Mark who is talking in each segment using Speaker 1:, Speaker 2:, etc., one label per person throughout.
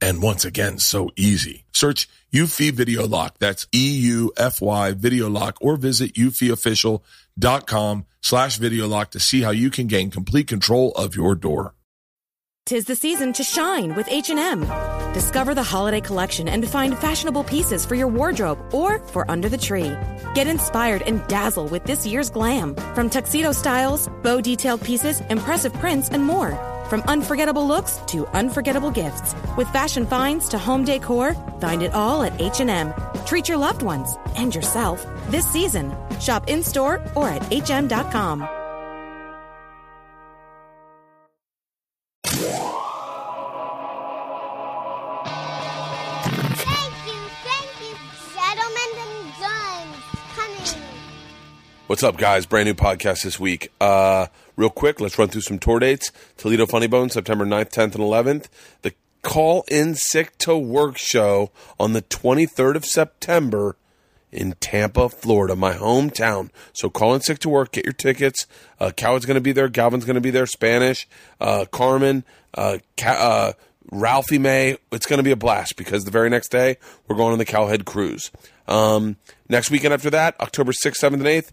Speaker 1: and once again, so easy. Search Eufy Video Lock. That's E E-U-F-Y Video Lock or visit eufyofficial.com slash video lock to see how you can gain complete control of your door.
Speaker 2: Tis the season to shine with H&M. Discover the holiday collection and find fashionable pieces for your wardrobe or for under the tree. Get inspired and dazzle with this year's glam from tuxedo styles, bow detailed pieces, impressive prints and more. From unforgettable looks to unforgettable gifts, with fashion finds to home decor, find it all at H&M. Treat your loved ones and yourself this season. Shop in-store or at hm.com.
Speaker 3: Thank you, thank you, gentlemen and guns coming.
Speaker 1: What's up, guys? Brand new podcast this week. Uh, real quick, let's run through some tour dates. Toledo Funny Bone, September 9th, 10th, and 11th. The Call In Sick to Work show on the 23rd of September in Tampa, Florida, my hometown. So call in sick to work, get your tickets. Uh, Coward's going to be there. Galvin's going to be there. Spanish, uh, Carmen, uh, Ca- uh, Ralphie May. It's going to be a blast because the very next day we're going on the Cowhead cruise. Um, next weekend after that, October 6th, 7th, and 8th,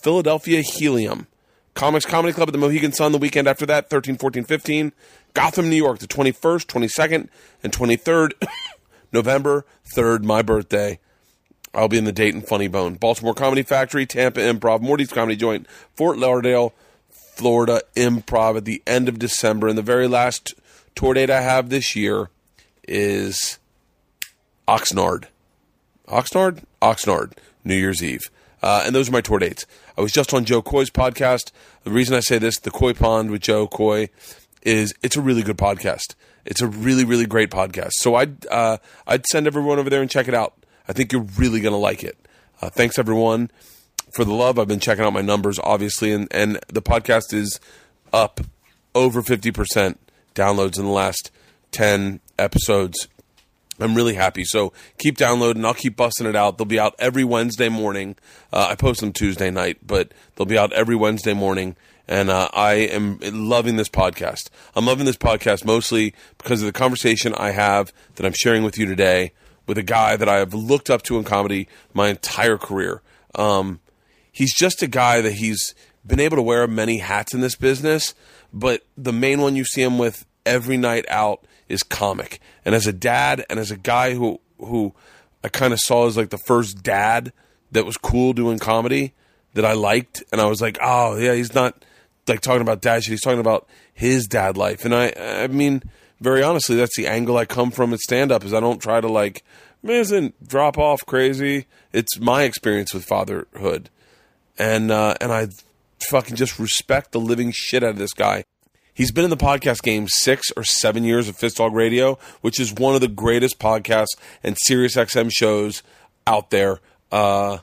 Speaker 1: Philadelphia Helium. Comics Comedy Club at the Mohegan Sun the weekend after that, 13, 14, 15. Gotham, New York, the 21st, 22nd, and 23rd. November 3rd, my birthday. I'll be in the Dayton Funny Bone, Baltimore Comedy Factory, Tampa Improv, Morty's Comedy Joint, Fort Lauderdale, Florida Improv at the end of December. And the very last tour date I have this year is Oxnard. Oxnard? Oxnard, New Year's Eve. Uh, and those are my tour dates. I was just on Joe Coy's podcast. The reason I say this, the Coy Pond with Joe Coy, is it's a really good podcast. It's a really, really great podcast. So I'd, uh, I'd send everyone over there and check it out. I think you're really going to like it. Uh, thanks, everyone, for the love. I've been checking out my numbers, obviously, and, and the podcast is up over 50% downloads in the last 10 episodes. I'm really happy. So keep downloading. I'll keep busting it out. They'll be out every Wednesday morning. Uh, I post them Tuesday night, but they'll be out every Wednesday morning. And uh, I am loving this podcast. I'm loving this podcast mostly because of the conversation I have that I'm sharing with you today with a guy that I have looked up to in comedy my entire career. Um, he's just a guy that he's been able to wear many hats in this business, but the main one you see him with every night out is comic. And as a dad and as a guy who who I kind of saw as like the first dad that was cool doing comedy that I liked and I was like, "Oh, yeah, he's not like talking about dad shit. He's talking about his dad life." And I I mean, very honestly, that's the angle I come from at stand up is I don't try to like man, isn't drop off crazy. It's my experience with fatherhood and uh, and I fucking just respect the living shit out of this guy. He's been in the podcast game six or seven years of Fist Dog Radio, which is one of the greatest podcasts and Sirius XM shows out there. Uh,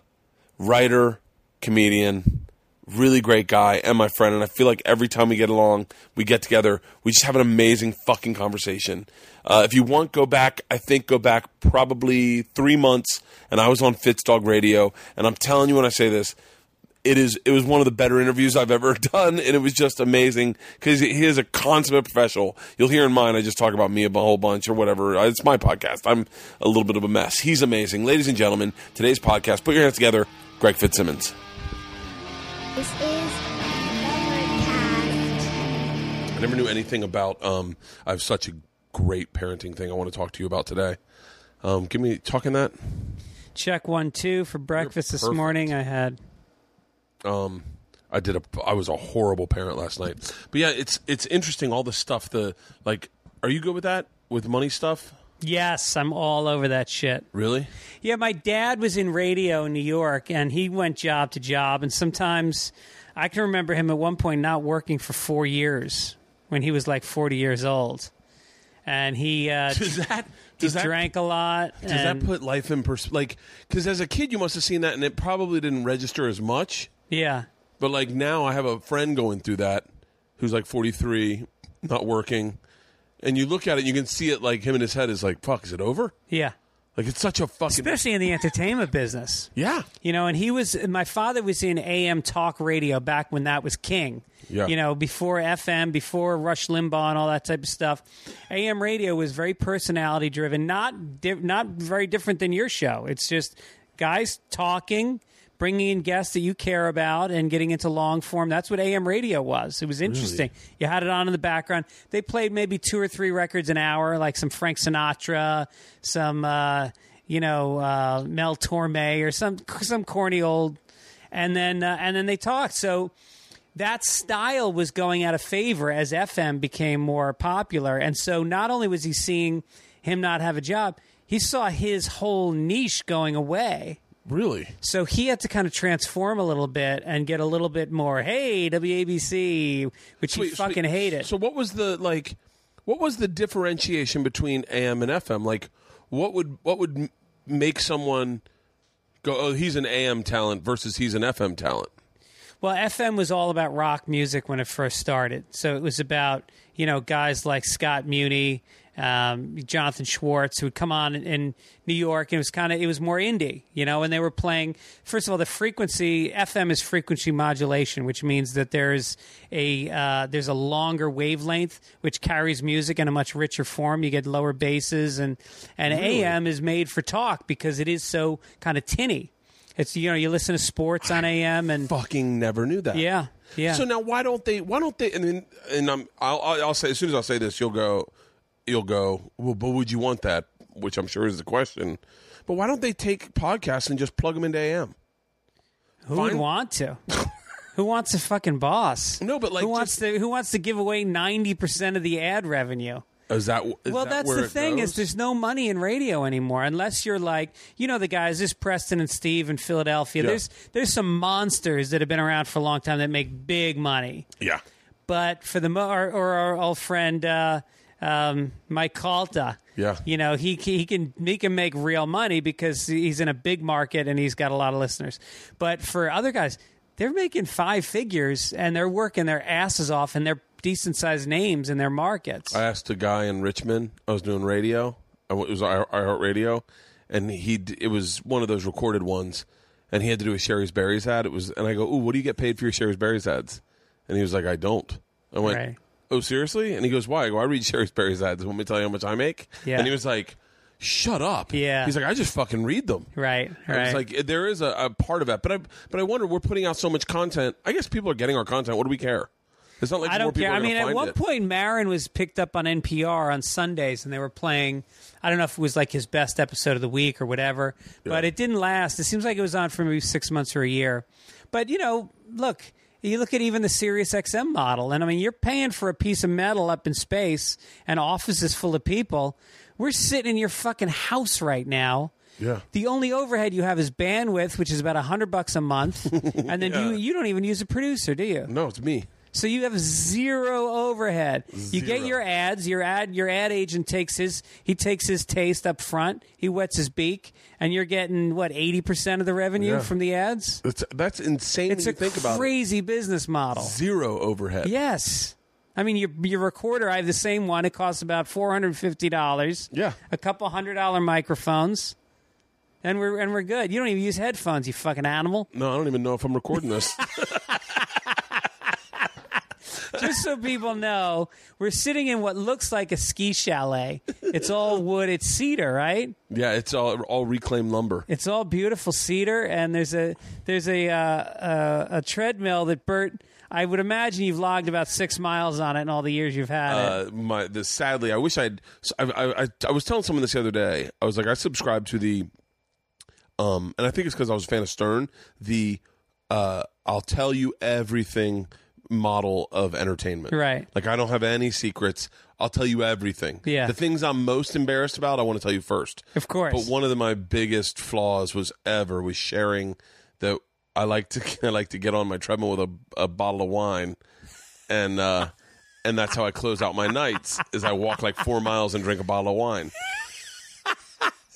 Speaker 1: writer, comedian, really great guy, and my friend. And I feel like every time we get along, we get together, we just have an amazing fucking conversation. Uh, if you want, go back. I think go back probably three months, and I was on Fitz Dog Radio. And I'm telling you when I say this, it is it was one of the better interviews I've ever done, and it was just amazing because he is a consummate professional. You'll hear in mine I just talk about me a bu- whole bunch or whatever. It's my podcast. I'm a little bit of a mess. He's amazing, ladies and gentlemen. Today's podcast. Put your hands together, Greg Fitzsimmons.
Speaker 3: This is the
Speaker 1: I never knew anything about. Um, I have such a great parenting thing I want to talk to you about today. Um, give me talking that.
Speaker 4: Check one, two for breakfast this
Speaker 1: perfect.
Speaker 4: morning. I had
Speaker 1: um I did a I was a horrible parent last night. But yeah, it's it's interesting all the stuff the like are you good with that with money stuff?
Speaker 4: yes, I'm all over that shit.
Speaker 1: Really?
Speaker 4: Yeah, my dad was in radio in New York, and he went job to job, and sometimes I can remember him at one point not working for four years when he was like 40 years old, and he uh,
Speaker 1: Does that
Speaker 4: he
Speaker 1: does that
Speaker 4: drank a lot.
Speaker 1: does that
Speaker 4: and-
Speaker 1: put life in pers like cuz as a kid you must have seen that and it probably didn't register as much,
Speaker 4: yeah.
Speaker 1: but like now I have a friend going through that who's like 43, not working. And you look at it, and you can see it like him in his head is like, "Fuck, is it over?"
Speaker 4: Yeah.
Speaker 1: Like it's such a fucking
Speaker 4: Especially in the entertainment business.
Speaker 1: yeah.
Speaker 4: You know, and he was my father was in AM talk radio back when that was king.
Speaker 1: Yeah.
Speaker 4: You know, before FM, before Rush Limbaugh and all that type of stuff. AM radio was very personality driven, not di- not very different than your show. It's just guys talking, bringing in guests that you care about and getting into long form. That's what AM radio was. It was interesting. You had it on in the background. They played maybe two or three records an hour, like some Frank Sinatra, some uh you know uh, Mel Torme or some some corny old, and then uh, and then they talked. So that style was going out of favor as FM became more popular, and so not only was he seeing him not have a job, he saw his whole niche going away.
Speaker 1: Really?
Speaker 4: So he had to kind of transform a little bit and get a little bit more. Hey, WABC, which he
Speaker 1: Wait, so-
Speaker 4: fucking hated.
Speaker 1: So what was the like? What was the differentiation between AM and FM? Like, what would what would m- make someone go? Oh, he's an AM talent versus he's an FM talent.
Speaker 4: Well, FM was all about rock music when it first started. So it was about, you know, guys like Scott Muni, um, Jonathan Schwartz, who would come on in, in New York. And it was kind of, it was more indie, you know, and they were playing, first of all, the frequency, FM is frequency modulation, which means that there's a, uh, there's a longer wavelength, which carries music in a much richer form. You get lower basses and, and AM is made for talk because it is so kind of tinny. It's, you know, you listen to sports on AM and
Speaker 1: Fucking never knew that.
Speaker 4: yeah, yeah.
Speaker 1: So now why don't they? Why don't they? And then and I'm I'll I'll I'll say as soon as I say this, you'll go, you'll go. Well, but would you want that? Which I'm sure is the question. But why don't they take podcasts and just plug them into AM?
Speaker 4: who would
Speaker 1: fine.
Speaker 4: want to? who wants a fucking boss?
Speaker 1: No, but, like,
Speaker 4: who wants
Speaker 1: just-
Speaker 4: to? Who wants to give away ninety percent of the ad revenue?
Speaker 1: Is that is
Speaker 4: well,
Speaker 1: that
Speaker 4: that's
Speaker 1: where
Speaker 4: the
Speaker 1: it
Speaker 4: thing
Speaker 1: goes?
Speaker 4: is there's no money in radio anymore unless you're like you know the guys this Preston and Steve in Philadelphia.
Speaker 1: Yeah.
Speaker 4: There's there's some monsters that have been around for a long time that make big money,
Speaker 1: yeah.
Speaker 4: but for the mo- or, or our old friend uh, um, Mike Calta.
Speaker 1: Yeah.
Speaker 4: you know he he can he can make real money because he's in a big market and he's got a lot of listeners. But for other guys, they're making five figures and they're working their asses off and they're decent sized names in their markets.
Speaker 1: I asked a guy in Richmond. I was doing radio. I w- It was I- iHeartRadio, and he d- it was one of those recorded ones, and he had to do a Sherry's Berries ad. It was, and I go, "Ooh, what do you get paid for your Sherry's Berries ads?" And he was like, "I don't." I went,
Speaker 4: Right.
Speaker 1: "Oh, seriously?" And he goes, "Why?" I go, "I read Sherry's Berries ads. Let me tell you how much I make."
Speaker 4: Yeah.
Speaker 1: And he was like, "Shut up."
Speaker 4: Yeah.
Speaker 1: He's like, "I just fucking read them."
Speaker 4: right, right.
Speaker 1: I was like, eh, there is a, a part of that, but I but I wonder. We're putting out so much content. I guess people are getting our content. What do we care? It's not like
Speaker 4: I
Speaker 1: more
Speaker 4: don't
Speaker 1: people
Speaker 4: care.
Speaker 1: are
Speaker 4: I
Speaker 1: gonna
Speaker 4: mean, at
Speaker 1: find
Speaker 4: one
Speaker 1: it.
Speaker 4: point, Marin was picked up on NPR on Sundays, and they were playing. I don't know if it was like his best episode of the week or whatever, but it didn't last. It seems like it was on for maybe six months or a year. But you know, look, you look at even the Sirius XM model, and I mean, you're paying for a piece of metal up in space and offices full of people. We're sitting in your fucking house right now.
Speaker 1: Yeah.
Speaker 4: The only overhead you have is bandwidth, which is about a hundred bucks a month, and then you you don't even use a producer, do you?
Speaker 1: No, it's me.
Speaker 4: So you have zero overhead. You get your ads. Your ad your ad agent takes his he takes his taste up front. He wets his beak, and you're getting what eighty percent of the revenue
Speaker 1: Yeah.
Speaker 4: from the ads.
Speaker 1: That's that's insane.
Speaker 4: It's
Speaker 1: when
Speaker 4: a
Speaker 1: you think about it.
Speaker 4: crazy business model.
Speaker 1: zero overhead.
Speaker 4: Yes. I mean, your your recorder. I have the same one. It costs about four hundred and fifty dollars.
Speaker 1: Yeah.
Speaker 4: a couple hundred dollar microphones, and we're and we're good. You don't even use headphones, you fucking animal.
Speaker 1: No, I don't even know if I'm recording this.
Speaker 4: Just so people know, we're sitting in what looks like a ski chalet. It's all wood. It's cedar, right?
Speaker 1: yeah, it's all all reclaimed lumber.
Speaker 4: It's all beautiful cedar, and there's a there's a uh, uh, a treadmill that Bert. I would imagine you've logged about six miles on it in all the years you've had it.
Speaker 1: Uh, my the sadly, I wish I'd. I, I I- I was telling someone this the other day. I was like, I subscribed to the, um, and I think it's because I was a fan of Stern. The, uh, I'll tell you everything model of entertainment.
Speaker 4: Right.
Speaker 1: Like I don't have any secrets. I'll tell you everything.
Speaker 4: Yeah.
Speaker 1: The things I'm most embarrassed about, I want to tell you first.
Speaker 4: Of course.
Speaker 1: But one of the, my biggest flaws was ever was sharing that I like to I like to get on my treadmill with a, a bottle of wine, and uh, and that's how I close out my nights is I walk like four miles and drink a bottle of wine.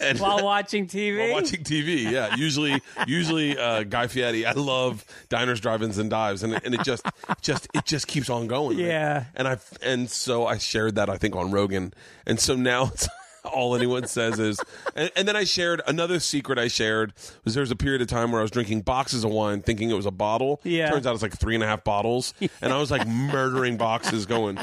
Speaker 1: And
Speaker 4: While watching TV,
Speaker 1: Uh, while watching TV, yeah. Usually, usually uh, Guy Fieri. I love diners, drive-ins, and dives, and, it- and it just, just, it just keeps on going. man.
Speaker 4: Yeah.
Speaker 1: And I and so I shared that I think on Rogan, and so now it's, all anyone says is, and, and then I shared another secret. I shared was there was a period of time where I was drinking boxes of wine, thinking it was a bottle.
Speaker 4: Yeah.
Speaker 1: Turns out it's like three and a half bottles, and I was like murdering boxes, going.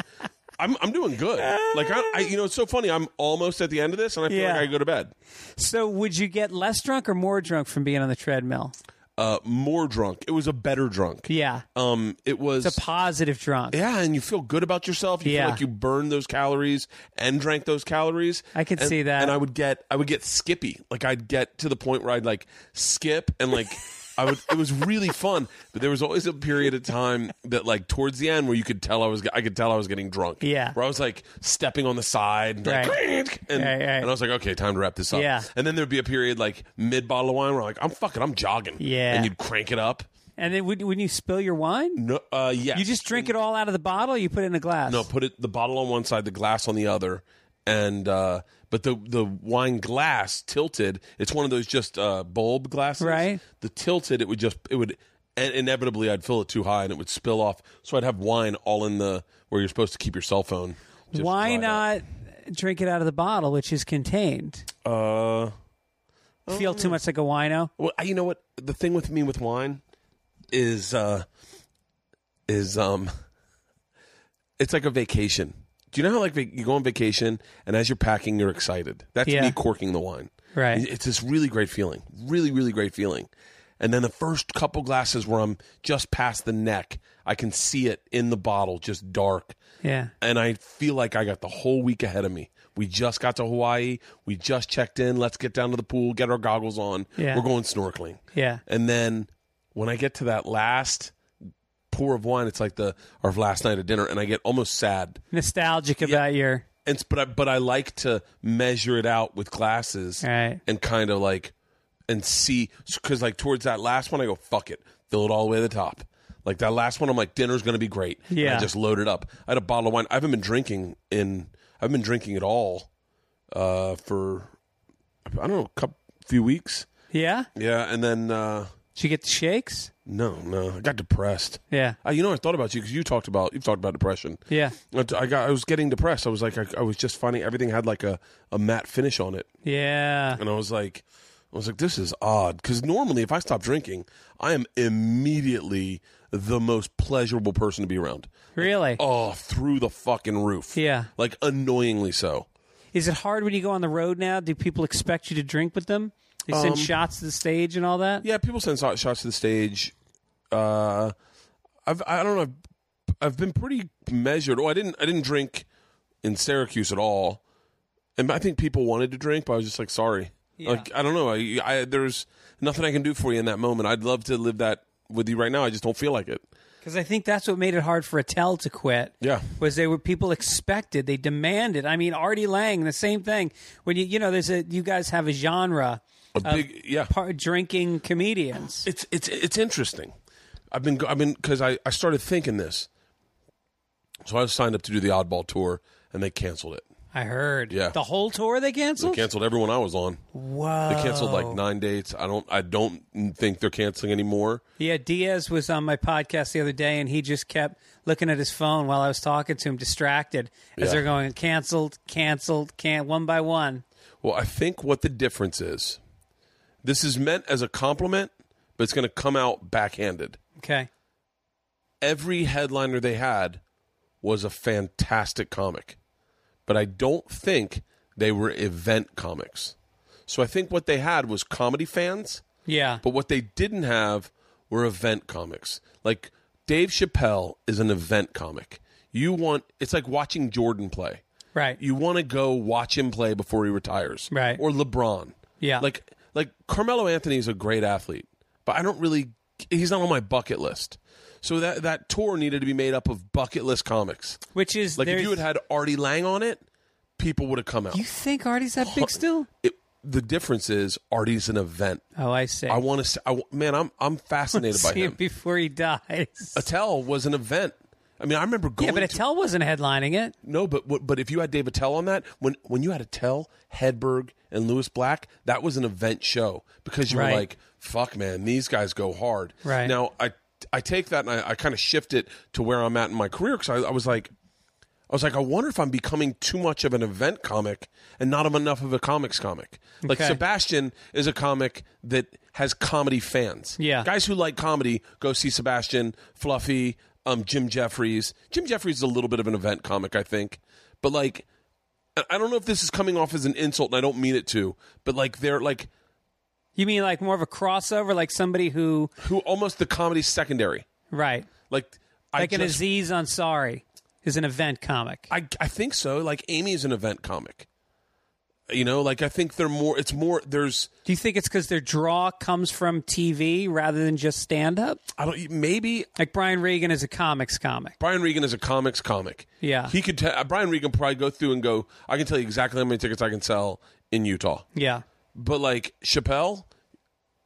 Speaker 1: I'm, I'm doing good. Like I, I, you know, it's so funny. I'm almost at the end of this, and I feel
Speaker 4: Yeah.
Speaker 1: like I go to bed.
Speaker 4: So, would you get less drunk or more drunk from being on the treadmill?
Speaker 1: uh, more drunk. It was a better drunk.
Speaker 4: Yeah,
Speaker 1: Um, it was.
Speaker 4: it's a positive drunk.
Speaker 1: yeah, and you feel good about yourself. You
Speaker 4: Yeah.
Speaker 1: feel like you burned those calories and drank those calories.
Speaker 4: I could
Speaker 1: And-
Speaker 4: see that.
Speaker 1: And I would get, I would get skippy. Like I'd get to the point where I'd like skip and like. I would. It was really fun, but there was always a period of time that, like, towards the end, where you could tell I was. I could tell I was getting drunk.
Speaker 4: Yeah.
Speaker 1: Where I was like stepping on the side and like,
Speaker 4: Right.
Speaker 1: and,
Speaker 4: Right, right.
Speaker 1: and I was like, okay, time to wrap this up.
Speaker 4: Yeah.
Speaker 1: And then there'd be a period like mid bottle of wine where I'm like, I'm fucking, I'm jogging.
Speaker 4: Yeah.
Speaker 1: And you'd crank it up.
Speaker 4: And then, would, when you spill your wine,
Speaker 1: No, uh, yes.
Speaker 4: you just drink it all out of the bottle. Or you put it in a glass.
Speaker 1: No, put it the bottle on one side, the glass on the other, and uh, but the the wine glass tilted. It's one of those just uh, bulb glasses,
Speaker 4: Right.
Speaker 1: The tilted, it would just it would and inevitably I'd fill it too high and it would spill off. So I'd have wine all in the where you're supposed to keep your cell phone. just
Speaker 4: Why
Speaker 1: dried up.
Speaker 4: not drink it out of the bottle, which is contained?
Speaker 1: Uh,
Speaker 4: Feel
Speaker 1: Oh.
Speaker 4: too much like a wino.
Speaker 1: well, I- you know what the thing with me with wine is uh, is um, it's like a vacation. Do you know how like vac- you go on vacation and as you're packing you're excited? That's
Speaker 4: Yeah.
Speaker 1: me corking the wine.
Speaker 4: Right.
Speaker 1: It's this really great feeling, really really great feeling. And then the first couple glasses where I'm just past the neck, I can see it in the bottle, just dark
Speaker 4: Yeah.
Speaker 1: and I feel like I got the whole week ahead of me. We just got to Hawaii. We just checked in. Let's get down to the pool, get our goggles on.
Speaker 4: Yeah.
Speaker 1: We're going snorkeling.
Speaker 4: Yeah.
Speaker 1: And then when I get to that last pour of wine, it's like the our last night at dinner, and I get almost sad.
Speaker 4: Nostalgic about your.
Speaker 1: And s- but I, but I like to measure it out with glasses
Speaker 4: Right.
Speaker 1: and kind of like and see because like towards that last one, I go fuck it, fill it all the way to the top. Like that last one, I'm like dinner's gonna be great. And
Speaker 4: Yeah.
Speaker 1: I just loaded up. I had a bottle of wine. I haven't been drinking in. I've been drinking at all uh, for I don't know a couple few weeks.
Speaker 4: Yeah.
Speaker 1: Yeah, and then uh,
Speaker 4: Did you get the shakes?
Speaker 1: no, no, I got depressed.
Speaker 4: Yeah.
Speaker 1: Uh, you know, I thought about you because you talked about you've talked about depression.
Speaker 4: Yeah.
Speaker 1: I I got. I was getting depressed. I was like, I, I was just finding everything had like a, a matte finish on it,
Speaker 4: Yeah.
Speaker 1: and I was like, I was like, this is odd because normally if I stop drinking, I am immediately the most pleasurable person to be around.
Speaker 4: Really?
Speaker 1: Oh, through the fucking roof.
Speaker 4: Yeah.
Speaker 1: like annoyingly so.
Speaker 4: Is it hard when you go on the road now? Do people expect you to drink with them? They send shots to the stage and all that.
Speaker 1: Um, Yeah, people send so- shots to the stage. Uh, I've I don't know. I've, I've been pretty measured. Oh, I didn't I didn't drink in Syracuse at all, and I think people wanted to drink, but I was just like, sorry. Like I don't know. I, I there's nothing I can do for you in that moment. I'd love to live that with you right now. I just don't feel like it.
Speaker 4: Because I think that's what made it hard for Attell to quit.
Speaker 1: Yeah.
Speaker 4: was they were people expected, they demanded. I mean, Artie Lang, the same thing. When you you know, there's a you guys have a genre
Speaker 1: A big yeah.
Speaker 4: par- drinking comedians.
Speaker 1: It's it's it's interesting. I've been go- I've been because I I started thinking this. So I was signed up to do the Oddball tour, and they canceled it.
Speaker 4: I heard.
Speaker 1: Yeah.
Speaker 4: the whole tour they canceled.
Speaker 1: They canceled everyone I was on.
Speaker 4: Whoa.
Speaker 1: They canceled
Speaker 4: Oh.
Speaker 1: like nine dates. I don't. I don't think they're canceling anymore.
Speaker 4: Yeah, Diaz was on my podcast the other day, and he just kept looking at his phone while I was talking to him, distracted as
Speaker 1: Yeah.
Speaker 4: they're going canceled, canceled, can one by one.
Speaker 1: Well, I think what the difference is. This is meant as a compliment, but it's going to come out backhanded.
Speaker 4: Okay.
Speaker 1: Every headliner they had was a fantastic comic, but I don't think they were event comics. So I think what they had was comedy fans.
Speaker 4: Yeah.
Speaker 1: But what they didn't have were event comics. Like Dave Chappelle is an event comic. You want it's like watching Jordan play.
Speaker 4: right.
Speaker 1: You want to go watch him play before he retires.
Speaker 4: Right.
Speaker 1: Or LeBron.
Speaker 4: Yeah.
Speaker 1: Like like Carmelo Anthony is a great athlete, but I don't really he's not on my bucket list. So that that tour needed to be made up of bucket list comics.
Speaker 4: Which is
Speaker 1: Like if
Speaker 4: there's-
Speaker 1: you had had Artie Lang on it, people would have come out.
Speaker 4: You think Artie's that big still?
Speaker 1: It- the difference is Artie's an event.
Speaker 4: Oh, I see.
Speaker 1: I want to. I w- man, I'm I'm fascinated by
Speaker 4: see
Speaker 1: him.
Speaker 4: it before he dies.
Speaker 1: Attell was an event. I mean, I remember going.
Speaker 4: Yeah, but
Speaker 1: to-
Speaker 4: Attell wasn't headlining it.
Speaker 1: no, but what- but if you had Dave Attell on that, when when you had Attell, Hedberg, and Lewis Black, that was an event show because you
Speaker 4: Right.
Speaker 1: were like, "Fuck, man, these guys go hard."
Speaker 4: Right.
Speaker 1: now, I I take that and I, I kind of shift it to where I'm at in my career because I, I was like, I was like, I wonder if I'm becoming too much of an event comic and not of enough of a comics comic. Like
Speaker 4: Okay.
Speaker 1: Sebastian is a comic that has comedy fans.
Speaker 4: Yeah.
Speaker 1: guys who like comedy go see Sebastian, Fluffy, um, Jim Jeffries. Jim Jeffries is a little bit of an event comic, I think, but like, I- I don't know if this is coming off as an insult, and I don't mean it to, but like they're like
Speaker 4: You mean like more of a crossover, like somebody who,
Speaker 1: who almost the comedy secondary,
Speaker 4: right?
Speaker 1: like.
Speaker 4: Like
Speaker 1: I
Speaker 4: an
Speaker 1: just-
Speaker 4: Aziz Ansari is an event comic.
Speaker 1: I, I think so. Like Amy is an event comic. You know, like I think they're more. It's more. There's.
Speaker 4: Do you think it's because their draw comes from TV rather than just stand up?
Speaker 1: I don't. Maybe
Speaker 4: Like Brian Regan is a comics comic.
Speaker 1: Brian Regan is a comics comic.
Speaker 4: Yeah.
Speaker 1: he could. T- Brian Regan probably go through and go. I can tell you exactly how many tickets I can sell in Utah.
Speaker 4: Yeah.
Speaker 1: But like Chappelle,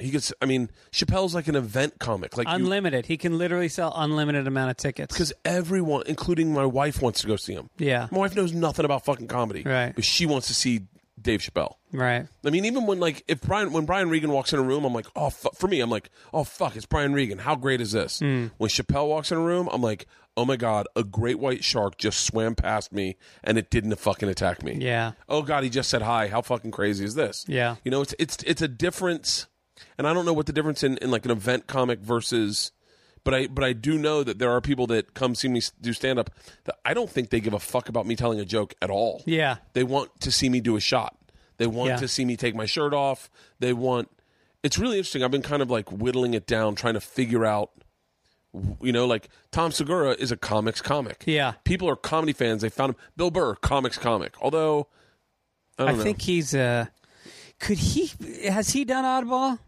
Speaker 1: he gets. I mean, Chappelle's like an event comic. Like you-
Speaker 4: Unlimited. He can literally sell unlimited amount of tickets.
Speaker 1: because everyone, including my wife, wants to go see him.
Speaker 4: Yeah.
Speaker 1: My wife knows nothing about fucking comedy,
Speaker 4: Right.
Speaker 1: But she wants to see Dave Chappelle.
Speaker 4: Right.
Speaker 1: I mean, even when like if Brian when Brian Regan walks in a room, I'm like, oh fu-. for me, I'm like, oh fuck, it's Brian Regan. How great is this?
Speaker 4: Hmm.
Speaker 1: When Chappelle walks in a room, I'm like, oh my god, a great white shark just swam past me and it didn't fucking attack me.
Speaker 4: Yeah.
Speaker 1: Oh god, he just said hi. How fucking crazy is this?
Speaker 4: Yeah.
Speaker 1: You know, it's it's it's a difference, and I don't know what the difference in, in like an event comic versus. But I, but I do know that there are people that come see me s- do stand up that I don't think they give a fuck about me telling a joke at all.
Speaker 4: Yeah.
Speaker 1: They want to see me do a shot. They want
Speaker 4: Yeah.
Speaker 1: to see me take my shirt off. They want. It's really interesting. I've been kind of like whittling it down, trying to figure out. You know, like Tom Segura is a comics comic.
Speaker 4: Yeah.
Speaker 1: people are comedy fans. They found him. Bill Burr, comics comic. Although, I
Speaker 4: I,
Speaker 1: don't know.
Speaker 4: think he's uh could he has he done oddball?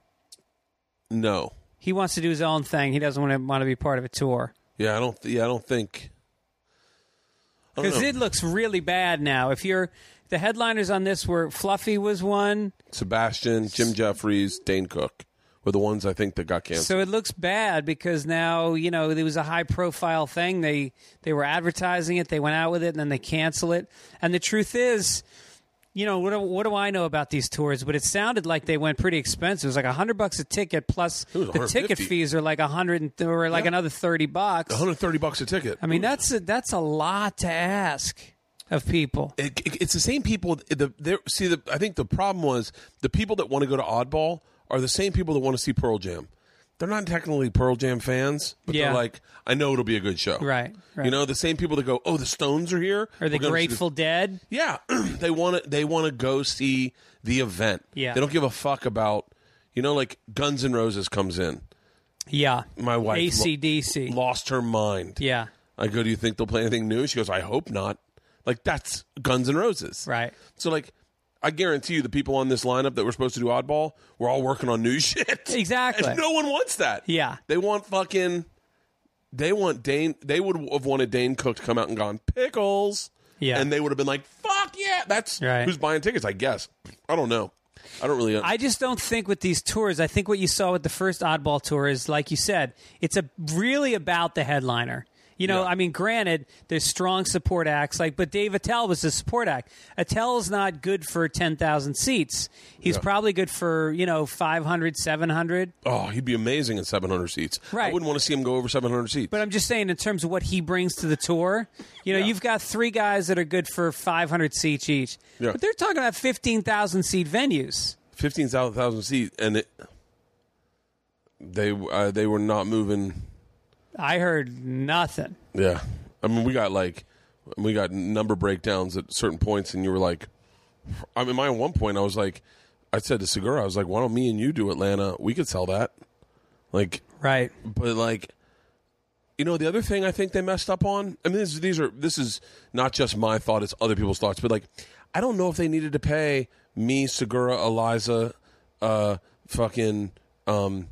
Speaker 1: no.
Speaker 4: He wants to do his own thing. He doesn't want to want to be part of a tour.
Speaker 1: Yeah, I don't. Th- yeah, I don't think. I don't
Speaker 4: Because
Speaker 1: know.
Speaker 4: it looks really bad now. If you're the headliners on this were Fluffy was one,
Speaker 1: Sebastian, Jim Jeffries, Dane Cook were the ones I think that got canceled.
Speaker 4: so it looks bad because now you know there was a high profile thing. They they were advertising it, they went out with it, and then they cancel it. And the truth is, you know what? Do, what do I know about these tours? But it sounded like they went pretty expensive. It was like hundred bucks a ticket plus
Speaker 1: It was
Speaker 4: the ticket
Speaker 1: 150.
Speaker 4: fees are like a hundred or like another thirty bucks.
Speaker 1: 130 bucks a ticket.
Speaker 4: I mean that's a, that's a lot to ask of people.
Speaker 1: it, it- it's the same people. The there see the I think the problem was the people that want to go to Oddball are the same people that want to see Pearl Jam. They're not technically Pearl Jam fans, but
Speaker 4: Yeah.
Speaker 1: they're like, I know it'll be a good show,
Speaker 4: Right, right.
Speaker 1: You know, the same people that go, oh, the Stones are here.
Speaker 4: Are they
Speaker 1: We're gonna see the-
Speaker 4: Grateful Dead?
Speaker 1: yeah, they want to. They want to go see the event.
Speaker 4: Yeah.
Speaker 1: they don't give a fuck about. You know, like Guns N' Roses comes in.
Speaker 4: Yeah.
Speaker 1: My wife lo-
Speaker 4: ACDC.
Speaker 1: lost her mind.
Speaker 4: yeah.
Speaker 1: I go, do you think they'll play anything new? She goes, I hope not. Like that's Guns N' Roses,
Speaker 4: Right.
Speaker 1: So like, I guarantee you, the people on this lineup that were supposed to do Oddball, we're all working on new shit.
Speaker 4: Exactly.
Speaker 1: And no one wants that.
Speaker 4: Yeah.
Speaker 1: They want fucking. They want Dane. They would have wanted Dane Cook to come out and gone pickles.
Speaker 4: Yeah.
Speaker 1: And they would have been like, "Fuck yeah!" That's
Speaker 4: Right.
Speaker 1: who's buying tickets. I guess. I don't know. I don't really.
Speaker 4: I just don't think with these tours, I think what you saw with the first oddball tour is like you said, it's a really about the headliner. You know,
Speaker 1: Yeah.
Speaker 4: I mean, granted, there's strong support acts like, but Dave Attell was a support act. Attell's not good for 10,000 seats. He's
Speaker 1: Yeah.
Speaker 4: probably good for, you know, 500, 700.
Speaker 1: oh, he'd be amazing in 700 seats.
Speaker 4: Right.
Speaker 1: I wouldn't want to see him go over 700 seats.
Speaker 4: But I'm just saying, in terms of what he brings to the tour, you know, you've got three guys that are good for 500 seats each.
Speaker 1: Yeah.
Speaker 4: But they're talking about 15,000 seat venues.
Speaker 1: fifteen thousand seats, and it, they uh, they were not moving.
Speaker 4: I heard nothing.
Speaker 1: Yeah, I mean, we got like we got number breakdowns at certain points, and you were like, I mean, my one point, I was like, I said to Segura, I was like, why don't me and you do Atlanta? We could sell that. Like,
Speaker 4: Right.
Speaker 1: but like you know the other thing i think they messed up on i mean this, these are this is not just my thought it's other people's thoughts but like i don't know if they needed to pay me segura eliza uh fucking um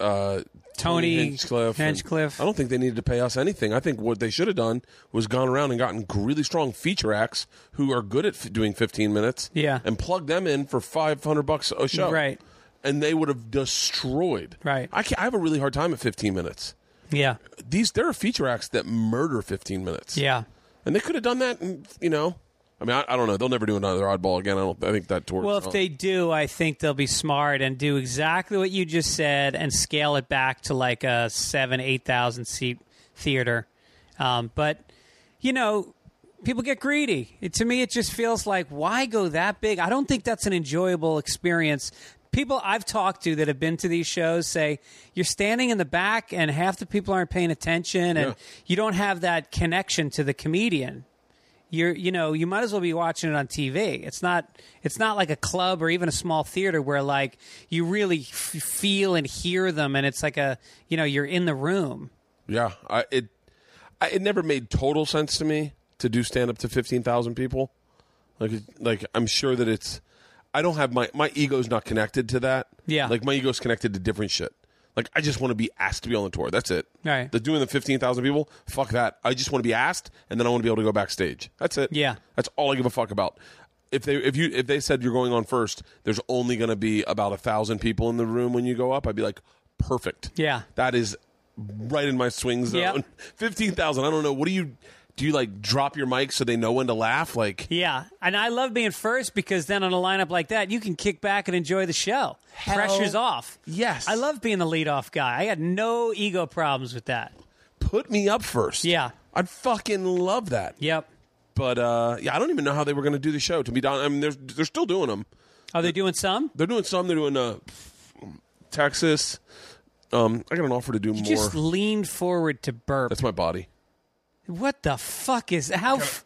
Speaker 1: uh
Speaker 4: Tony
Speaker 1: Hinchcliffe. and-
Speaker 4: Hinchcliffe.
Speaker 1: I don't think they needed to pay us anything. I think what they should have done was gone around and gotten really strong feature acts who are good at f- doing 15 minutes.
Speaker 4: Yeah.
Speaker 1: And plug them in for 500 bucks a show.
Speaker 4: Right.
Speaker 1: And they would have destroyed.
Speaker 4: Right.
Speaker 1: I, can't, I have a really hard time at 15 minutes.
Speaker 4: Yeah.
Speaker 1: These there are feature acts that murder 15 minutes.
Speaker 4: Yeah.
Speaker 1: and they could have done that. And, you know, I mean, I, I don't know. They'll never do another oddball again. I don't. I think that tour.
Speaker 4: Well, if they do, I think they'll be smart and do exactly what you just said and scale it back to like a seven, eight thousand seat theater. Um, but you know, people get greedy. It, to me, it just feels like why go that big? I don't think that's an enjoyable experience. People I've talked to that have been to these shows say you're standing in the back and half the people aren't paying attention and
Speaker 1: Yeah.
Speaker 4: you don't have that connection to the comedian you're you know you might as well be watching it on TV. It's not it's not like a club or even a small theater where like you really f- feel and hear them, and it's like a you know you're in the room.
Speaker 1: yeah, I, it I, it never made total sense to me to do stand up to 15,000 people. Like it- like I'm sure that it's I don't have my my ego's not connected to that.
Speaker 4: Yeah.
Speaker 1: Like my ego's connected to different shit. Like I just want to be asked to be on the tour. That's it.
Speaker 4: Right.
Speaker 1: The doing the 15,000 people, fuck that. I just want to be asked and then I want to be able to go backstage. That's it.
Speaker 4: Yeah.
Speaker 1: That's all I give a fuck about. If they if you if they said you're going on first, there's only going to be about a thousand people in the room when you go up. I'd be like, perfect.
Speaker 4: Yeah.
Speaker 1: that is right in my swing zone.
Speaker 4: Yep.
Speaker 1: Fifteen thousand. I don't know. What do you do? You like drop your mic so they know when to laugh? Like
Speaker 4: Yeah, and I love being first because then on a lineup like that, you can kick back and enjoy the show. Pressure's off.
Speaker 1: yes.
Speaker 4: I love being the leadoff guy. I had no ego problems with that.
Speaker 1: put me up first.
Speaker 4: Yeah.
Speaker 1: I'd fucking love that.
Speaker 4: Yep.
Speaker 1: But uh, yeah, I don't even know how they were going to do the show. To be done, I mean, they're they're still doing them.
Speaker 4: Are they doing some?
Speaker 1: They're doing some. They're doing uh, Texas. Um, I got an offer to do more.
Speaker 4: Just leaned forward to burp.
Speaker 1: That's my body.
Speaker 4: What the fuck is how? F-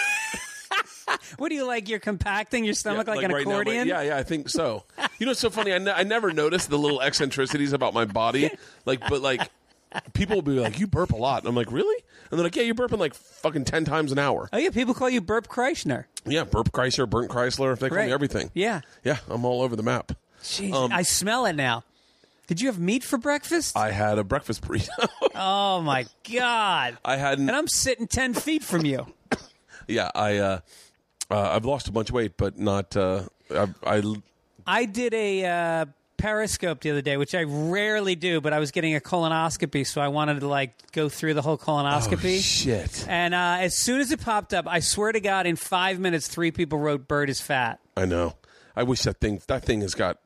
Speaker 4: what do you like? You're compacting your stomach like, an
Speaker 1: right now, like-
Speaker 4: accordion.
Speaker 1: yeah, yeah, I think so. you know, it's so funny. I ne- I never noticed the little eccentricities about my body. Like, but like, people will be like, "You burp a lot," and I'm like, "Really?" And they're like, "Yeah, you're burping like fucking ten times an hour."
Speaker 4: Oh yeah, people call you Burp Kreischer.
Speaker 1: Yeah, burp Chrysler, burnt Chrysler. They call
Speaker 4: Right.
Speaker 1: me everything. Um,
Speaker 4: Yeah.
Speaker 1: yeah, I'm all over the map.
Speaker 4: Jeez, I smell it now. Did you have meat for breakfast?
Speaker 1: I had a breakfast burrito.
Speaker 4: oh my god!
Speaker 1: I had an
Speaker 4: and I'm sitting ten feet from you.
Speaker 1: yeah. I uh, uh, I've lost a bunch of weight, but not. Uh, I, I
Speaker 4: I did a uh, Periscope the other day, which I rarely do, but I was getting a colonoscopy, so I wanted to like go through the whole
Speaker 1: Oh,
Speaker 4: colonoscopy.
Speaker 1: shit.
Speaker 4: And uh, as soon as it popped up, I swear to God, in five minutes, three people wrote "Bird is fat."
Speaker 1: I know. I wish that thing that thing has got.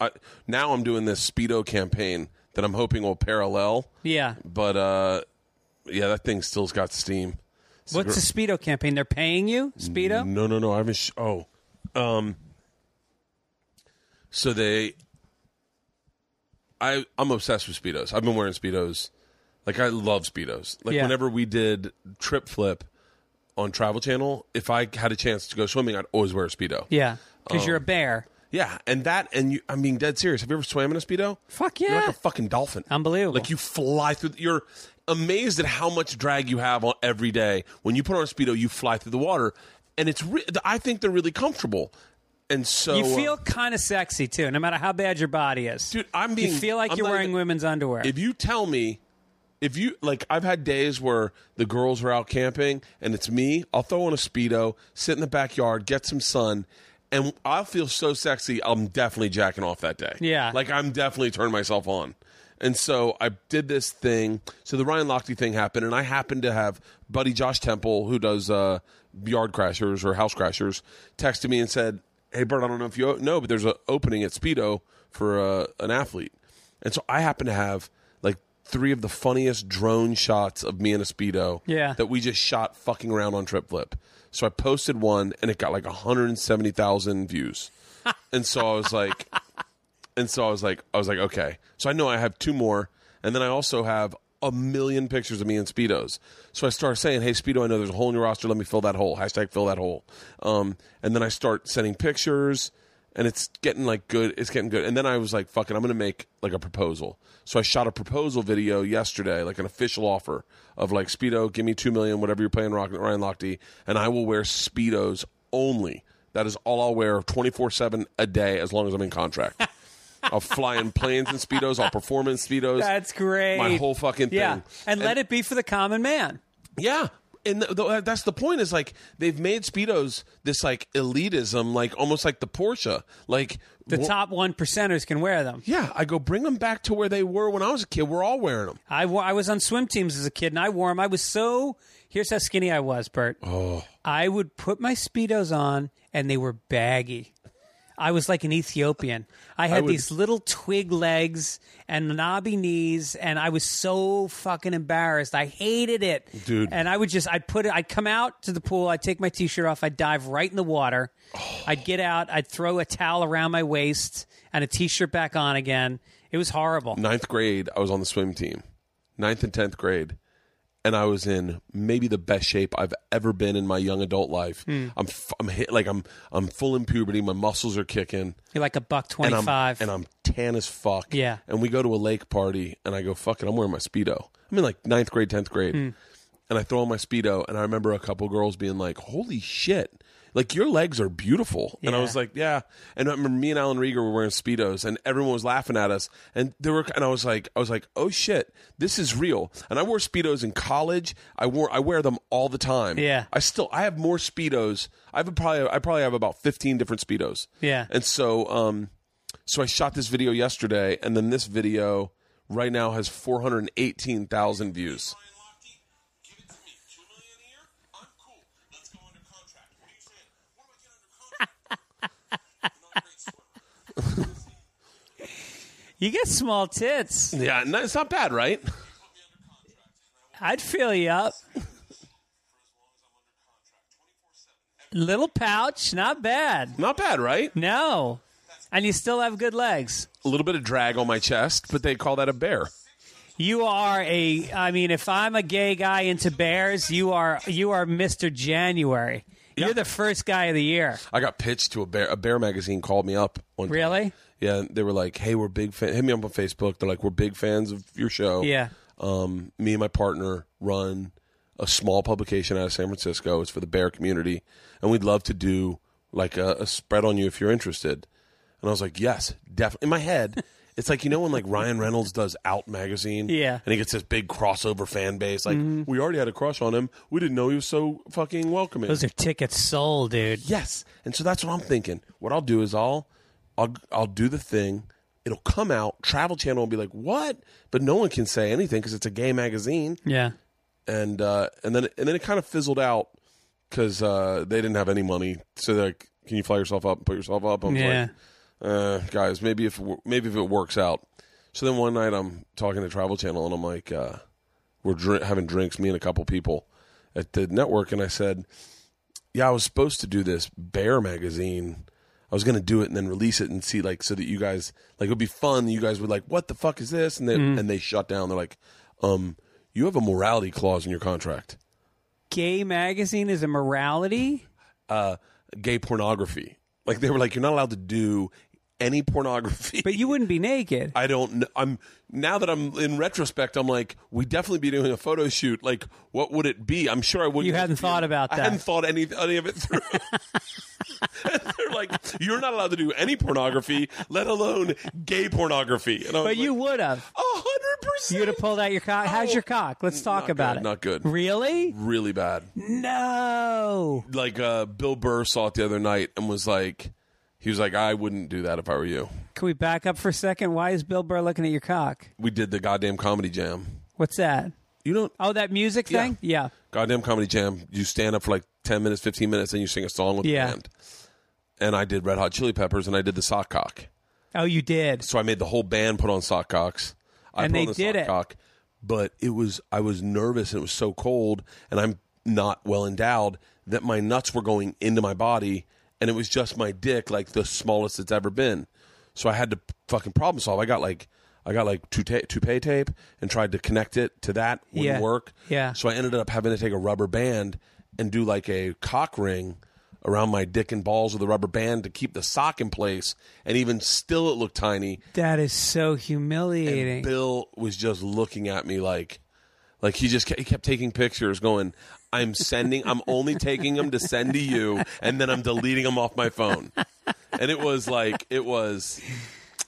Speaker 1: I, now I'm doing this speedo campaign that I'm hoping will parallel.
Speaker 4: Yeah.
Speaker 1: But uh, yeah, that thing still's got steam.
Speaker 4: What's the Speedo campaign? They're paying you, Speedo?
Speaker 1: No, no, no. I haven't. Sh- oh, um. So they, I I'm obsessed with speedos. I've been wearing speedos, like I love speedos. Like
Speaker 4: Yeah.
Speaker 1: whenever we did Trip Flip on Travel Channel, if I had a chance to go swimming, I'd always wear a speedo.
Speaker 4: Yeah, because
Speaker 1: Oh.
Speaker 4: you're a bear.
Speaker 1: Yeah, and that, and you, I'm being dead serious. Have you ever swam in a speedo?
Speaker 4: Fuck
Speaker 1: You're like
Speaker 4: yeah.
Speaker 1: a fucking dolphin.
Speaker 4: Unbelievable.
Speaker 1: Like you fly through. You're amazed at how much drag you have on every day. When you put on a speedo, you fly through the water, and it's. Re- I think they're really comfortable, and so
Speaker 4: You
Speaker 1: uh,
Speaker 4: feel kind of sexy too, no matter how bad your body is.
Speaker 1: Dude, I'm being-
Speaker 4: You feel like
Speaker 1: I'm
Speaker 4: you're
Speaker 1: not
Speaker 4: wearing
Speaker 1: even-
Speaker 4: women's underwear.
Speaker 1: if you tell me if you like i've had days where the girls are out camping and it's me i'll throw on a speedo sit in the backyard get some sun and i'll feel so sexy i'm definitely jacking off that day
Speaker 4: Yeah.
Speaker 1: like i'm definitely turning myself on and so i did this thing so the ryan lochte thing happened and i happened to have buddy josh temple who does uh, yard crashers or house crashers texted me and said hey bert i don't know if you know but there's an opening at speedo for uh, an athlete and so I happen to have like three of the funniest drone shots of me in a Speedo
Speaker 4: Yeah.
Speaker 1: that we just shot fucking around on Trip Flip. So I posted one and it got like 170,000 views. and so I was like, and so I was like, I was like, okay. So I know I have two more, and then I also have a million pictures of me in speedos. So I start saying, hey, speedo, I know there's a hole in your roster. Let me fill that hole. Hashtag fill that hole. Um, and then I start sending pictures, and it's getting like good. It's getting good. And then I was like, fuck it, I'm gonna make like a proposal. So I shot a proposal video yesterday, like an official offer of like speedo, give me two million, whatever you're paying, Rock- Ryan Lochte, and I will wear speedos only. That is all I'll wear 24 7 a day as long as I'm in contract. I'll fly in planes and Speedos. I'll perform in Speedos.
Speaker 4: That's great.
Speaker 1: My whole fucking thing.
Speaker 4: Yeah, and, let it be for the common man.
Speaker 1: Yeah. And th- th- that's the point is like they've made Speedos this like elitism, like almost like the Porsche. Like,
Speaker 4: The
Speaker 1: wh-
Speaker 4: top one percenters can wear them.
Speaker 1: yeah, I go bring them back to where they were when I was a kid. We're all wearing them.
Speaker 4: I, wa- I was on swim teams as a kid, and I wore them. I was so here's how skinny I was, Bert. Oh, I would put my speedos on, and they were baggy. I was like an Ethiopian. I had
Speaker 1: would-
Speaker 4: these little twig legs and knobby knees, and I was so fucking embarrassed. I hated it,
Speaker 1: Dude.
Speaker 4: And I would just, I'd put it, I'd come out to the pool, I'd take my t-shirt off, I'd dive right in the water,
Speaker 1: Oh.
Speaker 4: I'd get out, I'd throw a towel around my waist and a t-shirt back on again. It was horrible.
Speaker 1: Ninth grade, I was on the swim team. Ninth and 10th grade. And I was in maybe the best shape I've ever been in my young adult life.
Speaker 4: Hmm.
Speaker 1: I'm, f- I'm hit like I'm, I'm full in puberty. My muscles are kicking.
Speaker 4: You're like a buck
Speaker 1: and
Speaker 4: twenty-five.
Speaker 1: I'm, and I'm tan as fuck.
Speaker 4: Yeah.
Speaker 1: And we go to a lake party, and I go, fuck it, I'm wearing my Speedo. I'm in like ninth grade, 10th grade.
Speaker 4: Hmm.
Speaker 1: And I throw on my Speedo, and I remember a couple girls being like, holy shit. Like, your legs are beautiful. And I
Speaker 4: Yeah.
Speaker 1: was like, yeah. And I remember me and Alan Rieger were wearing Speedos, and everyone was laughing at us. And they were, and I was like, I was like, oh shit, this is real. And I wore Speedos in college. I wore, I wear them all the time.
Speaker 4: Yeah.
Speaker 1: I still, I have more Speedos. I have probably, I probably have about 15 different Speedos.
Speaker 4: Yeah.
Speaker 1: And so, um, so I shot this video yesterday, and then this video right now has 418,000 views.
Speaker 5: Ryan Lochte, give it to me. Two million a year? I'm cool. Let's go under contract. What are you saying? What do I get under contract? I'm not a great swimmer.
Speaker 4: You get small tits.
Speaker 1: Yeah, and it's not bad, right?
Speaker 5: Put me under contract. And I will
Speaker 4: I'd fill you up.
Speaker 5: for as long as I'm under contract. 24-7.
Speaker 4: Little pouch, not bad.
Speaker 1: Not bad, right?
Speaker 4: No. And you still have good legs.
Speaker 1: A little bit of drag on my chest, but they call that a bear.
Speaker 4: You are a I mean, if I'm a gay guy into bears, you are you are Mr. January.
Speaker 1: Yeah.
Speaker 4: You're the first guy of the year.
Speaker 1: I got pitched to a bear. A bear magazine called me up. One time.
Speaker 4: Really?
Speaker 1: Yeah, they were like, "Hey, we're big fan." Hit me up on Facebook. They're like, "We're big fans of your show."
Speaker 4: Yeah.
Speaker 1: Um, me and my partner run a small publication out of San Francisco. It's for the bear community, and we'd love to do like a, a spread on you if you're interested. And I was like, "Yes, definitely." In my head, it's like you know when like Ryan Reynolds does Out magazine,
Speaker 4: Yeah.
Speaker 1: and he gets this big crossover fan base. Like, we already had a crush on him. We didn't know he was so fucking welcoming.
Speaker 4: Those are tickets sold, dude.
Speaker 1: Yes. And so that's what I'm thinking. What I'll do is I'll I'll I'll do the thing. It'll come out. Travel Channel will be like, "What?" But no one can say anything because it's a gay magazine.
Speaker 4: Yeah.
Speaker 1: And uh, and then and then it kind of fizzled out because uh, they didn't have any money. So they're like, "Can you fly yourself up and put yourself up?" I'm
Speaker 4: Yeah.
Speaker 1: like, uh, "Guys, maybe if it wor- maybe if it works out." So then one night I'm talking to Travel Channel and I'm like, uh, "We're dr- having drinks, me and a couple people at the network," and I said yeah, I was supposed to do this Bear magazine. I was going to do it and then release it and see like so that you guys like it would be fun. You guys would like, what the fuck is this? And they and they shut down. They're like, um, you have a morality clause in your contract.
Speaker 4: Gay magazine is a morality?
Speaker 1: Uh, Gay pornography. Like they were like, you're not allowed to do any pornography.
Speaker 4: But you wouldn't be naked.
Speaker 1: I don't. kn- I'm now that I'm in retrospect. I'm like, we definitely be doing a photo shoot. Like, what would it be? I'm sure I wouldn't.
Speaker 4: You hadn't thought about
Speaker 1: I
Speaker 4: that.
Speaker 1: hadn't thought any any of it through. They're like, you're not allowed to do any pornography, let alone gay pornography. And I was
Speaker 4: But
Speaker 1: like,
Speaker 4: you would have.
Speaker 1: a hundred
Speaker 4: You would have
Speaker 1: percent,
Speaker 4: pulled out your cock. How's
Speaker 1: Oh.
Speaker 4: your cock? Let's talk
Speaker 1: Not
Speaker 4: about
Speaker 1: good,
Speaker 4: it.
Speaker 1: not good.
Speaker 4: Really?
Speaker 1: really bad.
Speaker 4: No.
Speaker 1: Like uh, Bill Burr saw it the other night and was like, he was like, I wouldn't do that if I were you.
Speaker 4: Can we back up for a second? Why is Bill Burr looking at your cock?
Speaker 1: We did the goddamn comedy jam.
Speaker 4: What's that?
Speaker 1: You don't
Speaker 4: Oh, that music
Speaker 1: Yeah.
Speaker 4: thing? Yeah.
Speaker 1: goddamn comedy jam. You stand up for like ten minutes, fifteen minutes, and you sing a song with
Speaker 4: Yeah.
Speaker 1: the band. And I did Red Hot Chili Peppers, and I did the sock cock.
Speaker 4: Oh, you did.
Speaker 1: So I made the whole band put on sock cocks. I
Speaker 4: And
Speaker 1: put
Speaker 4: they
Speaker 1: on the
Speaker 4: did
Speaker 1: sock
Speaker 4: it.
Speaker 1: cock, but it was I was nervous, and it was so cold, and I'm not well endowed that my nuts were going into my body. and it was just my dick, like the smallest it's ever been. So I had to fucking problem solve. I got like I got like two ta- toupee tape and tried to connect it to that. Wouldn't
Speaker 4: Yeah.
Speaker 1: work.
Speaker 4: Yeah.
Speaker 1: So I ended up having to take a rubber band and do like a cock ring around my dick and balls with a rubber band to keep the sock in place. And even still, it looked tiny.
Speaker 4: That is so
Speaker 1: And
Speaker 4: humiliating.
Speaker 1: Bill was just looking at me like, like he just kept, he kept taking pictures, going, "I'm sending, I'm only taking them to send to you, and then I'm deleting them off my phone." And it was like it was,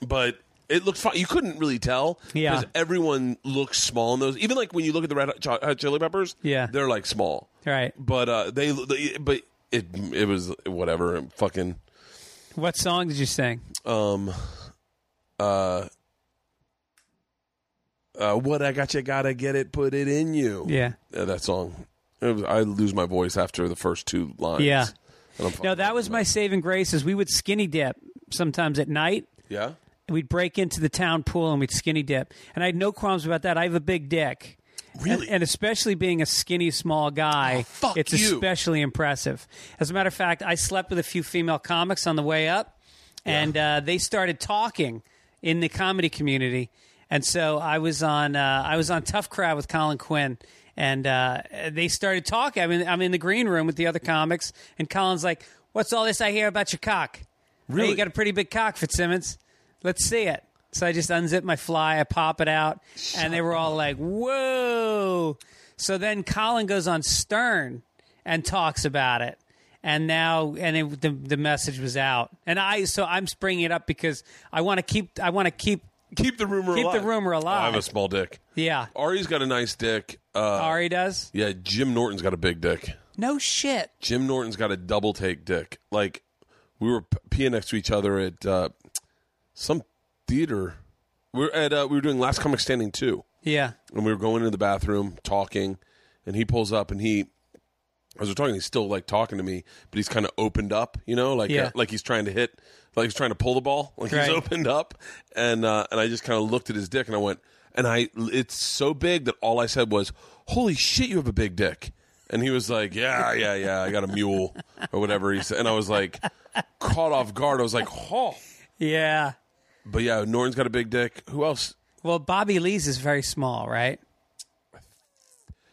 Speaker 1: but it looked fine. You couldn't really tell
Speaker 4: Yeah.
Speaker 1: everyone looks small in those. Even like when you look at the red Hot Chi- Hot chili peppers,
Speaker 4: Yeah.
Speaker 1: they're like small,
Speaker 4: Right.
Speaker 1: But uh, they, they, but it, it was whatever. Fucking
Speaker 4: What song did you sing?
Speaker 1: um uh uh what i got you gotta get it put it in you
Speaker 4: Yeah.
Speaker 1: Uh, that song It was- i lose my voice after the first two lines
Speaker 4: Yeah.
Speaker 1: And I'm
Speaker 4: No, that was my saving grace. Is we would skinny dip sometimes at night.
Speaker 1: yeah
Speaker 4: and we'd break into the town pool and we'd skinny dip. And I had no qualms about that. I have a big dick.
Speaker 1: Really? Oh,
Speaker 4: And, and especially being a skinny, small guy,
Speaker 1: fuck
Speaker 4: it's
Speaker 1: you.
Speaker 4: especially impressive. As a matter of fact, I slept with a few female comics on the way up, and uh, they started talking in the comedy community. And so I was on uh, I was on Tough Crowd with Colin Quinn, and uh, they started talking. I mean, I'm in the green room with the other comics, and Colin's like, "What's all this I hear about your cock? Really, you got a pretty big cock, Fitzsimmons. Let's see it." So I just unzip my fly, I pop it out, and they were all like, "Whoa!" So then Colin goes on Stern and talks about it, and now and it, the the message was out, and I so I'm bringing it up because I want to keep I want to keep
Speaker 1: keep the rumor
Speaker 4: Keep the
Speaker 1: alive
Speaker 4: rumor alive.
Speaker 1: Oh, i have a small dick
Speaker 4: yeah.
Speaker 1: ari's got a nice dick uh
Speaker 4: Ari does
Speaker 1: yeah jim norton's got a big dick
Speaker 4: no shit.
Speaker 1: Jim Norton's got a double take dick. Like we were p- peeing next to each other at uh, some theater. We are at uh, we were doing Last Comic Standing two,
Speaker 4: Yeah,
Speaker 1: and we were going into the bathroom talking, and he pulls up and he. As we're talking, he's still like talking to me, but he's kind of opened up, you know, like
Speaker 4: Yeah.
Speaker 1: uh, like he's trying to hit, like he's trying to pull the ball, like
Speaker 4: Right.
Speaker 1: he's opened up, and uh, and I just kind of looked at his dick and I went, and I it's so big that all I said was, "Holy shit, you have a big dick," and he was like, "Yeah, yeah, yeah, I got a mule or whatever he said," and I was like, caught off guard, I was like, "Oh,"
Speaker 4: yeah.
Speaker 1: but yeah, Norton's got a big dick. Who else?
Speaker 4: Well, Bobby Lee's is very small, right?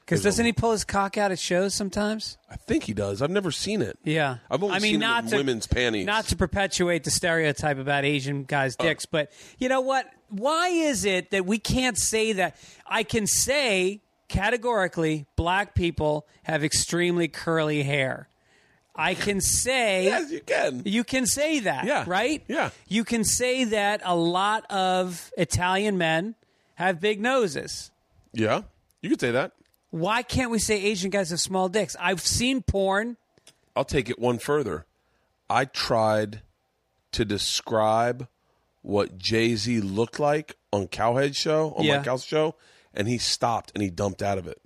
Speaker 4: Because
Speaker 1: There's a-
Speaker 4: doesn't he pull his cock out at shows sometimes?
Speaker 1: I think he does. I've never seen it.
Speaker 4: Yeah,
Speaker 1: I've only
Speaker 4: I mean,
Speaker 1: seen
Speaker 4: not
Speaker 1: it in
Speaker 4: to,
Speaker 1: women's panties.
Speaker 4: Not to perpetuate the stereotype about Asian guys'
Speaker 1: Uh.
Speaker 4: dicks, but you know what? Why is it that we can't say that? I can say categorically, black people have extremely curly hair. I can say
Speaker 1: yes, you can.
Speaker 4: you can say that,
Speaker 1: Yeah.
Speaker 4: right?
Speaker 1: Yeah.
Speaker 4: You can say that a lot of Italian men have big noses.
Speaker 1: Yeah, you could say that.
Speaker 4: Why can't we say Asian guys have small dicks? I've seen porn.
Speaker 1: I'll take it one further. I tried to describe what Jay Z looked like on Cowhead Show, on
Speaker 4: Yeah.
Speaker 1: Mike Cow's show, and he stopped and he dumped out of it.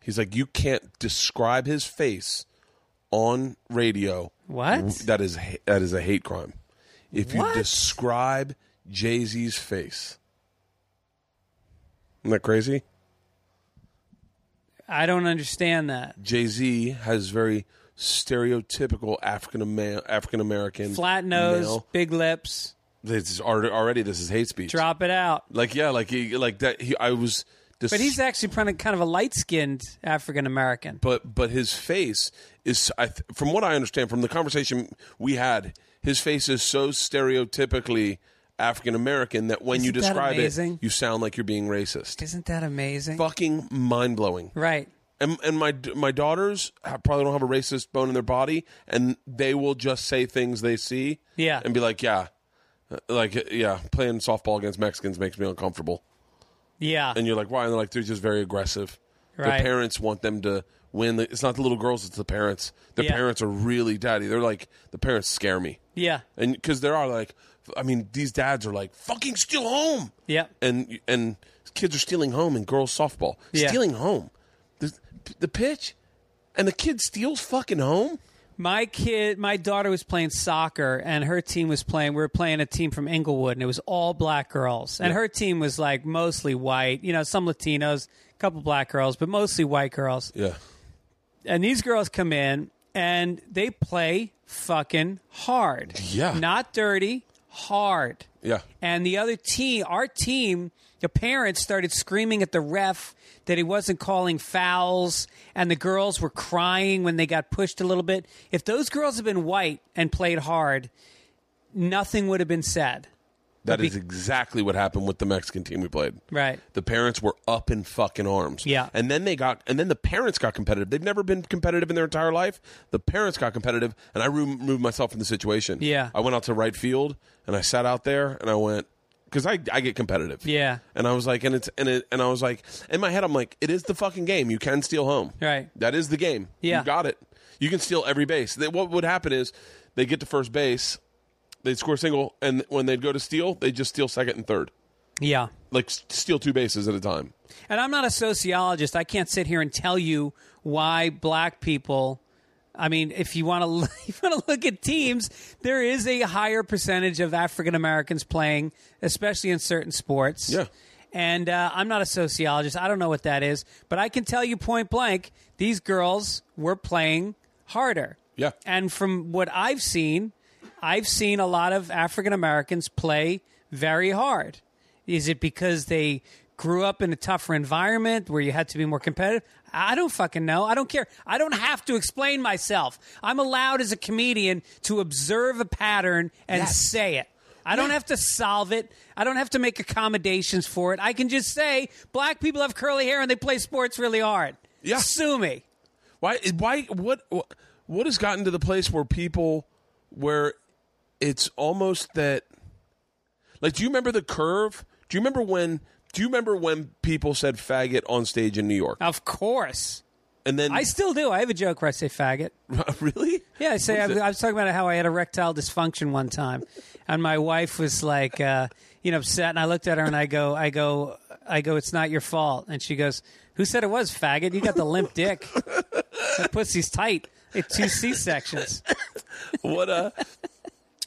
Speaker 1: He's like, You can't describe his face on radio.
Speaker 4: What?
Speaker 1: That is ha- that is a hate crime. If
Speaker 4: What?
Speaker 1: you describe Jay Z's face. Isn't that crazy?
Speaker 4: I don't understand that.
Speaker 1: Jay Z has very stereotypical African Ama- African American
Speaker 4: Flat nose,
Speaker 1: male.
Speaker 4: big lips.
Speaker 1: This is already, already this is hate speech.
Speaker 4: Drop it out.
Speaker 1: Like yeah, like he, like that. He, I was. Dis-
Speaker 4: But he's actually kind of- kind of a light skinned African American.
Speaker 1: but but his face is I th- from what I understand from the conversation we had, his face is so stereotypically African American that when you
Speaker 4: Isn't that
Speaker 1: describe
Speaker 4: amazing?
Speaker 1: it, you sound like you're being racist.
Speaker 4: Isn't that amazing?
Speaker 1: Fucking mind blowing.
Speaker 4: Right.
Speaker 1: and and my my daughters have, probably don't have a racist bone in their body, and they will just say things they see,
Speaker 4: Yeah.
Speaker 1: and be like, yeah, uh, like yeah, playing softball against Mexicans makes me uncomfortable,
Speaker 4: Yeah.
Speaker 1: and you're like, why? And they're like, they're just very aggressive.
Speaker 4: Right.
Speaker 1: Their parents want them to win. The, it's not the little girls; it's the parents. Their
Speaker 4: Yeah.
Speaker 1: parents are really daddy. They're like the parents scare me,
Speaker 4: yeah.
Speaker 1: and because there are like, I mean, these dads are like fucking steal home,
Speaker 4: Yep.
Speaker 1: and and kids are stealing home in girls softball.
Speaker 4: Yeah.
Speaker 1: Stealing home, the, the pitch, and the kid steals fucking home.
Speaker 4: My kid, my daughter was playing soccer, and her team was playing. We were playing a team from Inglewood, and it was all black girls. And her team was like mostly white, you know, some Latinos, a couple black girls, but mostly white girls.
Speaker 1: Yeah,
Speaker 4: And these girls come in, and they play fucking hard.
Speaker 1: Yeah.
Speaker 4: Not dirty, hard.
Speaker 1: Yeah.
Speaker 4: And the other team, our team, the parents started screaming at the ref that he wasn't calling fouls, and the girls were crying when they got pushed a little bit. If those girls had been white and played hard, nothing would have been said.
Speaker 1: That is exactly what happened with the Mexican team we played.
Speaker 4: Right.
Speaker 1: The parents were up in fucking arms.
Speaker 4: Yeah.
Speaker 1: And then they got, and then the parents got competitive. They've never been competitive in their entire life. The parents got competitive, and I removed myself from the situation.
Speaker 4: Yeah.
Speaker 1: I went out to right field, and I sat out there, and I went because I I get competitive.
Speaker 4: Yeah.
Speaker 1: And I was like, and it's and it and I was like, in my head, I'm like, it is the fucking game. You can steal home.
Speaker 4: Right.
Speaker 1: That is the game.
Speaker 4: Yeah.
Speaker 1: You got it. You can steal every base. They, what would happen is they get to first base, they'd score a single, and when they'd go to steal, they'd just steal second and third.
Speaker 4: Yeah.
Speaker 1: Like s- steal two bases at a time.
Speaker 4: And I'm not a sociologist. I can't sit here and tell you why black people. I mean, if you want to, you want to look at teams, there is a higher percentage of African Americans playing, especially in certain sports.
Speaker 1: Yeah.
Speaker 4: And uh, I'm not a sociologist. I don't know what that is, but I can tell you point blank, these girls were playing harder.
Speaker 1: Yeah.
Speaker 4: And from what I've seen, I've seen a lot of African Americans play very hard. Is it because they grew up in a tougher environment where you had to be more competitive? I don't fucking know. I don't care. I don't have to explain myself. I'm allowed as a comedian to observe a pattern and say it. I don't have to solve it. I don't have to make accommodations for it. I can just say black people have curly hair and they play sports really hard.
Speaker 1: Yeah.
Speaker 4: Sue me.
Speaker 1: Why? Why? What? what- What has gotten to the place where people, where it's almost that, like, do you remember the curve? Do you remember when? Do you remember when people said faggot on stage in New York?
Speaker 4: Of course.
Speaker 1: And then
Speaker 4: I still do. I have a joke where I say faggot.
Speaker 1: really,
Speaker 4: Yeah, I say I,
Speaker 1: What is it?
Speaker 4: I was talking about how I had erectile dysfunction one time, and my wife was like, uh, you know, upset, and I looked at her and I go, I go, I go, it's not your fault, and she goes, who said it was, faggot? You got the limp dick. That pussy's tight. It two C sections.
Speaker 1: what uh,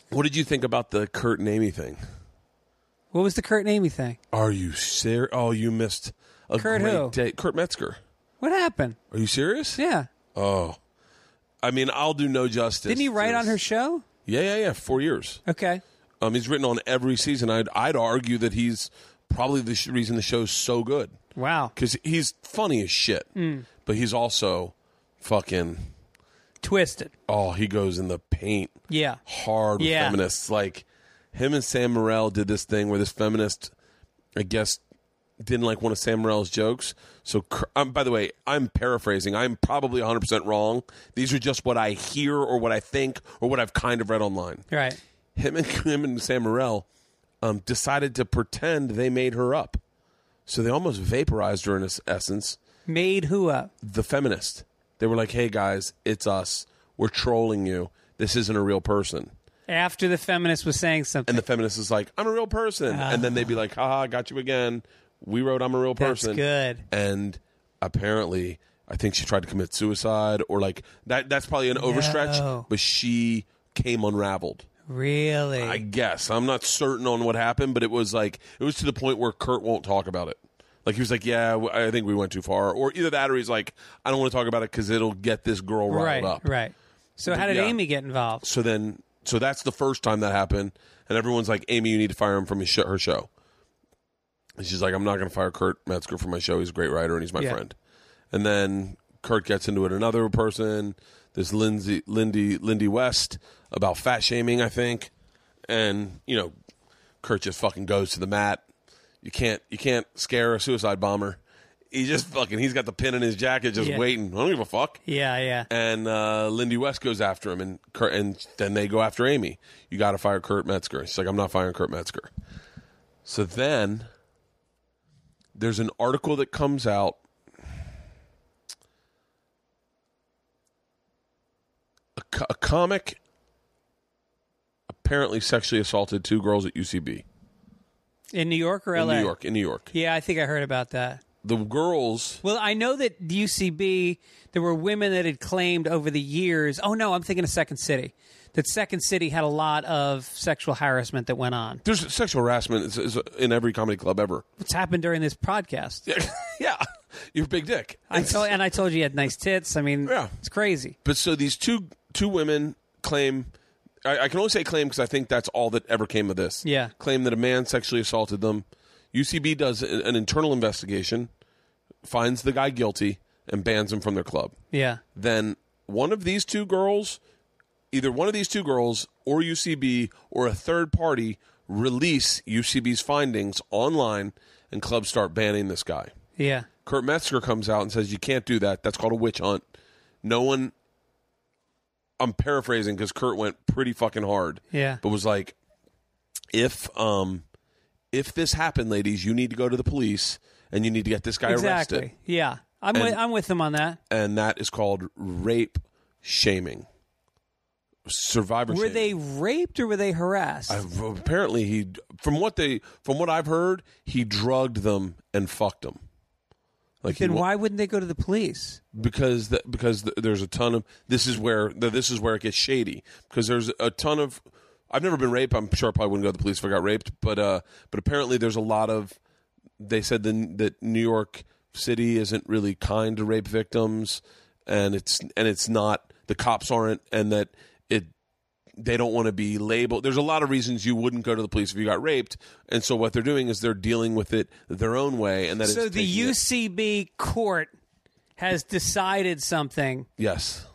Speaker 1: what did you think about the Kurt and Amy thing?
Speaker 4: What was the Kurt and Amy thing?
Speaker 1: Are you serious? Oh, you missed a
Speaker 4: Kurt
Speaker 1: great
Speaker 4: who?
Speaker 1: day. Kurt Metzger.
Speaker 4: What happened?
Speaker 1: Are you serious?
Speaker 4: Yeah,
Speaker 1: Oh, I mean, I'll do no justice.
Speaker 4: didn't he
Speaker 1: to
Speaker 4: write on
Speaker 1: this.
Speaker 4: her show?
Speaker 1: Yeah, yeah, yeah. Four years.
Speaker 4: Okay,
Speaker 1: Um, he's written on every season. I'd I'd argue that he's probably the sh- reason the show's so good
Speaker 4: wow,
Speaker 1: because he's funny as shit, but he's also fucking.
Speaker 4: twisted.
Speaker 1: Oh, he goes in the paint
Speaker 4: Yeah,
Speaker 1: hard with
Speaker 4: Yeah.
Speaker 1: feminists. Like him and Sam Morril did this thing where this feminist, I guess, didn't like one of Sam Morril's jokes. So, cr- um, by the way, I'm paraphrasing. I'm probably 100 percent wrong. These are just what I hear or what I think or what I've kind of read online
Speaker 4: right.
Speaker 1: him and him and Sam Morril um, decided to pretend they made her up. So they almost vaporized her in es- essence,
Speaker 4: Made who up?
Speaker 1: the feminist. They were like, "Hey guys, it's us. We're trolling you. This isn't a real person."
Speaker 4: After the feminist was saying something.
Speaker 1: And the feminist is like, "I'm a real person." and then they'd be like, "Haha, got you again. We wrote I'm a real
Speaker 4: That's
Speaker 1: person."
Speaker 4: good.
Speaker 1: And apparently, I think she tried to commit suicide or like that that's probably an overstretch,
Speaker 4: No.
Speaker 1: but she came unraveled.
Speaker 4: really?
Speaker 1: I guess I'm not certain on what happened, but it was like it was to the point where Kurt won't talk about it. Like he was like, "Yeah, w- I think we went too far," or either that, or he's like, "I don't want to talk about it because it'll get this girl riled
Speaker 4: right,
Speaker 1: up."
Speaker 4: right. So how did
Speaker 1: Yeah.
Speaker 4: Amy get involved?
Speaker 1: So then, so that's the first time that happened, and everyone's like, "Amy, you need to fire him from his sh- her show." And she's like, "I'm not going to fire Kurt Metzger from my show. He's a great writer and he's my
Speaker 4: Yeah.
Speaker 1: friend." And then Kurt gets into it another person, this Lindsay Lindy Lindy West about fat shaming, I think, and you know, Kurt just fucking goes to the mat. You can't you can't scare a suicide bomber. He just fucking he's got the pin in his jacket, just
Speaker 4: Yeah.
Speaker 1: waiting. I don't give a fuck
Speaker 4: Yeah, yeah.
Speaker 1: and uh, Lindy West goes after him, and Kurt, and then they go after Amy. You got to fire Kurt Metzger. She's like, I'm not firing Kurt Metzger. So then there's an article that comes out. A, co- a comic apparently sexually assaulted two girls at UCB
Speaker 4: In New York or
Speaker 1: in
Speaker 4: LA?
Speaker 1: New York. In New York,
Speaker 4: Yeah, I think I heard about that.
Speaker 1: the girls
Speaker 4: Well, I know that UCB, there were women that had claimed over the years. Oh, no, I'm thinking of Second City. That Second City had a lot of sexual harassment that went on.
Speaker 1: there's sexual harassment is, is in every comedy club ever.
Speaker 4: It's happened during this podcast.
Speaker 1: yeah. You're big dick.
Speaker 4: I told, and I told you he had nice tits. I mean,
Speaker 1: Yeah.
Speaker 4: it's crazy.
Speaker 1: But so these two two women claim. I, I can only say claim because I think that's all that ever came of this.
Speaker 4: Yeah.
Speaker 1: Claim that a man sexually assaulted them. UCB does a- an internal investigation, finds the guy guilty, and bans him from their club.
Speaker 4: Yeah.
Speaker 1: Then one of these two girls, either one of these two girls or UCB or a third party, release UCB's findings online, and clubs start banning this guy.
Speaker 4: Yeah.
Speaker 1: Kurt Metzger comes out and says, "You can't do that. That's called a witch hunt." No one. I'm paraphrasing because Kurt went pretty fucking hard,
Speaker 4: Yeah.
Speaker 1: but was like, "If um, if this happened, ladies, you need to go to the police and you need to get this guy
Speaker 4: exactly.
Speaker 1: arrested."
Speaker 4: Yeah. I'm
Speaker 1: And-
Speaker 4: with, I'm with him on that.
Speaker 1: And that is called rape shaming. Survivor.
Speaker 4: Were
Speaker 1: shaming.
Speaker 4: they raped or were they harassed?
Speaker 1: I- apparently, he from what they from what I've heard, he drugged them and fucked them. Like he
Speaker 4: then
Speaker 1: wa-
Speaker 4: why wouldn't they go to the police?
Speaker 1: because the, because th there's a ton of this is where the, this is where it gets shady because there's a ton of I've never been raped. I'm sure I probably wouldn't go to the police if I got raped, but uh, but apparently there's a lot of they said the, that New York City isn't really kind to rape victims, and it's and it's not the cops aren't, and that it they don't want to be labeled. There's a lot of reasons you wouldn't go to the police if you got raped, and so what they're doing is they're dealing with it their own way, and that is
Speaker 4: So the
Speaker 1: taking it-
Speaker 4: UCB court has decided something,
Speaker 1: yes.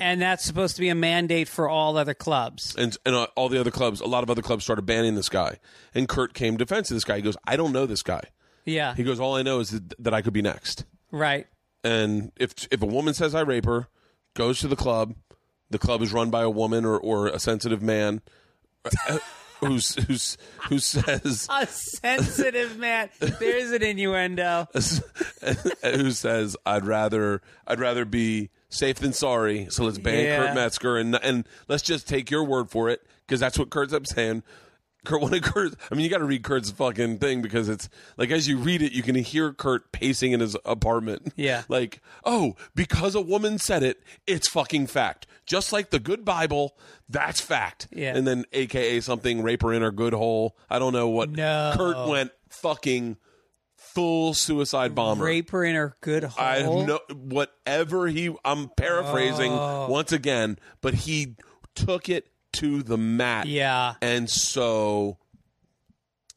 Speaker 4: and that's supposed to be a mandate for all other clubs.
Speaker 1: and and uh, all the other clubs, a lot of other clubs started banning this guy. And Kurt came defense of this guy. He goes, "I don't know this guy."
Speaker 4: Yeah,
Speaker 1: He goes, "All I know is that, that I could be next."
Speaker 4: right.
Speaker 1: And if if a woman says I rape her, goes to the club, the club is run by a woman or, or a sensitive man uh, who's who's who says
Speaker 4: A sensitive man. There's an innuendo.
Speaker 1: who says I'd rather I'd rather be safe than sorry. So let's ban
Speaker 4: Yeah.
Speaker 1: Kurt Metzger and and let's just take your word for it because that's what Kurt's up saying. Kurt, one of Kurt's, I mean, you got to read Kurt's fucking thing because it's like as you read it, you can hear Kurt pacing in his apartment.
Speaker 4: Yeah.
Speaker 1: Like, oh, because a woman said it, it's fucking fact. Just like the good Bible, that's fact.
Speaker 4: Yeah.
Speaker 1: And then AKA something, rape her in her good hole. I don't know what.
Speaker 4: No.
Speaker 1: Kurt went fucking full suicide bomber.
Speaker 4: Rape her in her good hole.
Speaker 1: I know whatever he. I'm paraphrasing
Speaker 4: Oh.
Speaker 1: once again, but he took it to the mat.
Speaker 4: Yeah.
Speaker 1: and so,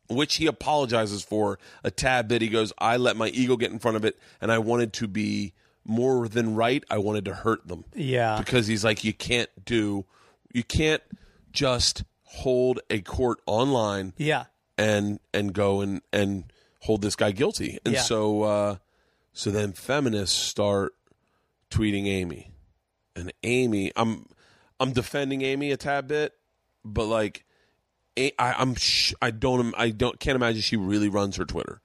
Speaker 1: which he apologizes for a tad bit. He goes, "I let my ego get in front of it, and I wanted to be more than right. I wanted to hurt them."
Speaker 4: Yeah.
Speaker 1: because he's like, "You can't do, you can't just hold a court online."
Speaker 4: Yeah.
Speaker 1: and and go and and hold this guy guilty. And
Speaker 4: Yeah.
Speaker 1: so uh so then feminists start tweeting Amy. And Amy, I'm I'm defending Amy a tad bit, but like A- I, I'm sh- I don't I don't can't imagine she really runs her Twitter.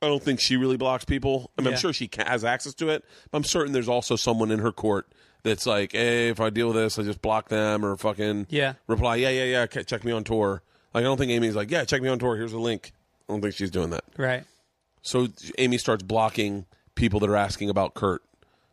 Speaker 1: I don't think she really blocks people. I mean,
Speaker 4: Yeah.
Speaker 1: I'm sure she ca has access to it, but I'm certain there's also someone in her court that's like, hey, if I deal with this, I just block them or fucking
Speaker 4: Yeah.
Speaker 1: reply, yeah, yeah, yeah, ca- check me on tour. Like, I don't think Amy's like, yeah, check me on tour. Here's a link. I don't think she's doing that.
Speaker 4: Right.
Speaker 1: So Amy starts blocking people that are asking about Kurt.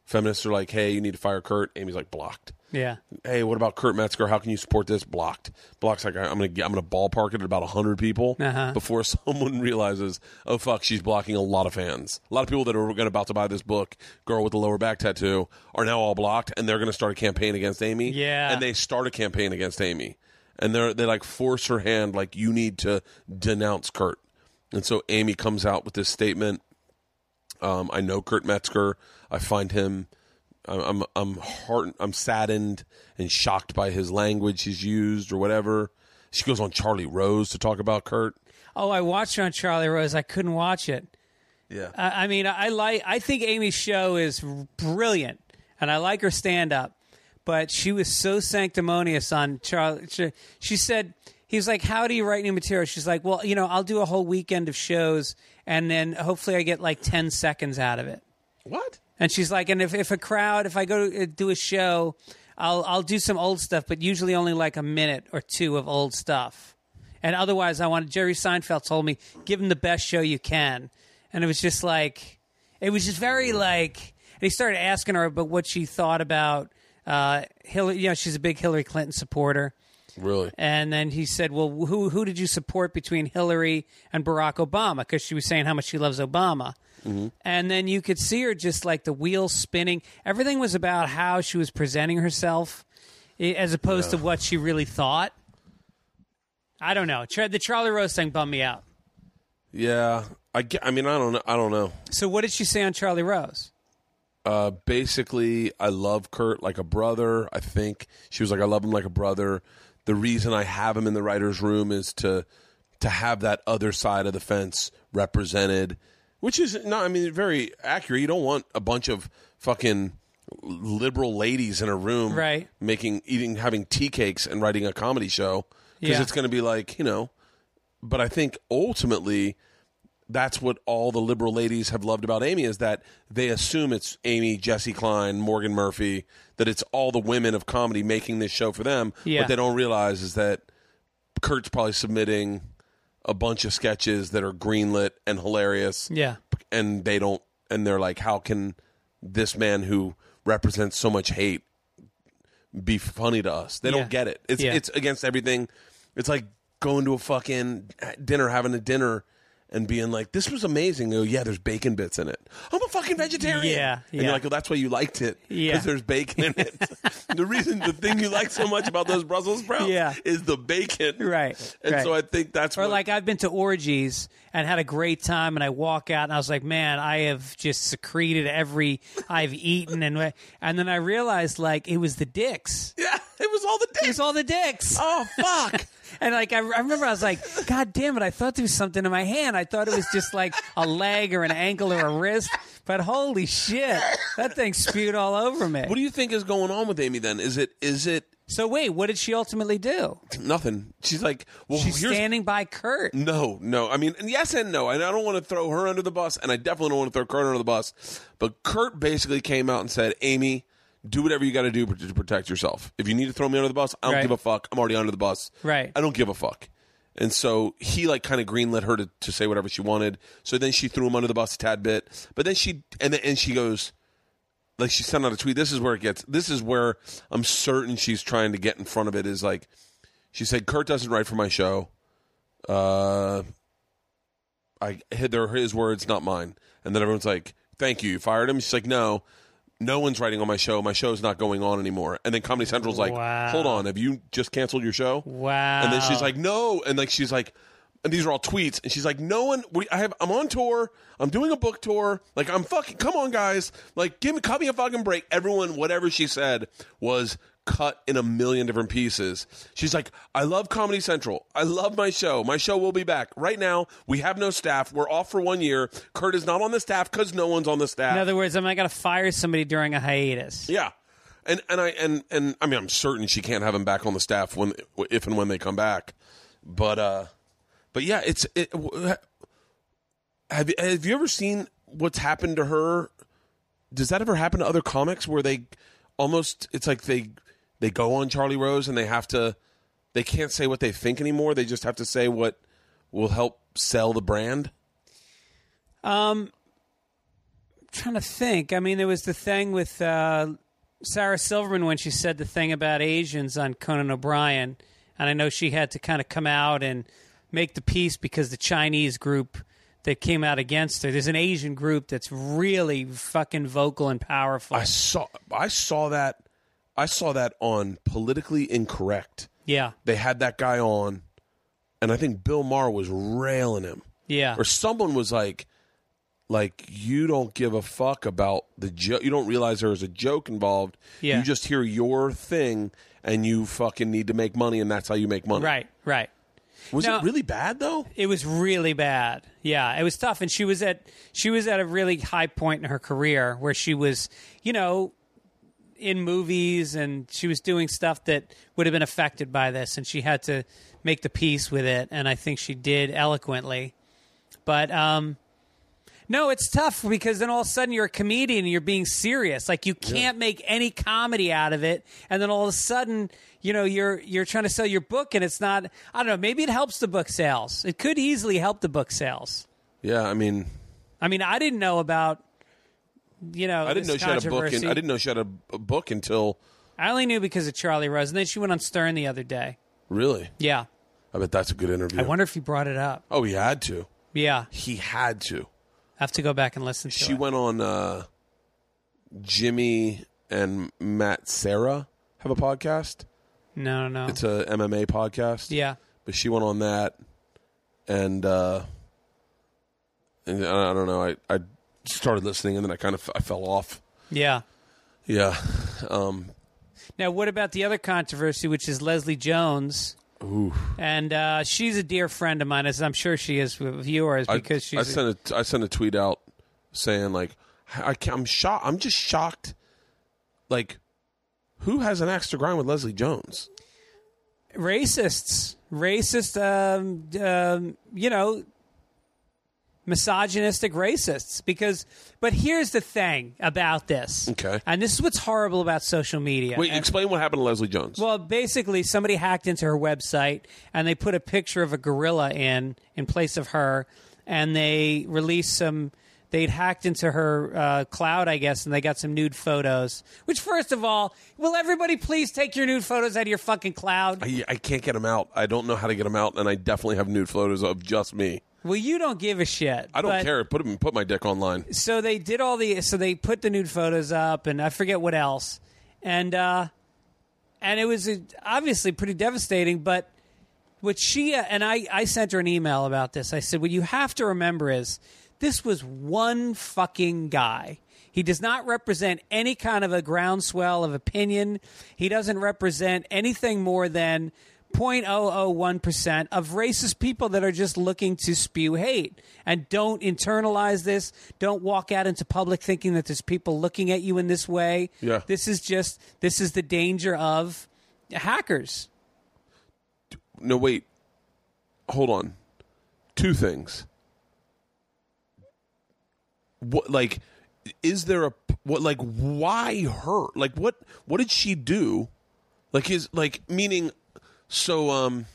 Speaker 1: Feminists are like, hey, you need to fire Kurt. Amy's like, blocked
Speaker 4: Yeah.
Speaker 1: hey, what about Kurt Metzger? How can you support this? Blocked. Blocks like I'm gonna get- I'm gonna ballpark it at about hundred people
Speaker 4: Uh-huh.
Speaker 1: before someone realizes, oh fuck, she's blocking a lot of fans. A lot of people that are gonna about to buy this book, girl with the lower back tattoo, are now all blocked, and they're gonna start a campaign against Amy.
Speaker 4: Yeah.
Speaker 1: and they start a campaign against Amy, and they're they like force her hand, like you need to denounce Kurt. And so Amy comes out with this statement. Um, I know Kurt Metzger. I find him. I'm I'm I'm, heart, I'm saddened and shocked by his language he's used or whatever. She goes on Charlie Rose to talk about Kurt.
Speaker 4: Oh, I watched it on Charlie Rose. I couldn't watch it.
Speaker 1: Yeah.
Speaker 4: I, I mean, I, I like. I think Amy's show is brilliant, and I like her stand up. But she was so sanctimonious on Charlie. She, she said he was like, "How do you write new material?" She's like, "Well, you know, I'll do a whole weekend of shows, and then hopefully I get like ten seconds out of it."
Speaker 1: what?
Speaker 4: And she's like, "And if if a crowd, if I go to uh, do a show, I'll I'll do some old stuff, but usually only like a minute or two of old stuff." And otherwise, I wanted Jerry Seinfeld told me, give him the best show you can. And it was just like, it was just very like, and he started asking her about what she thought about uh, Hillary. You know, she's a big Hillary Clinton supporter.
Speaker 1: Really?
Speaker 4: And then he said, well, who, who did you support between Hillary and Barack Obama? Because she was saying how much she loves Obama. and then you could see her just like the wheels spinning. Everything was about how she was presenting herself, i- as opposed to what she really thought. I don't know. Tra- The Charlie Rose thing bummed me out.
Speaker 1: Yeah, I, ge- I mean, I don't know. I don't know.
Speaker 4: So what did she say on Charlie Rose?
Speaker 1: Uh, basically, I love Kurt like a brother. I think she was like, I love him like a brother. The reason I have him in the writers' room is to to have that other side of the fence represented, which is not. I mean, very accurate. You don't want a bunch of fucking liberal ladies in a room,
Speaker 4: Right.
Speaker 1: Making eating having tea cakes and writing a comedy show because
Speaker 4: Yeah.
Speaker 1: it's going to be like you know. But I think ultimately that's what all the liberal ladies have loved about Amy is that they assume it's Amy, Jesse Klein, Morgan Murphy, that it's all the women of comedy making this show for them.
Speaker 4: Yeah.
Speaker 1: What they don't realize is that Kurt's probably submitting a bunch of sketches that are greenlit and hilarious.
Speaker 4: Yeah.
Speaker 1: And they don't and they're like, How can this man who represents so much hate be funny to us? They
Speaker 4: Yeah.
Speaker 1: don't get it. It's
Speaker 4: Yeah.
Speaker 1: it's against everything. It's like going to a fucking dinner, having a dinner, and being like, "This was amazing." They go, yeah, there's bacon bits in it. I'm a fucking vegetarian.
Speaker 4: Yeah,
Speaker 1: and
Speaker 4: yeah.
Speaker 1: you're like, "Well, that's why you liked it because
Speaker 4: Yeah.
Speaker 1: there's bacon in it." the reason, the thing you like so much about those Brussels sprouts
Speaker 4: Yeah.
Speaker 1: is the bacon,
Speaker 4: Right,
Speaker 1: And
Speaker 4: right.
Speaker 1: so I think that's
Speaker 4: Or
Speaker 1: what,
Speaker 4: like I've been to orgies and had a great time, and I walk out and I was like, man, I have just secreted every I've eaten, and and then I realized like it was the dicks.
Speaker 1: yeah, it was all the
Speaker 4: It
Speaker 1: days.
Speaker 4: was all the dicks.
Speaker 1: oh fuck.
Speaker 4: And like I, I remember, I was like, "God damn it!" I thought there was something in my hand. I thought it was just like a leg or an ankle or a wrist. But holy shit, that thing spewed all over me.
Speaker 1: what do you think is going on with Amy? Then is it is it
Speaker 4: so wait, what did she ultimately do?
Speaker 1: nothing? She's like, well,
Speaker 4: She's
Speaker 1: here's
Speaker 4: standing by Kurt.
Speaker 1: No, no. I mean, and yes and no. And I don't want to throw her under the bus, and I definitely don't want to throw Kurt under the bus. But Kurt basically came out and said, Amy, do whatever you got to do pr- to protect yourself. If you need to throw me under the bus, I don't
Speaker 4: Right.
Speaker 1: give a fuck. I'm already under the bus.
Speaker 4: Right.
Speaker 1: I don't give a fuck. And so he like kind of greenlit her to, to say whatever she wanted. So then she threw him under the bus a tad bit. But then she and then, and she goes, like she sent out a tweet. This is where it gets. This is where I'm certain she's trying to get in front of it. Is like she said, Kurt doesn't write for my show. Uh, I they're his words, not mine. And then everyone's like, "Thank you, you fired him." She's like, "No, no one's writing on my show. My show's not going on anymore." And then Comedy Central's like,
Speaker 4: Wow.
Speaker 1: "Hold on, have you just canceled your show?"
Speaker 4: Wow.
Speaker 1: And then she's like, no. And like, she's like, and these are all tweets. And she's like, no one, we, I have, I'm on tour. I'm doing a book tour. Like, I'm fucking, come on, guys. Like, give me, cut me a fucking break. Everyone, whatever she said was cut in a million different pieces. She's like, I love Comedy Central. I love my show. My show will be back. Right now, we have no staff. We're off for one year. Kurt is not on the staff because no one's on the staff.
Speaker 4: In other words, I'm not going to fire somebody during a hiatus.
Speaker 1: Yeah, and and I and and I mean I'm certain she can't have him back on the staff when if and when they come back, but uh, but yeah, it's it. w- Have you- have you ever seen what's happened to her? Does that ever happen to other comics where they almost it's like they they go on Charlie Rose and they have to they can't say what they think anymore. They just have to say what will help sell the brand.
Speaker 4: trying to think. I mean, there was the thing with uh, Sarah Silverman when she said the thing about Asians on Conan O'Brien, and I know she had to kind of come out and make the peace because the Chinese group that came out against her. There's an Asian group that's really fucking vocal and powerful.
Speaker 1: I saw I saw that I saw that on politically incorrect.
Speaker 4: yeah,
Speaker 1: they had that guy on, and I think Bill Maher was railing him,
Speaker 4: yeah,
Speaker 1: or someone was like, like you don't give a fuck about the joke. You don't realize there is a joke involved.
Speaker 4: Yeah.
Speaker 1: You just hear your thing, and you fucking need to make money, and that's how you make money.
Speaker 4: right, right.
Speaker 1: Was
Speaker 4: Now-
Speaker 1: it really bad though?
Speaker 4: It was really bad. Yeah, it was tough, and she was at she was at a really high point in her career where she was, you know, in movies and she was doing stuff that would have been affected by this, and she had to make the peace with it, and I think she did eloquently. But um, no, it's tough because then all of a sudden you're a comedian and you're being serious. Like you can't make any comedy out of it, and then all of a sudden, you know, you're you're trying to sell your book and it's not. I don't know. Maybe it helps the book sales. It could easily help the book sales.
Speaker 1: Yeah, I mean,
Speaker 4: I mean, I didn't know about. You know,
Speaker 1: I didn't know
Speaker 4: this
Speaker 1: she had a book.
Speaker 4: controversy.
Speaker 1: In, I didn't know she had a, a book until
Speaker 4: I only knew because of Charlie Rose, and then she went on Stern the other day.
Speaker 1: really.
Speaker 4: Yeah,
Speaker 1: I bet that's a good interview.
Speaker 4: I wonder if he brought it up.
Speaker 1: oh, he had to.
Speaker 4: Yeah,
Speaker 1: He had to.
Speaker 4: I have to go back and listen to
Speaker 1: She
Speaker 4: it.
Speaker 1: went on uh, Jimmy and Matt Sarah have a podcast.
Speaker 4: no, no, no.
Speaker 1: It's a MMA podcast.
Speaker 4: yeah.
Speaker 1: but she went on that, and uh, and I I don't know. I I started listening, and then I kind of I fell off.
Speaker 4: Yeah.
Speaker 1: Yeah. Um,
Speaker 4: Now, what about the other controversy, which is Leslie Jones? And uh, she's a dear friend of mine, as I'm sure she is with yours,
Speaker 1: I-
Speaker 4: because
Speaker 1: I,
Speaker 4: she's.
Speaker 1: sent a I sent a tweet out saying like I can't, I'm shocked. I'm just shocked. Like, who has an axe to grind with Leslie Jones?
Speaker 4: racists, racist, um, um, you know, misogynistic racists. Because, but here's the thing about this.
Speaker 1: Okay.
Speaker 4: And this is what's horrible about social media.
Speaker 1: Wait,
Speaker 4: And-
Speaker 1: explain what happened to Leslie Jones.
Speaker 4: well, basically, somebody hacked into her website and they put a picture of a gorilla in in place of her, and they released some. They'd hacked into her uh, cloud, I guess, and they got some nude photos. Which, first of all, will everybody please take your nude photos out of your fucking cloud?
Speaker 1: I, I can't get him out. I don't know how to get him out, and I definitely have nude photos of just me.
Speaker 4: Well, you don't give a shit.
Speaker 1: I don't
Speaker 4: but-
Speaker 1: care. Put him, put my dick online.
Speaker 4: So they did all the. So they put the nude photos up, and I forget what else, and uh, and it was uh, obviously pretty devastating, but. what she and I, I sent her an email about this. I said, what you have to remember is this was one fucking guy. He does not represent any kind of a groundswell of opinion. He doesn't represent anything more than 0.001% of racist people that are just looking to spew hate. And don't internalize this. Don't walk out into public thinking that there's people looking at you in this way.
Speaker 1: Yeah.
Speaker 4: This is just, this is the danger of hackers.
Speaker 1: No, wait. Hold on. Two things. What like is there a what like why her? Like what what did she do? Like is like meaning so um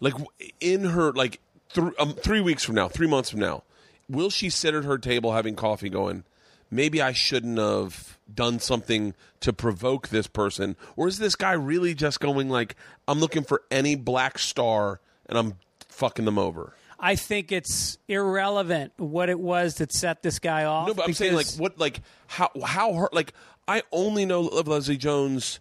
Speaker 1: like w- in her like th- um, 3 weeks from now, 3 months from now, will she sit at her table having coffee going Maybe I shouldn't have done something to provoke this person, or is this guy really just going like, "I'm looking for any black star and I'm fucking them over"?
Speaker 4: I think it's irrelevant what it was that set this guy off.
Speaker 1: No, but I'm saying like
Speaker 4: because-
Speaker 1: what like how how her like I only know of Leslie Jones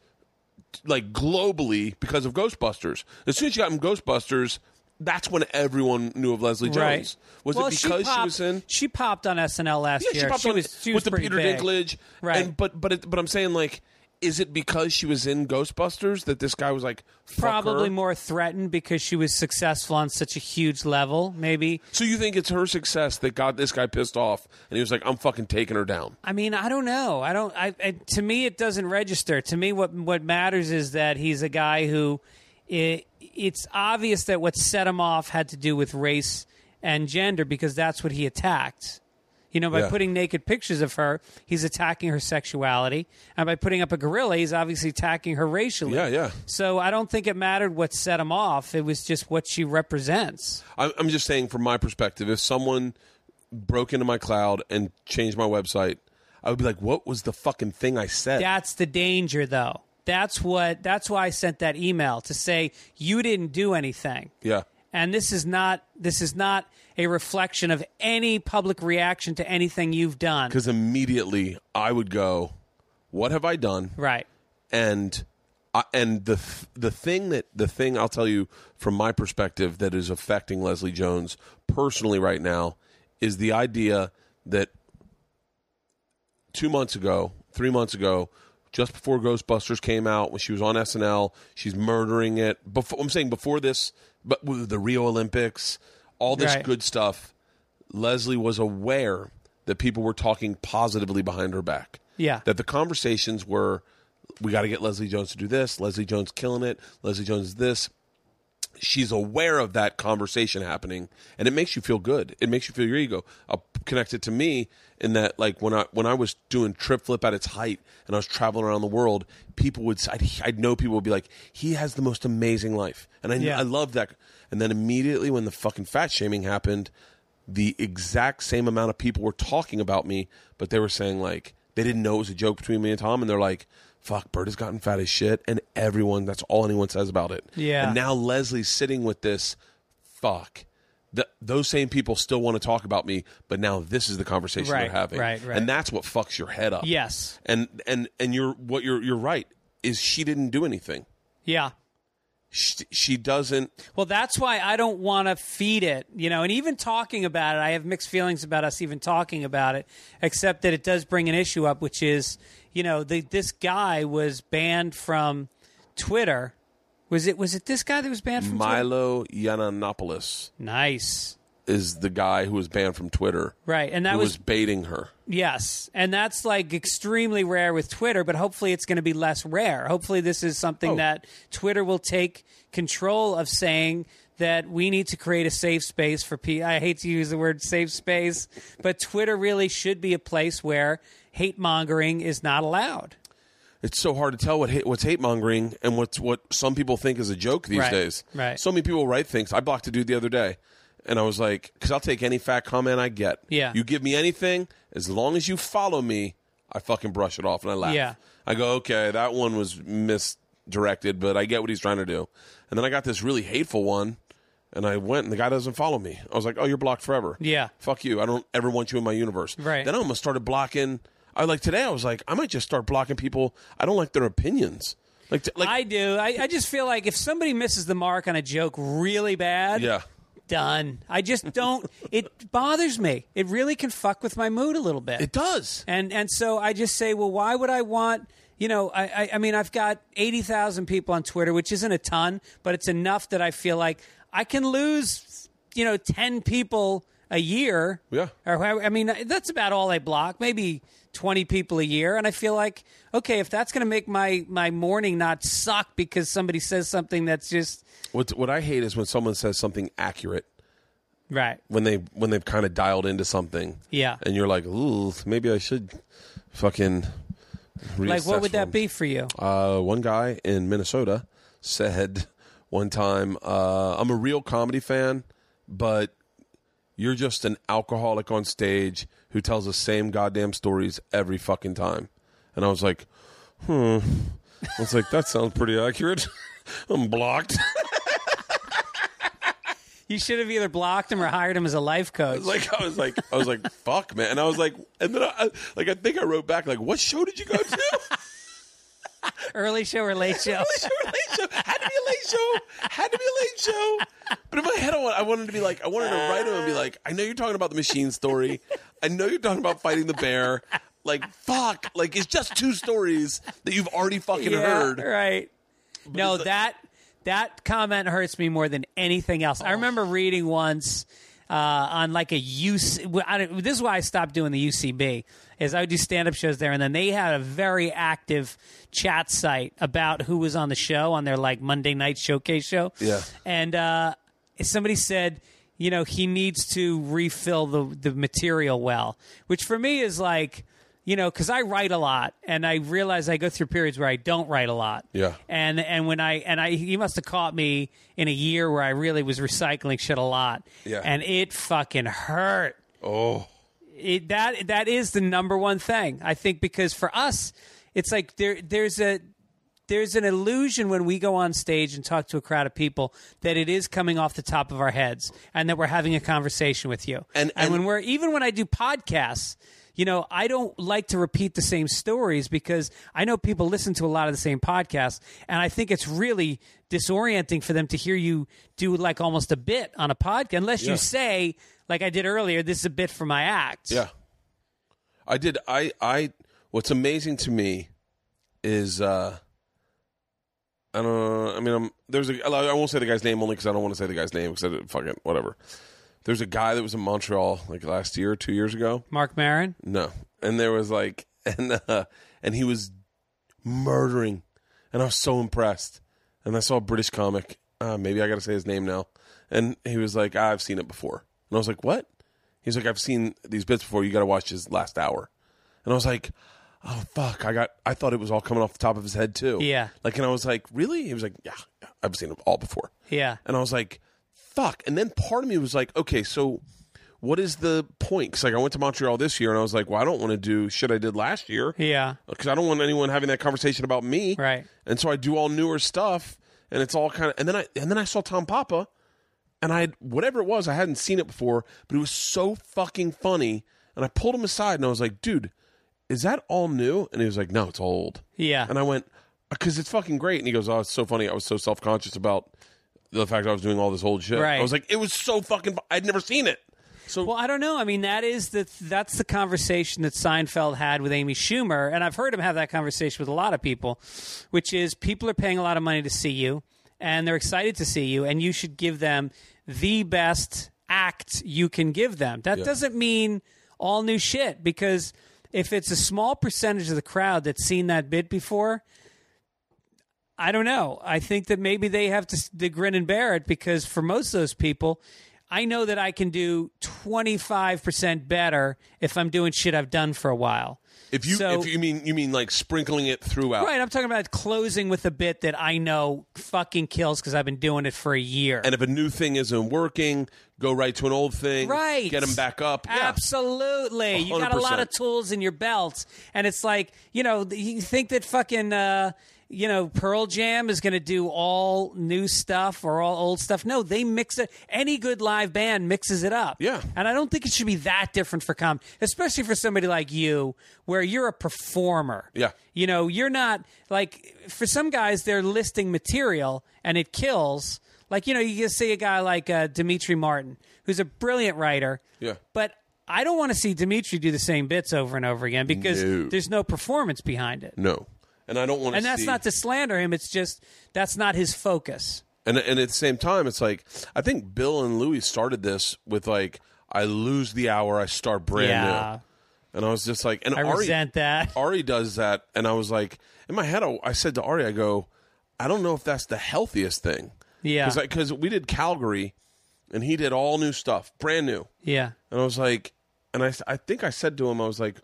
Speaker 1: like globally because of Ghostbusters. As soon as she got in Ghostbusters, that's when everyone knew of Leslie Jones.
Speaker 4: right?
Speaker 1: Was
Speaker 4: Well,
Speaker 1: it because she,
Speaker 4: popped,
Speaker 1: was in?
Speaker 4: She popped on SNL last
Speaker 1: Yeah,
Speaker 4: year.
Speaker 1: she popped on
Speaker 4: was, she was
Speaker 1: with the
Speaker 4: pretty
Speaker 1: Peter
Speaker 4: big.
Speaker 1: Dinklage,
Speaker 4: Right.
Speaker 1: And, but but it, but I'm saying like, is it because she was in Ghostbusters that this guy was like Fuck
Speaker 4: Probably
Speaker 1: her?
Speaker 4: more threatened because she was successful on such a huge level. Maybe
Speaker 1: So you think it's her success that got this guy pissed off, and he was like, "I'm fucking taking her down."
Speaker 4: I mean, I don't know. I don't. I, I to me, it doesn't register. To me, what what matters is that he's a guy who, it, it's obvious that what set him off had to do with race and gender because that's what he attacked. You know, by
Speaker 1: Yeah.
Speaker 4: putting naked pictures of her, he's attacking her sexuality, and by putting up a gorilla, he's obviously attacking her racially.
Speaker 1: Yeah, yeah.
Speaker 4: So I don't think it mattered what set him off. It was just what she represents.
Speaker 1: I'm, I'm just saying from my perspective, if someone broke into my cloud and changed my website, I would be like, "What was the fucking thing I said?"
Speaker 4: That's the danger, though. That's what. That's why I sent that email to say you didn't do anything.
Speaker 1: yeah,
Speaker 4: And this is not. This is not a reflection of any public reaction to anything you've done.
Speaker 1: because immediately I would go, "What have I done?"
Speaker 4: Right.
Speaker 1: and I and the th- the thing that the thing I'll tell you from my perspective that is affecting Leslie Jones personally right now is the idea that two months ago, three months ago, just before Ghostbusters came out, when she was on SNL, she's murdering it. Before I'm saying before this, but with the Rio Olympics, all this
Speaker 4: Right.
Speaker 1: good stuff. Leslie was aware that people were talking positively behind her back.
Speaker 4: Yeah.
Speaker 1: That the conversations were we got to get Leslie Jones to do this, Leslie Jones killing it, Leslie Jones is this. She's aware of that conversation happening and it makes you feel good. It makes you feel your ego. I'll connect it to me in that like when I when I was doing trip flip at its height and I was traveling around the world, people would I'd, I'd know people would be like, "He has the most amazing life." And I
Speaker 4: Yeah.
Speaker 1: I love that. And then immediately when the fucking fat shaming happened, the exact same amount of people were talking about me, but they were saying like they didn't know it was a joke between me and Tom, and they're like, "Fuck, Bert has gotten fat as shit," and everyone that's all anyone says about it.
Speaker 4: Yeah.
Speaker 1: And now Leslie's sitting with this, fuck. th- those same people still want to talk about me, but now this is the conversation
Speaker 4: Right,
Speaker 1: they're having,
Speaker 4: right, right.
Speaker 1: and that's what fucks your head up.
Speaker 4: Yes.
Speaker 1: and and and you're what you're you're right is she didn't do anything.
Speaker 4: Yeah.
Speaker 1: She, she doesn't.
Speaker 4: Well, that's why I don't want to feed it, you know. And even talking about it, I have mixed feelings about us even talking about it, except that it does bring an issue up, which is, you know, the, this guy was banned from Twitter. Was it was it this guy that was banned from Twitter?
Speaker 1: Milo Yiannopoulos
Speaker 4: Nice,
Speaker 1: is the guy who was banned from Twitter.
Speaker 4: right? And that
Speaker 1: Who
Speaker 4: was,
Speaker 1: was baiting her.
Speaker 4: yes, and that's like extremely rare with Twitter, but hopefully it's going to be less rare. Hopefully, this is something
Speaker 1: Oh.
Speaker 4: that Twitter will take control of, saying that we need to create a safe space for people. I hate to use the word safe space, but Twitter really should be a place where hate mongering is not allowed.
Speaker 1: It's so hard to tell what hate, what's hate mongering and what's what some people think is a joke these
Speaker 4: Right,
Speaker 1: days.
Speaker 4: right.
Speaker 1: So many people write things. I blocked a dude the other day, and I was like, because I'll take any fat comment I get.
Speaker 4: Yeah.
Speaker 1: You give me anything as long as you follow me. I fucking brush it off and I laugh.
Speaker 4: Yeah.
Speaker 1: I go, okay, that one was misdirected, but I get what he's trying to do. And then I got this really hateful one, and I went, and the guy doesn't follow me. I was like, oh, you're blocked forever.
Speaker 4: Yeah.
Speaker 1: Fuck you. I don't ever want you in my universe.
Speaker 4: Right.
Speaker 1: Then I almost started blocking. I like today. I was like, I might just start blocking people. I don't like their opinions. Like, t- like,
Speaker 4: I do. I, I just feel like if somebody misses the mark on a joke really bad,
Speaker 1: yeah,
Speaker 4: done. I just don't. it bothers me. It really can fuck with my mood a little bit.
Speaker 1: it does.
Speaker 4: And and so I just say, well, why would I want? You know, I I, I mean, I've got eighty thousand people on Twitter, which isn't a ton, but it's enough that I feel like I can lose, you know, ten people a year.
Speaker 1: Yeah.
Speaker 4: Or how- I mean, that's about all I block. Maybe twenty people a year, and I feel like okay, if that's going to make my my morning not suck because somebody says something that's just
Speaker 1: What what I hate is when someone says something accurate
Speaker 4: right.
Speaker 1: when they when they've kind of dialed into something.
Speaker 4: Yeah.
Speaker 1: and you're like, ooh, maybe I should fucking.
Speaker 4: Like, what
Speaker 1: reassess
Speaker 4: would
Speaker 1: them."
Speaker 4: that be for you?
Speaker 1: Uh, one guy in Minnesota said one time, uh, "I'm a real comedy fan, but you're just an alcoholic on stage who tells the same goddamn stories every fucking time." And I was like, "Hmm." I was like, "That sounds pretty accurate." I'm blocked.
Speaker 4: You should have either blocked him or hired him as a life coach.
Speaker 1: like I was like I was like, "Fuck, man!" And I was like, and then I like I think I wrote back like, "What show did you go to?"
Speaker 4: Early show or late show?
Speaker 1: late show, late show. Had to be a late show. Had to be a late show. But in my head, I, want, I wanted to be like, I wanted to write him and be like, I know you're talking about the machine story. I know you're talking about fighting the bear. Like, fuck. Like, it's just two stories that you've already fucking heard.
Speaker 4: Right. no,
Speaker 1: it's like-
Speaker 4: that that comment hurts me more than anything else.
Speaker 1: Oh.
Speaker 4: I remember reading once uh, on like a UC. I don't- This is why I stopped doing the UCB. Is I would do stand up shows there, and then they had a very active chat site about who was on the show on their like Monday night showcase show.
Speaker 1: Yeah.
Speaker 4: and uh, somebody said. You know, he needs to refill the the material well, which for me is like, you know, because I write a lot, and I realize I go through periods where I don't write a lot.
Speaker 1: Yeah.
Speaker 4: And and when I and I he must have caught me in a year where I really was recycling shit a lot.
Speaker 1: Yeah.
Speaker 4: And it fucking hurt.
Speaker 1: Oh.
Speaker 4: It, that that is the number one thing I think because for us, it's like there there's a there's an illusion when we go on stage and talk to a crowd of people that it is coming off the top of our heads and that we're having a conversation with you.
Speaker 1: And- and-
Speaker 4: when we're even when I do podcasts, you know, I don't like to repeat the same stories because I know people listen to a lot of the same podcasts and I think it's really disorienting for them to hear you do like almost a bit on a podcast unless
Speaker 1: Yeah.
Speaker 4: you say like I did earlier, this is a bit for my act.
Speaker 1: Yeah. I did. I, I, what's amazing to me is, uh, I don't know. I mean, I'm, there's a, I won't say the guy's name only because I don't want to say the guy's name because I didn't- fucking, whatever. There's a guy that was in Montreal like last year, two years ago.
Speaker 4: Mark Marin?
Speaker 1: No. And there was like and uh, and he was murdering and I was so impressed. And I saw a British comic. Uh, maybe I got to say his name now. And he was like, "I've seen it before." And I was like, "What?" He's like, "I've seen these bits before. You got to watch his last hour." And I was like, "Oh fuck, I got I thought it was all coming off the top of his head too."
Speaker 4: Yeah.
Speaker 1: Like and I was like, "Really?" He was like, "Yeah, yeah, I've seen it all before."
Speaker 4: Yeah.
Speaker 1: And I was like, fuck. And then part of me was like, okay, so what is the point? Because like I went to Montreal this year and I was like, well, I don't want to do shit I did last year
Speaker 4: Yeah.
Speaker 1: because I don't want anyone having that conversation about me.
Speaker 4: Right.
Speaker 1: And so I do all newer stuff and it's all kind of, and then I, and then I saw Tom Papa and I had whatever it was, I hadn't seen it before, but it was so fucking funny. And I pulled him aside and I was like, dude, is that all new? And he was like, no, it's old.
Speaker 4: Yeah.
Speaker 1: And I went, because it's fucking great. And he goes, oh, it's so funny. I was so self conscious about the fact I was doing all this old shit.
Speaker 4: Right.
Speaker 1: I was like, it was so fucking, fu- I'd never seen it. So
Speaker 4: Well, I don't know. I mean, that is the that's the conversation that Seinfeld had with Amy Schumer, and I've heard him have that conversation with a lot of people, which is people are paying a lot of money to see you, and they're excited to see you, and you should give them the best act you can give them. That doesn't mean all new shit because if it's a small percentage of the crowd that's seen that bit before, I don't know. I think that maybe they have to, s- to grin and bear it because for most of those people, I know that I can do 25% better if I'm doing shit I've done for a while.
Speaker 1: if you,
Speaker 4: so-
Speaker 1: if you mean, you mean like sprinkling it throughout.
Speaker 4: Right. I'm talking about closing with a bit that I know fucking kills because I've been doing it for a year.
Speaker 1: And if a new thing isn't working, go right to an old thing.
Speaker 4: right.
Speaker 1: Get them back up. Yeah.
Speaker 4: Absolutely. You got a lot of
Speaker 1: 100%.
Speaker 4: tools in your belt. And it's like, you know, th- you think that fucking, uh, you know, Pearl Jam is going to do all new stuff or all old stuff. No, they mix it. Any good live band mixes it up.
Speaker 1: Yeah.
Speaker 4: And I don't think it should be that different for comedy, especially for somebody like you, where you're a performer.
Speaker 1: Yeah.
Speaker 4: You know, you're not like for some guys they're listing material and it kills. Like you know, you just see a guy like uh, Dimitri Martin, who's a brilliant writer.
Speaker 1: Yeah.
Speaker 4: But I don't want to see Dimitri do the same bits over and over again because
Speaker 1: No.
Speaker 4: there's no performance behind it.
Speaker 1: No. And I don't want to
Speaker 4: And that's
Speaker 1: see-
Speaker 4: not to slander him. It's just that's not his focus.
Speaker 1: And and at the same time, it's like I think Bill and Louis started this with like I lose the hour, I start brand
Speaker 4: Yeah.
Speaker 1: new, and I was just like, and
Speaker 4: I
Speaker 1: Ari
Speaker 4: resent that.
Speaker 1: Ari does that, and I was like, in my head, I, I said to Ari, I go, I don't know if that's the healthiest thing,
Speaker 4: Yeah.
Speaker 1: because we did Calgary, and he did all new stuff, brand new,
Speaker 4: Yeah.
Speaker 1: and I was like, and I I think I said to him, I was like,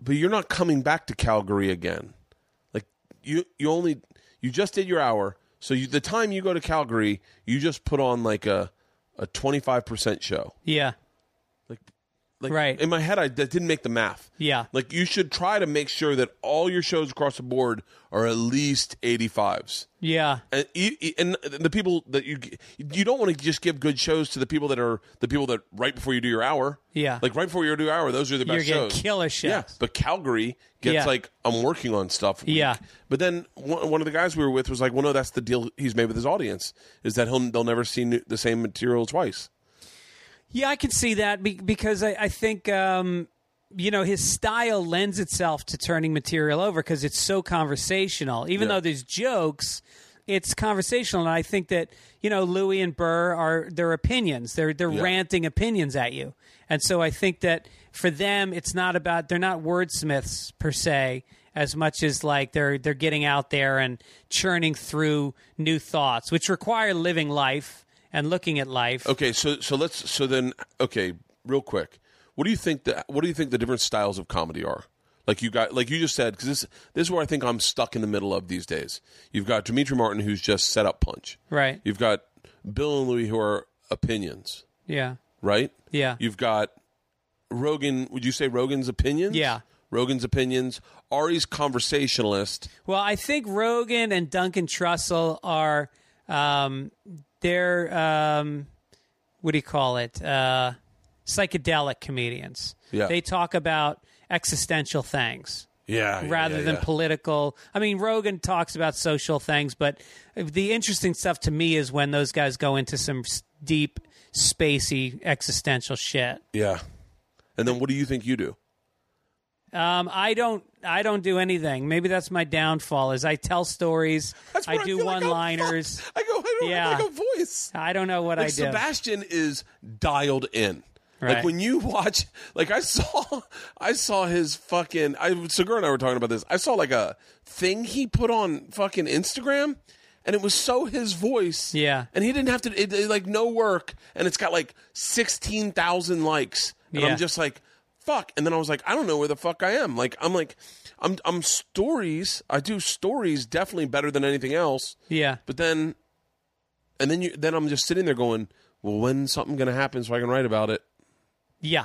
Speaker 1: but you're not coming back to Calgary again. Like you you only you just did your hour, so you, the time you go to Calgary, you just put on like a a 25% show.
Speaker 4: Yeah.
Speaker 1: Like like
Speaker 4: Right.
Speaker 1: in my head I that didn't make the math.
Speaker 4: Yeah.
Speaker 1: Like you should try to make sure that all your shows across the board are at least 85s.
Speaker 4: Yeah.
Speaker 1: And, you- you- and the people that you you don't want to just give good shows to the people that are the people that right before you do your hour.
Speaker 4: Yeah.
Speaker 1: like right before you do your hour, those are the
Speaker 4: You're
Speaker 1: best
Speaker 4: getting
Speaker 1: shows.
Speaker 4: killer shows.
Speaker 1: Yeah, but Calgary gets
Speaker 4: Yeah.
Speaker 1: like I'm working on stuff. week.
Speaker 4: Yeah.
Speaker 1: but then one, one of the guys we were with was like, well, no, that's the deal he's made with his audience is that he'll they'll never see new, the same material twice.
Speaker 4: Yeah, I can see that be- because I, I think um, you know his style lends itself to turning material over because it's so conversational. Even
Speaker 1: Yeah.
Speaker 4: though there's jokes, it's conversational, and I think that you know Louis and Burr are their opinions. They're they're ranting opinions at you, and so I think that for them, it's not about they're not wordsmiths per se as much as like they're they're getting out there and churning through new thoughts, which require living life and looking at life.
Speaker 1: Okay, so so let's so then okay, real quick, what do you think that what do you think the different styles of comedy are? Like you got like you just said because this this is where I think I'm stuck in the middle of these days. You've got Dimitri Martin who's just set up punch,
Speaker 4: Right.
Speaker 1: You've got Bill and Louis who are opinions,
Speaker 4: Yeah.
Speaker 1: right?
Speaker 4: Yeah.
Speaker 1: You've got Rogan. Would you say Rogan's opinions?
Speaker 4: Yeah.
Speaker 1: Rogan's opinions. Ari's conversationalist.
Speaker 4: Well, I think Rogan and Duncan Trussell are um, they're um, what do you call it? Uh, psychedelic comedians.
Speaker 1: Yeah.
Speaker 4: They talk about existential things
Speaker 1: Yeah. yeah,
Speaker 4: rather
Speaker 1: yeah,
Speaker 4: than
Speaker 1: yeah.
Speaker 4: political. I mean, Rogan talks about social things, but the interesting stuff to me is when those guys go into some s- deep, spacey, existential shit.
Speaker 1: yeah. And then what do you think you do?
Speaker 4: Um, I don't. I don't do anything. Maybe that's my downfall. Is I tell stories.
Speaker 1: That's
Speaker 4: I
Speaker 1: where
Speaker 4: do
Speaker 1: feel like I'm
Speaker 4: one-liners.
Speaker 1: fucked. I go. I don't
Speaker 4: Yeah.
Speaker 1: have like a voice.
Speaker 4: I don't know what I
Speaker 1: like
Speaker 4: do.
Speaker 1: Sebastian is dialed in. Like
Speaker 4: Right.
Speaker 1: when you watch, like I saw, I saw his fucking. I Segura and I were talking about this. I saw like a thing he put on fucking Instagram, and it was so his voice.
Speaker 4: Yeah.
Speaker 1: and he didn't have to it, it, like no work, and it's got like sixteen thousand likes, and
Speaker 4: Yeah.
Speaker 1: I'm just like fuck. And then I was like, I don't know where the fuck I am. Like I'm like, I'm I'm stories. I do stories definitely better than anything else.
Speaker 4: yeah.
Speaker 1: But then, and then you, then I'm just sitting there going, well, when's something going to happen so I can write about it?
Speaker 4: Yeah.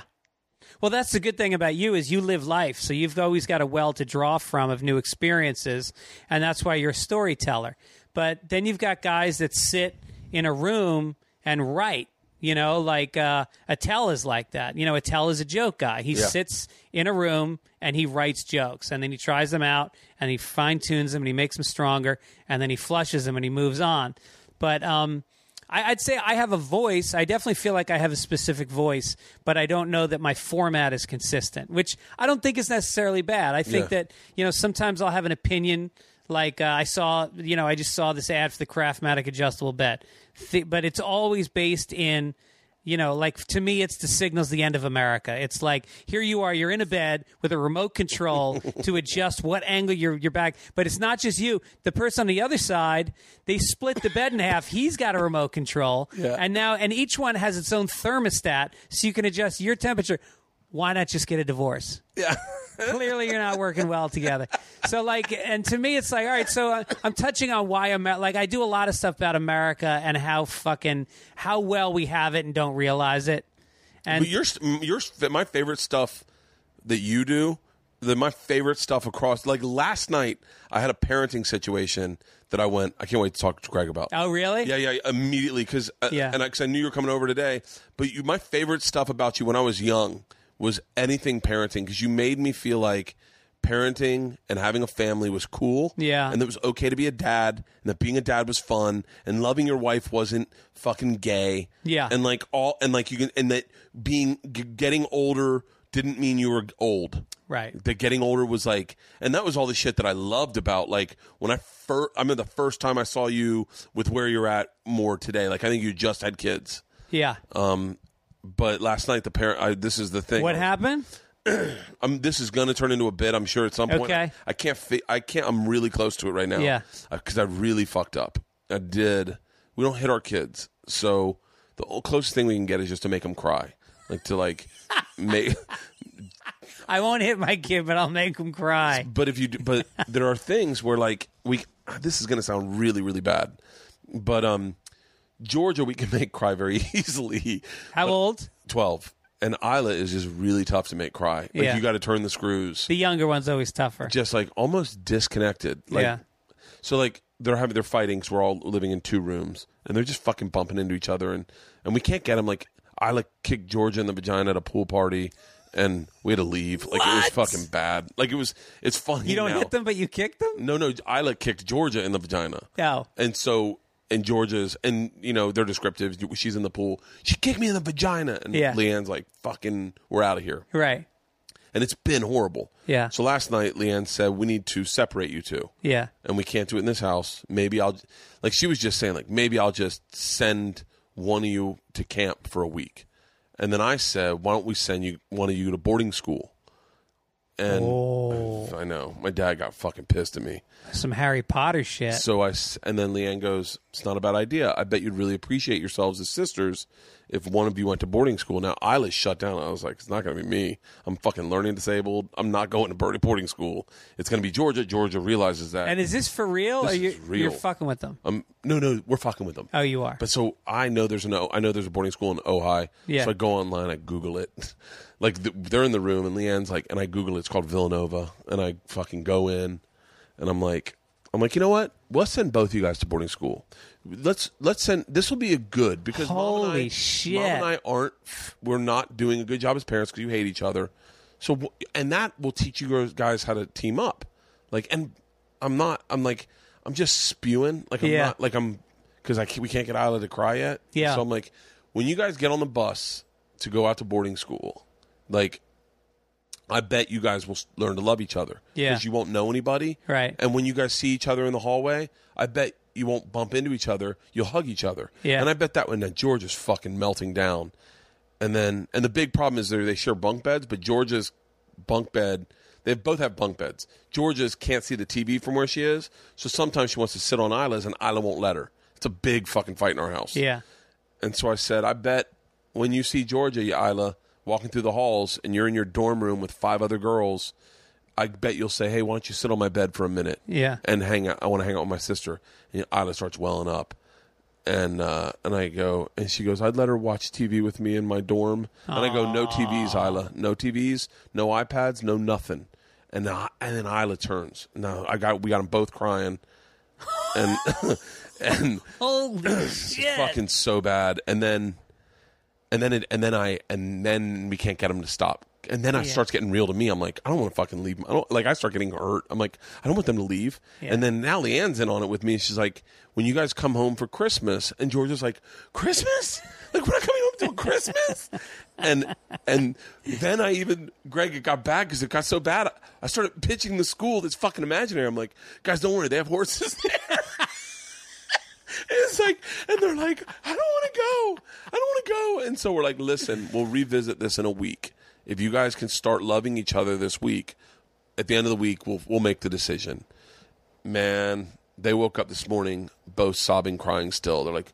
Speaker 4: Well, that's the good thing about you is you live life, so you've always got a well to draw from of new experiences, and that's why you're a storyteller. But then you've got guys that sit in a room and write. You know, like uh, Attell is like that. You know, Attell is a joke guy. He
Speaker 1: Yeah.
Speaker 4: sits in a room and he writes jokes, and then he tries them out and he fine tunes them and he makes them stronger, and then he flushes them and he moves on. But um, I, I'd say I have a voice. I definitely feel like I have a specific voice, but I don't know that my format is consistent, which I don't think is necessarily bad. I think
Speaker 1: Yeah.
Speaker 4: that you know sometimes I'll have an opinion. Like uh, I saw, you know, I just saw this ad for the Craftmatic adjustable bed, Th- but it's always based in. You know, like to me, it's the signals the end of America. It's like here you are, you're in a bed with a remote control to adjust what angle your your back. But it's not just you. The person on the other side, they split the bed in half. He's got a remote control, and now and each one has its own thermostat, so you can adjust your temperature. Why not just get a divorce? clearly you're not working well together. So like, and to me, it's like, all right. So uh, I'm touching on why I'm like, I do a lot of stuff about America and how fucking how well we have it and don't realize it. And
Speaker 1: But your your my favorite stuff that you do, the my favorite stuff across. Like last night, I had a parenting situation that I went. I can't wait to talk to Greg about.
Speaker 4: oh, really?
Speaker 1: Yeah, yeah, immediately because uh,
Speaker 4: Yeah.
Speaker 1: and I, 'cause I knew you were coming over today. But you, my favorite stuff about you when I was young was anything parenting because you made me feel like parenting and having a family was cool.
Speaker 4: Yeah.
Speaker 1: and that it was okay to be a dad, and that being a dad was fun, and loving your wife wasn't fucking gay.
Speaker 4: Yeah.
Speaker 1: and like all and like you can and that being g- getting older didn't mean you were old.
Speaker 4: Right.
Speaker 1: That getting older was like, and that was all the shit that I loved about. Like when I first, I mean, the first time I saw you with where you're at more today. Like I think you just had kids,
Speaker 4: Yeah.
Speaker 1: Uh, but last night the parent. I, this is the thing.
Speaker 4: what
Speaker 1: I-
Speaker 4: happened?
Speaker 1: I'm, this is going to turn into a bit. I'm sure at some point.
Speaker 4: Okay.
Speaker 1: I can't. Fi- I can't. I'm really close to it right now.
Speaker 4: Yeah.
Speaker 1: Because I really fucked up. I did. We don't hit our kids, so the o- closest thing we can get is just to make them cry, like to like make.
Speaker 4: I won't hit my kid, but I'll make him cry.
Speaker 1: But if you do, but there are things where like we this is going to sound really really bad. But um Georgia we can make cry very easily.
Speaker 4: How old?
Speaker 1: 12 and Isla is just really tough to make cry. Like
Speaker 4: Yeah.
Speaker 1: you got to turn the screws.
Speaker 4: The younger one's always tougher.
Speaker 1: Just like almost disconnected. Like
Speaker 4: yeah.
Speaker 1: so like they're having their fighting cuz we're all living in two rooms and they're just fucking bumping into each other and and we can't get them like Isla kicked Georgia in the vagina at a pool party. And we had to leave. Like it was
Speaker 4: What?
Speaker 1: fucking bad. Like it was. It's funny.
Speaker 4: You don't
Speaker 1: now.
Speaker 4: hit them, but you kick them.
Speaker 1: No, no, Isla kicked Georgia in the vagina.
Speaker 4: No.
Speaker 1: And so, and Georgia's, and you know, they're descriptive. She's in the pool. She kicked me in the vagina. And
Speaker 4: Yeah.
Speaker 1: Leanne's like, fucking, we're out of here.
Speaker 4: Right.
Speaker 1: And it's been horrible.
Speaker 4: Yeah.
Speaker 1: So last night, Leanne said, we need to separate you two.
Speaker 4: Yeah.
Speaker 1: And we can't do it in this house. Maybe I'll, like, she was just saying, like, maybe I'll just send one of you to camp for a week. And then I said, why don't we send you one of you to boarding school? And
Speaker 4: Oh.
Speaker 1: I know my dad got fucking pissed at me.
Speaker 4: Some Harry Potter shit.
Speaker 1: So I s- and then Leanne goes, "It's not a bad idea. I bet you'd really appreciate yourselves as sisters if one of you went to boarding school." Now Isla shut down. I was like, "It's not going to be me. I'm fucking learning disabled. I'm not going to bird- boarding school. It's going to be Georgia." Georgia realizes that.
Speaker 4: and is this for real?
Speaker 1: This
Speaker 4: or you,
Speaker 1: is real.
Speaker 4: You're fucking with them.
Speaker 1: um, no, no, we're fucking with them.
Speaker 4: Oh, you are.
Speaker 1: But so I know there's an O- I know there's a boarding school in Ojai.
Speaker 4: Yeah.
Speaker 1: So I go online, I Google it. like th they're in the room, and Leanne's like, and I Google it. It's called Villanova, and I fucking go in, and I'm like, I'm like, you know what? Let's send both you guys to boarding school. Let's let's send. This will be a good because Mom and I-
Speaker 4: Holy shit.
Speaker 1: Mom and I aren't. We're not doing a good job as parents because you hate each other. So w- and that will teach you guys- guys how to team up. Like and I'm not. I'm like I'm just spewing. Like I'm
Speaker 4: Yeah.
Speaker 1: not. Like I'm because I can't, we can't get Isla to cry yet.
Speaker 4: Yeah.
Speaker 1: So I'm like, when you guys get on the bus to go out to boarding school, like, I bet you guys will s- learn to love each other.
Speaker 4: Yeah.
Speaker 1: Because you won't know anybody.
Speaker 4: Right.
Speaker 1: And when you guys see each other in the hallway, I bet you won't bump into each other. You'll hug each other.
Speaker 4: Yeah.
Speaker 1: And I bet that when that George is fucking melting down, and then and the big problem is they they share bunk beds, but Georgia's bunk bed they both have bunk beds. Georgia's can't see the TV from where she is, so sometimes she wants to sit on Isla's and Isla won't let her. It's a big fucking fight in our house.
Speaker 4: yeah.
Speaker 1: And so I said, I bet when you see Georgia, Isla, walking through the halls and you're in your dorm room with five other girls, I bet you'll say, Hey, why don't you sit on my bed for a minute?
Speaker 4: Yeah.
Speaker 1: And hang out. I want to hang out with my sister. And Isla starts welling up. And uh, and I go, and she goes, I'd let her watch TV with me in my dorm. And I go, No TVs, Isla. No TVs, no iPads, no nothing. And, I- and then Isla turns. No, I got we got them both crying and and
Speaker 4: Holy shit!
Speaker 1: fucking so bad. And then, and then, it, and then I, and then we can't get him to stop. And then I starts getting real to me. I'm like, I don't want to fucking leave. 'em. I don't like. I start getting hurt. I'm like, I don't want them to leave. And then now Leanne's in on it with me. She's like, when you guys come home for Christmas, and George is like, Christmas? Like we're not coming home till Christmas. and and then I even Greg, it got bad because it got so bad. I started pitching the school that's fucking imaginary. I'm like, guys, don't worry, they have horses there. It's like, and they're like, I don't want to go. I don't want to go. And so we're like, listen, we'll revisit this in a week. If you guys can start loving each other this week, at the end of the week, we'll we'll make the decision. Man, they woke up this morning, both sobbing, crying still. They're like,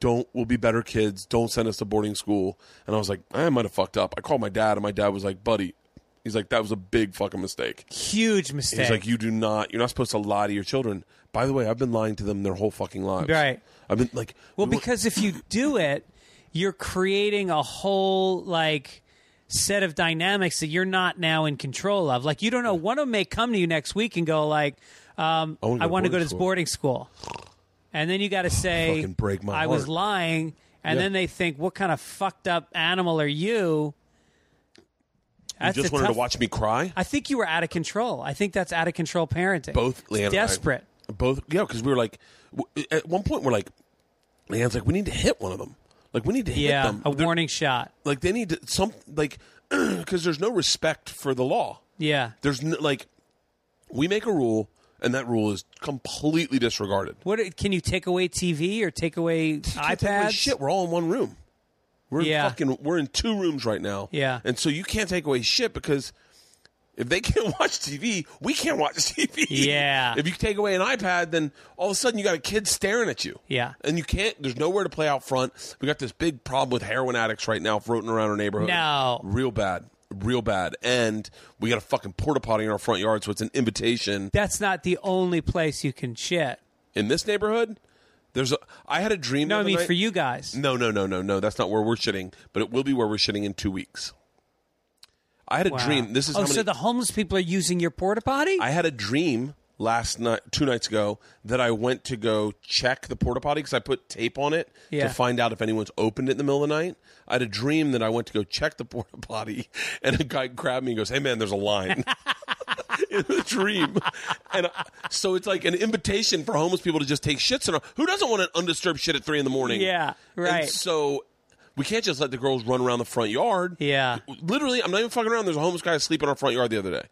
Speaker 1: don't, we'll be better kids. Don't send us to boarding school. And I was like, I might have fucked up. I called my dad, and my dad was like, buddy, he's like, that was a big fucking mistake.
Speaker 4: Huge mistake.
Speaker 1: He's like, you do not. You're not supposed to lie to your children. By the way, I've been lying to them their whole fucking lives.
Speaker 4: Right.
Speaker 1: I've been like,
Speaker 4: Well,
Speaker 1: we were-
Speaker 4: because if you do it, you're creating a whole like set of dynamics that you're not now in control of. Like you don't know one of them may come to you next week and go like, um,
Speaker 1: wanna go
Speaker 4: "I want to
Speaker 1: boarding
Speaker 4: go to this
Speaker 1: school."
Speaker 4: boarding school," and then you got to say,
Speaker 1: Fucking break my
Speaker 4: "I was
Speaker 1: heart.
Speaker 4: lying," and
Speaker 1: Yeah.
Speaker 4: then they think, "What kind of fucked up animal are you?"
Speaker 1: you
Speaker 4: That's
Speaker 1: just
Speaker 4: a
Speaker 1: wanted
Speaker 4: tough-
Speaker 1: to watch me cry.
Speaker 4: I think you were out of control. I think that's out of control parenting.
Speaker 1: both
Speaker 4: It's
Speaker 1: Leanne and I-
Speaker 4: desperate.
Speaker 1: both yeah, because we were like, w- at one point we're like, Leanne's like, we need to hit one of them. Like we need to hit
Speaker 4: yeah,
Speaker 1: them.
Speaker 4: a
Speaker 1: They're-
Speaker 4: warning shot.
Speaker 1: Like they need to, some like because there's no respect for the law.
Speaker 4: Yeah.
Speaker 1: There's no, like we make a rule and that rule is completely disregarded.
Speaker 4: What can you take away TV or take away
Speaker 1: can't take away
Speaker 4: iPads?
Speaker 1: Shit, we're all in one room. We're in
Speaker 4: Yeah.
Speaker 1: fucking. We're in two rooms right now.
Speaker 4: Yeah.
Speaker 1: and so you can't take away shit because if they can't watch TV, we can't watch TV.
Speaker 4: Yeah.
Speaker 1: If you take away an iPad, then all of a sudden you got a kid staring at you.
Speaker 4: Yeah.
Speaker 1: And you can't. There's nowhere to play out front. We got this big problem with heroin addicts right now floating around our neighborhood.
Speaker 4: No.
Speaker 1: Real bad. Real bad. And we got a fucking porta potty in our front yard, so it's an invitation
Speaker 4: That's not the only place you can shit.
Speaker 1: in this neighborhood. There's a. I had a dream.
Speaker 4: No,
Speaker 1: the
Speaker 4: I
Speaker 1: other
Speaker 4: mean
Speaker 1: night-
Speaker 4: for you guys.
Speaker 1: no, no, no, no, no. That's not where we're shitting, but it will be where we're shitting in two weeks. I had a
Speaker 4: Wow.
Speaker 1: dream. This is
Speaker 4: oh,
Speaker 1: how many.
Speaker 4: so the homeless people are using your porta potty?
Speaker 1: I had a dream last night, two nights ago, that I went to go check the porta potty because I put tape on it
Speaker 4: Yeah.
Speaker 1: to find out if anyone's opened it in the middle of the night. I had a dream that I went to go check the porta potty, and a guy grabbed me and goes, "Hey, man, there's a line." in the dream, and I, so it's like an invitation for homeless people to just take shits. And who doesn't want an undisturbed shit at three in the morning?
Speaker 4: Yeah, right.
Speaker 1: And so we can't just let the girls run around the front yard.
Speaker 4: Yeah.
Speaker 1: Literally, I'm not even fucking around. There's a homeless guy asleep in our front yard the other day.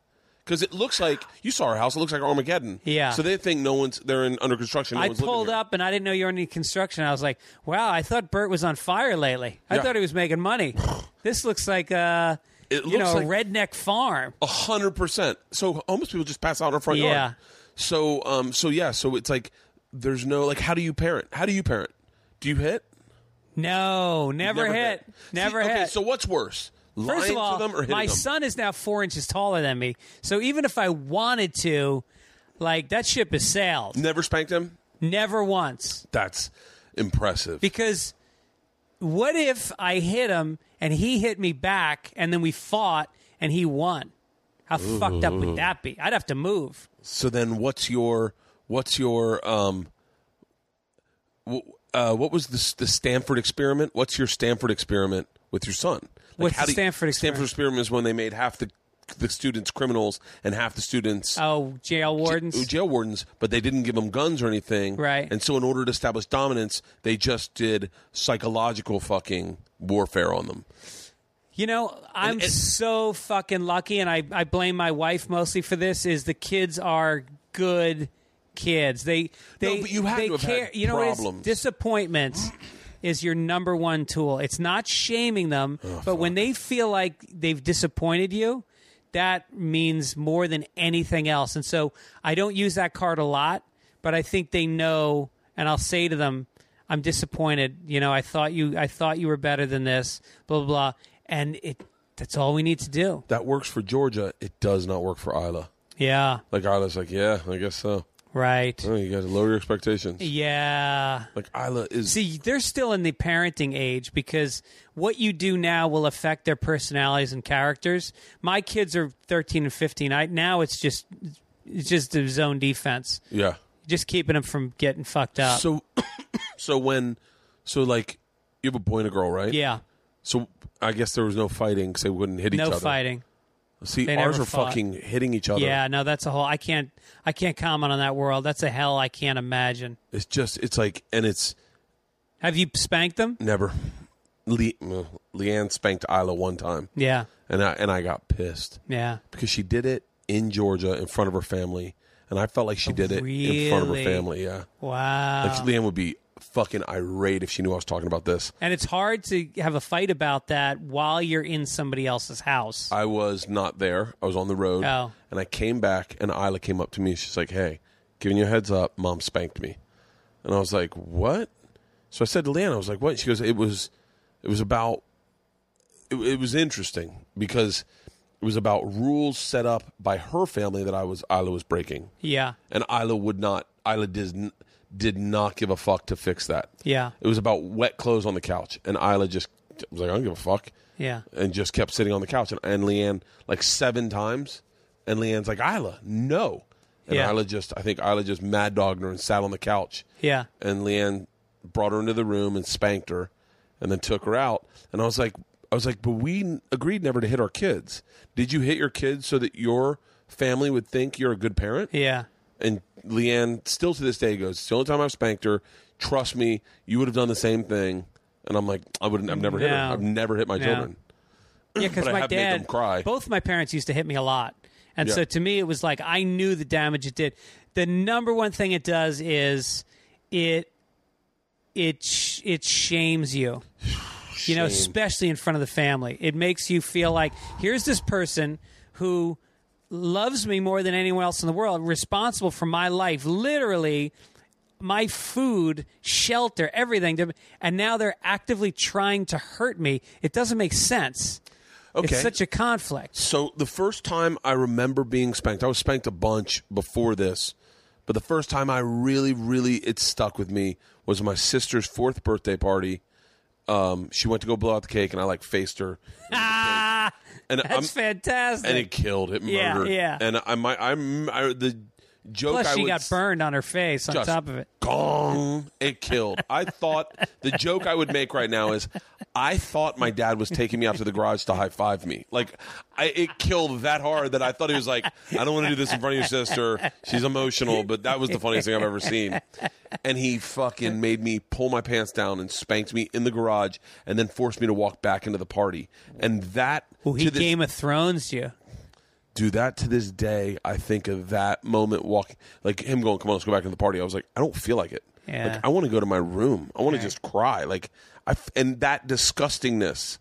Speaker 1: Because it looks like you saw our house. It looks like Armageddon.
Speaker 4: Yeah.
Speaker 1: So they think no one's they're in under construction. No
Speaker 4: I
Speaker 1: one's living
Speaker 4: pulled
Speaker 1: here.
Speaker 4: up and I didn't know you were in construction. I was like, wow, I thought Bert was on fire lately. I
Speaker 1: Yeah.
Speaker 4: thought he was making money. this looks like a,
Speaker 1: It
Speaker 4: you know,
Speaker 1: looks
Speaker 4: a
Speaker 1: like- Oh.
Speaker 4: redneck farm.
Speaker 1: a hundred percent. So homeless people just pass out in our front
Speaker 4: Yeah.
Speaker 1: yard. So um. So yeah. So it's like there's no like how do you parent? How do you parent? Do you hit?
Speaker 4: No, never, hit.
Speaker 1: See,
Speaker 4: Never
Speaker 1: okay,
Speaker 4: hit.
Speaker 1: so what's worse? Lying
Speaker 4: First of all,
Speaker 1: to them or hitting
Speaker 4: my
Speaker 1: them?
Speaker 4: son is now four inches taller than me. So even if I wanted to, like that ship is sailed.
Speaker 1: never spanked him.
Speaker 4: Never once.
Speaker 1: That's impressive.
Speaker 4: Because what if I hit him and he hit me back and then we fought and he won? How fucked up would that be? I'd have to move.
Speaker 1: So then, what's your what's your um, w- uh, what was the s- the Stanford experiment? What's your Stanford experiment with your son?
Speaker 4: What's the
Speaker 1: do you- Stanford
Speaker 4: Stanford experiment?
Speaker 1: experiment is when they made half the the students criminals and half the students
Speaker 4: Oh, jail wardens.
Speaker 1: uh, jail wardens, but they didn't give them guns or anything.
Speaker 4: Right.
Speaker 1: And so, in order to establish dominance, they just did psychological fucking warfare on them.
Speaker 4: You know, I'm
Speaker 1: it-
Speaker 4: so fucking lucky, and I, I blame my wife mostly for this. Is the kids are good kids? They they
Speaker 1: but you had
Speaker 4: they
Speaker 1: to have had
Speaker 4: care. you know what it is?
Speaker 1: problems.
Speaker 4: Disappointments is your number one tool. It's not shaming them, but when they feel like they've disappointed you, that means more than anything else. And so I don't use that card a lot, but I think they know, and I'll say to them, "I'm disappointed. You know, I thought you, I thought you were better than this. Blah blah blah." And it, that's all we need to do.
Speaker 1: That works for Georgia. It does not work for Isla.
Speaker 4: Yeah,
Speaker 1: Like Isla's like, yeah, I guess so.
Speaker 4: right.
Speaker 1: Oh, you got to lower your expectations.
Speaker 4: Yeah.
Speaker 1: Like Isla is
Speaker 4: See, they're still in the parenting age because what you do now will affect their personalities and characters. My kids are 13 and 15. I now it's just it's just a zone defense.
Speaker 1: yeah.
Speaker 4: Just keeping them from getting fucked up.
Speaker 1: So, so when, so like, you have a boy and a girl, right?
Speaker 4: yeah,
Speaker 1: So I guess there was no fighting because they wouldn't hit each
Speaker 4: no
Speaker 1: other.
Speaker 4: fighting.
Speaker 1: See,
Speaker 4: They
Speaker 1: ours
Speaker 4: never
Speaker 1: are
Speaker 4: fought.
Speaker 1: fucking hitting each other.
Speaker 4: Yeah, no, that's a whole. I can't. I can't comment on that world. That's a hell I can't imagine.
Speaker 1: It's just, it's like, and it's
Speaker 4: Have you spanked them?
Speaker 1: never. Le- uh, Leanne spanked Isla one time,
Speaker 4: Yeah,
Speaker 1: and I and I got pissed
Speaker 4: yeah.
Speaker 1: because she did it in Georgia in front of her family, and I felt like she did it in front of her
Speaker 4: Oh, Really? Oh.
Speaker 1: family. Yeah,
Speaker 4: Wow.
Speaker 1: like Leanne would be fucking irate if she knew I was talking about this.
Speaker 4: and it's hard to have a fight about that while you're in somebody else's house.
Speaker 1: I was not there. I was on the road.
Speaker 4: Oh.
Speaker 1: And I came back, and Isla came up to me. She's like, hey, giving you a heads up, mom spanked me. And I was like, what? So I said to Leanne, I was like, what? She goes, it was, it was about, it, it was interesting because it was about rules set up by her family that I was, Isla was breaking.
Speaker 4: yeah,
Speaker 1: And Isla would not, Isla did, n- did not give a fuck to fix that.
Speaker 4: yeah,
Speaker 1: It was about wet clothes on the couch. And Isla just was like, I don't give a fuck
Speaker 4: yeah.
Speaker 1: and just kept sitting on the couch. And, and Leanne, like seven times, and Leanne's like, Isla, no. And
Speaker 4: Yeah.
Speaker 1: Isla just, I think Isla just mad dogged her and sat on the couch.
Speaker 4: Yeah.
Speaker 1: And Leanne brought her into the room and spanked her and then took her out. And I was like, I was like, but we agreed never to hit our kids. Did you hit your kids so that your family would think you're a good parent?
Speaker 4: Yeah.
Speaker 1: And Leanne still to this day goes, It's the only time I've spanked her. Trust me, you would have done the same thing. And I'm like, I wouldn't I've never hit her.
Speaker 4: No.
Speaker 1: I've never hit my
Speaker 4: No.
Speaker 1: children.
Speaker 4: Yeah, because
Speaker 1: But I
Speaker 4: my
Speaker 1: have made
Speaker 4: dad,
Speaker 1: them cry.
Speaker 4: both my parents used to hit me a lot, and
Speaker 1: Yeah.
Speaker 4: so to me it was like I knew the damage it did. The number one thing it does is it it sh- it shames you, you know, especially in front of the family. It makes you feel like here's this person who loves me more than anyone else in the world, responsible for my life, literally my food, shelter, everything, to- and now they're actively trying to hurt me. It doesn't make sense.
Speaker 1: Okay.
Speaker 4: It's such a conflict.
Speaker 1: so the first time I remember being spanked, I was spanked a bunch before this, but the first time I really, really it stuck with me was my sister's fourth birthday party. Um, she went to go blow out the cake, and I like faced her,
Speaker 4: Ah,
Speaker 1: and I'm,
Speaker 4: that's fantastic.
Speaker 1: um, and it killed, it
Speaker 4: Yeah,
Speaker 1: murdered,
Speaker 4: yeah.
Speaker 1: And I might, I'm I, the joke.
Speaker 4: Plus,
Speaker 1: I
Speaker 4: she
Speaker 1: would
Speaker 4: got burned on her face on
Speaker 1: Just
Speaker 4: top of it.
Speaker 1: Gong! It killed. I thought the joke I would make right now is I thought my dad was taking me out to the garage to high five me. Like, I, it killed that hard that I thought he was like, I don't want to do this in front of your sister. She's emotional, but that was the funniest thing I've ever seen. And he fucking made me pull my pants down and spanked me in the garage and then forced me to walk back into the party. And that,
Speaker 4: Well, he
Speaker 1: to this
Speaker 4: Game of Thrones you.
Speaker 1: do that to this day. I think of that moment walking, like him going, "Come on, let's go back to the party." I was like, I don't feel like it.
Speaker 4: Yeah.
Speaker 1: Like I want to go to my room. I want to just cry. Like I f- and that disgustingness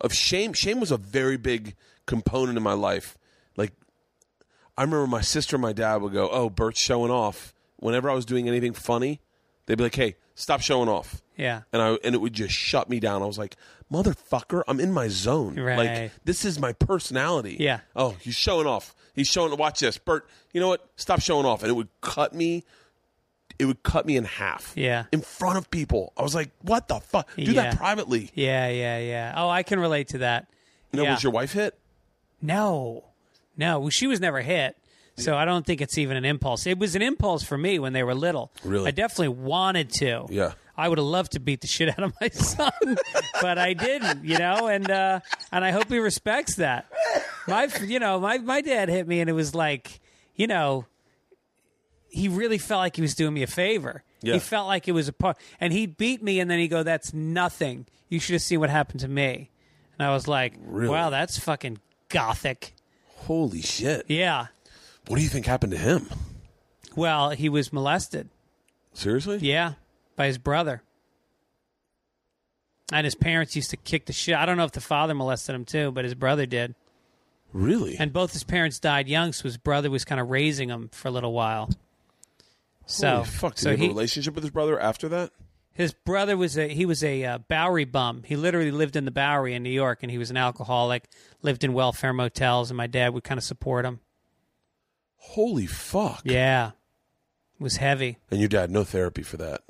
Speaker 1: of shame. Shame was a very big component in my life. Like I remember my sister and my dad would go, "Oh, Bert's showing off." Whenever I was doing anything funny, they'd be like, "Hey, stop showing off."
Speaker 4: Yeah.
Speaker 1: and I and it would just shut me down. I was like, "Motherfucker, I'm in my zone.
Speaker 4: Right.
Speaker 1: Like this is my personality."
Speaker 4: Yeah.
Speaker 1: Oh, he's showing off. He's showing. Watch this, Bert. You know what? Stop showing off, and it would cut me. It would cut me in half.
Speaker 4: Yeah.
Speaker 1: In front of people, I was like, "What the fuck? Do
Speaker 4: Yeah.
Speaker 1: that privately."
Speaker 4: Yeah, yeah, yeah. Oh, I can relate to that.
Speaker 1: You know,
Speaker 4: yeah.
Speaker 1: was your wife hit?
Speaker 4: No, no. Well, she was never hit, so I don't think it's even an impulse. It was an impulse for me when they were little.
Speaker 1: Really?
Speaker 4: I definitely wanted to.
Speaker 1: Yeah.
Speaker 4: I would have loved to beat the shit out of my son, but I didn't. You know, and uh, and I hope he respects that. My, you know, my my dad hit me, and it was like, you know, he really felt like he was doing me a favor.
Speaker 1: Yeah.
Speaker 4: He felt like it was a part, and he beat me, and then he go, "That's nothing. You should have seen what happened to me." And I was like, "Wow, that's fucking gothic."
Speaker 1: Holy shit!
Speaker 4: Yeah.
Speaker 1: What do you think happened to him?
Speaker 4: Well, he was molested.
Speaker 1: Seriously?
Speaker 4: Yeah, by his brother. And his parents used to kick the shit. I don't know if the father molested him too, but his brother did.
Speaker 1: Really?
Speaker 4: And both his parents died young, so his brother was kind of raising him for a little while. So,
Speaker 1: Holy fuck. Did
Speaker 4: so
Speaker 1: he have
Speaker 4: he-
Speaker 1: a relationship with his brother after that?
Speaker 4: His brother was a he was a uh, Bowery bum. He literally lived in the Bowery in New York, and he was an alcoholic. Lived in welfare motels, and my dad would kind of support him.
Speaker 1: Holy fuck!
Speaker 4: Yeah, it was heavy.
Speaker 1: And your dad, no therapy for that.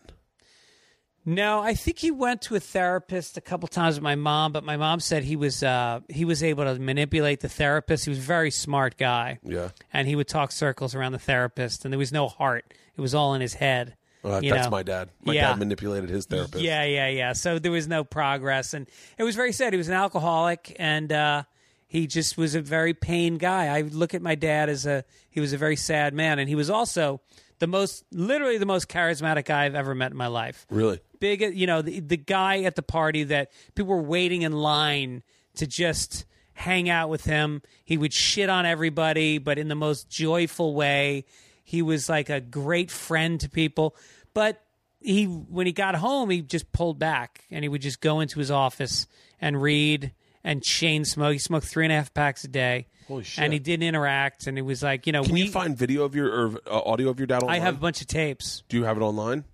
Speaker 4: No, I think he went to a therapist a couple times with my mom, but my mom said he was uh, he was able to manipulate the therapist. He was a very smart guy.
Speaker 1: Yeah.
Speaker 4: and he would talk circles around the therapist, and there was no heart. It was all in his head.
Speaker 1: Uh,
Speaker 4: you
Speaker 1: that's
Speaker 4: know?
Speaker 1: my dad. My
Speaker 4: Yeah.
Speaker 1: dad manipulated his therapist.
Speaker 4: Yeah, yeah, yeah. So there was no progress, and it was very sad. He was an alcoholic, and uh, he just was a very pain guy. I look at my dad as a he was a very sad man, and he was also the most literally the most charismatic guy I've ever met in my life.
Speaker 1: Really?
Speaker 4: Big, you know, the, the guy at the party that people were waiting in line to just hang out with him. He would shit on everybody, but in the most joyful way. He was like a great friend to people, but he when he got home, he just pulled back and he would just go into his office and read and chain smoke. He smoked three and a half packs a day.
Speaker 1: Holy shit.
Speaker 4: And he didn't interact, and it was like you know
Speaker 1: Can
Speaker 4: we.
Speaker 1: you find video of your or uh, audio of your dad
Speaker 4: I
Speaker 1: online?
Speaker 4: have a bunch of tapes.
Speaker 1: Do you have it online?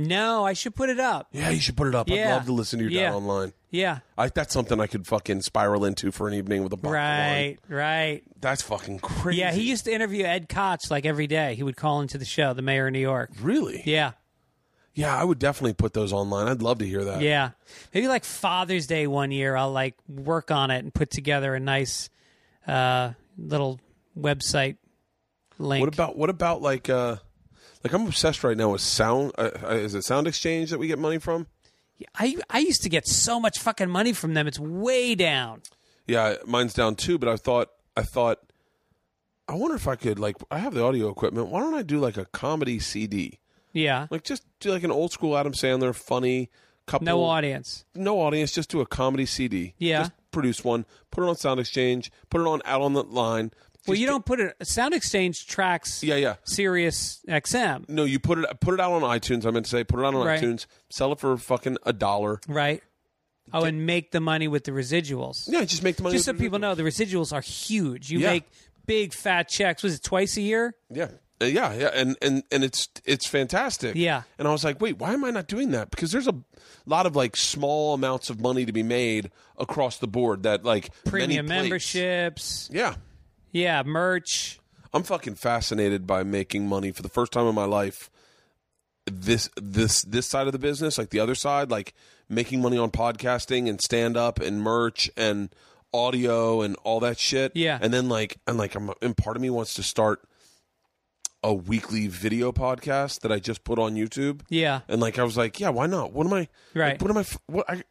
Speaker 4: No, I should put it up.
Speaker 1: Yeah, you should put it up. I'd
Speaker 4: Yeah.
Speaker 1: love to listen to your
Speaker 4: Yeah.
Speaker 1: dad online.
Speaker 4: Yeah.
Speaker 1: I, that's something I could fucking spiral into for an evening with a bottle of wine.
Speaker 4: Right, right.
Speaker 1: That's fucking crazy.
Speaker 4: Yeah, he used to interview Ed Koch like every day. He would call into the show, the mayor of New York.
Speaker 1: really.
Speaker 4: Yeah,
Speaker 1: Yeah, I would definitely put those online. I'd love to hear that.
Speaker 4: yeah. Maybe like Father's Day one year, I'll like work on it and put together a nice uh, little website link.
Speaker 1: What about what about like uh like I'm obsessed right now with sound. Uh, uh, is it Sound Exchange that we get money from?
Speaker 4: I I used to get so much fucking money from them. It's way down.
Speaker 1: Yeah, mine's down too. But I thought I thought I wonder if I could like I have the audio equipment. Why don't I do like a comedy CD?
Speaker 4: Yeah,
Speaker 1: Like just do like an old school Adam Sandler funny couple.
Speaker 4: no audience.
Speaker 1: no audience, just do a comedy CD.
Speaker 4: Yeah.
Speaker 1: Just produce one, put it on Sound Exchange, put it on out on the line.
Speaker 4: Well,
Speaker 1: Just
Speaker 4: you
Speaker 1: get-
Speaker 4: don't put it. Sound Exchange tracks.
Speaker 1: Yeah, yeah.
Speaker 4: Sirius XM.
Speaker 1: No, you put it put it out on iTunes. I meant to say put it out on
Speaker 4: Right.
Speaker 1: iTunes. Sell it for fucking a dollar.
Speaker 4: Right. Oh, and make the money with the residuals.
Speaker 1: Yeah, just make the money.
Speaker 4: Just so people know, the residuals are huge. You
Speaker 1: Yeah.
Speaker 4: make big fat checks. Was it twice a year?
Speaker 1: Yeah. Uh, Yeah, yeah, and, and and it's it's fantastic.
Speaker 4: Yeah.
Speaker 1: and I was like, wait, why am I not doing that? Because there's a lot of like small amounts of money to be made across the board. That like many
Speaker 4: Premium
Speaker 1: plates-
Speaker 4: memberships.
Speaker 1: Yeah,
Speaker 4: Yeah, merch.
Speaker 1: I'm fucking fascinated by making money for the first time in my life. This this this side of the business, like the other side, like making money on podcasting and stand up and merch and audio and all that shit.
Speaker 4: Yeah.
Speaker 1: and then like and like I'm and part of me wants to start a weekly video podcast that I just put on YouTube.
Speaker 4: Yeah.
Speaker 1: and like I was like, yeah, why not? What am I?
Speaker 4: Right.
Speaker 1: what am I? f- What I?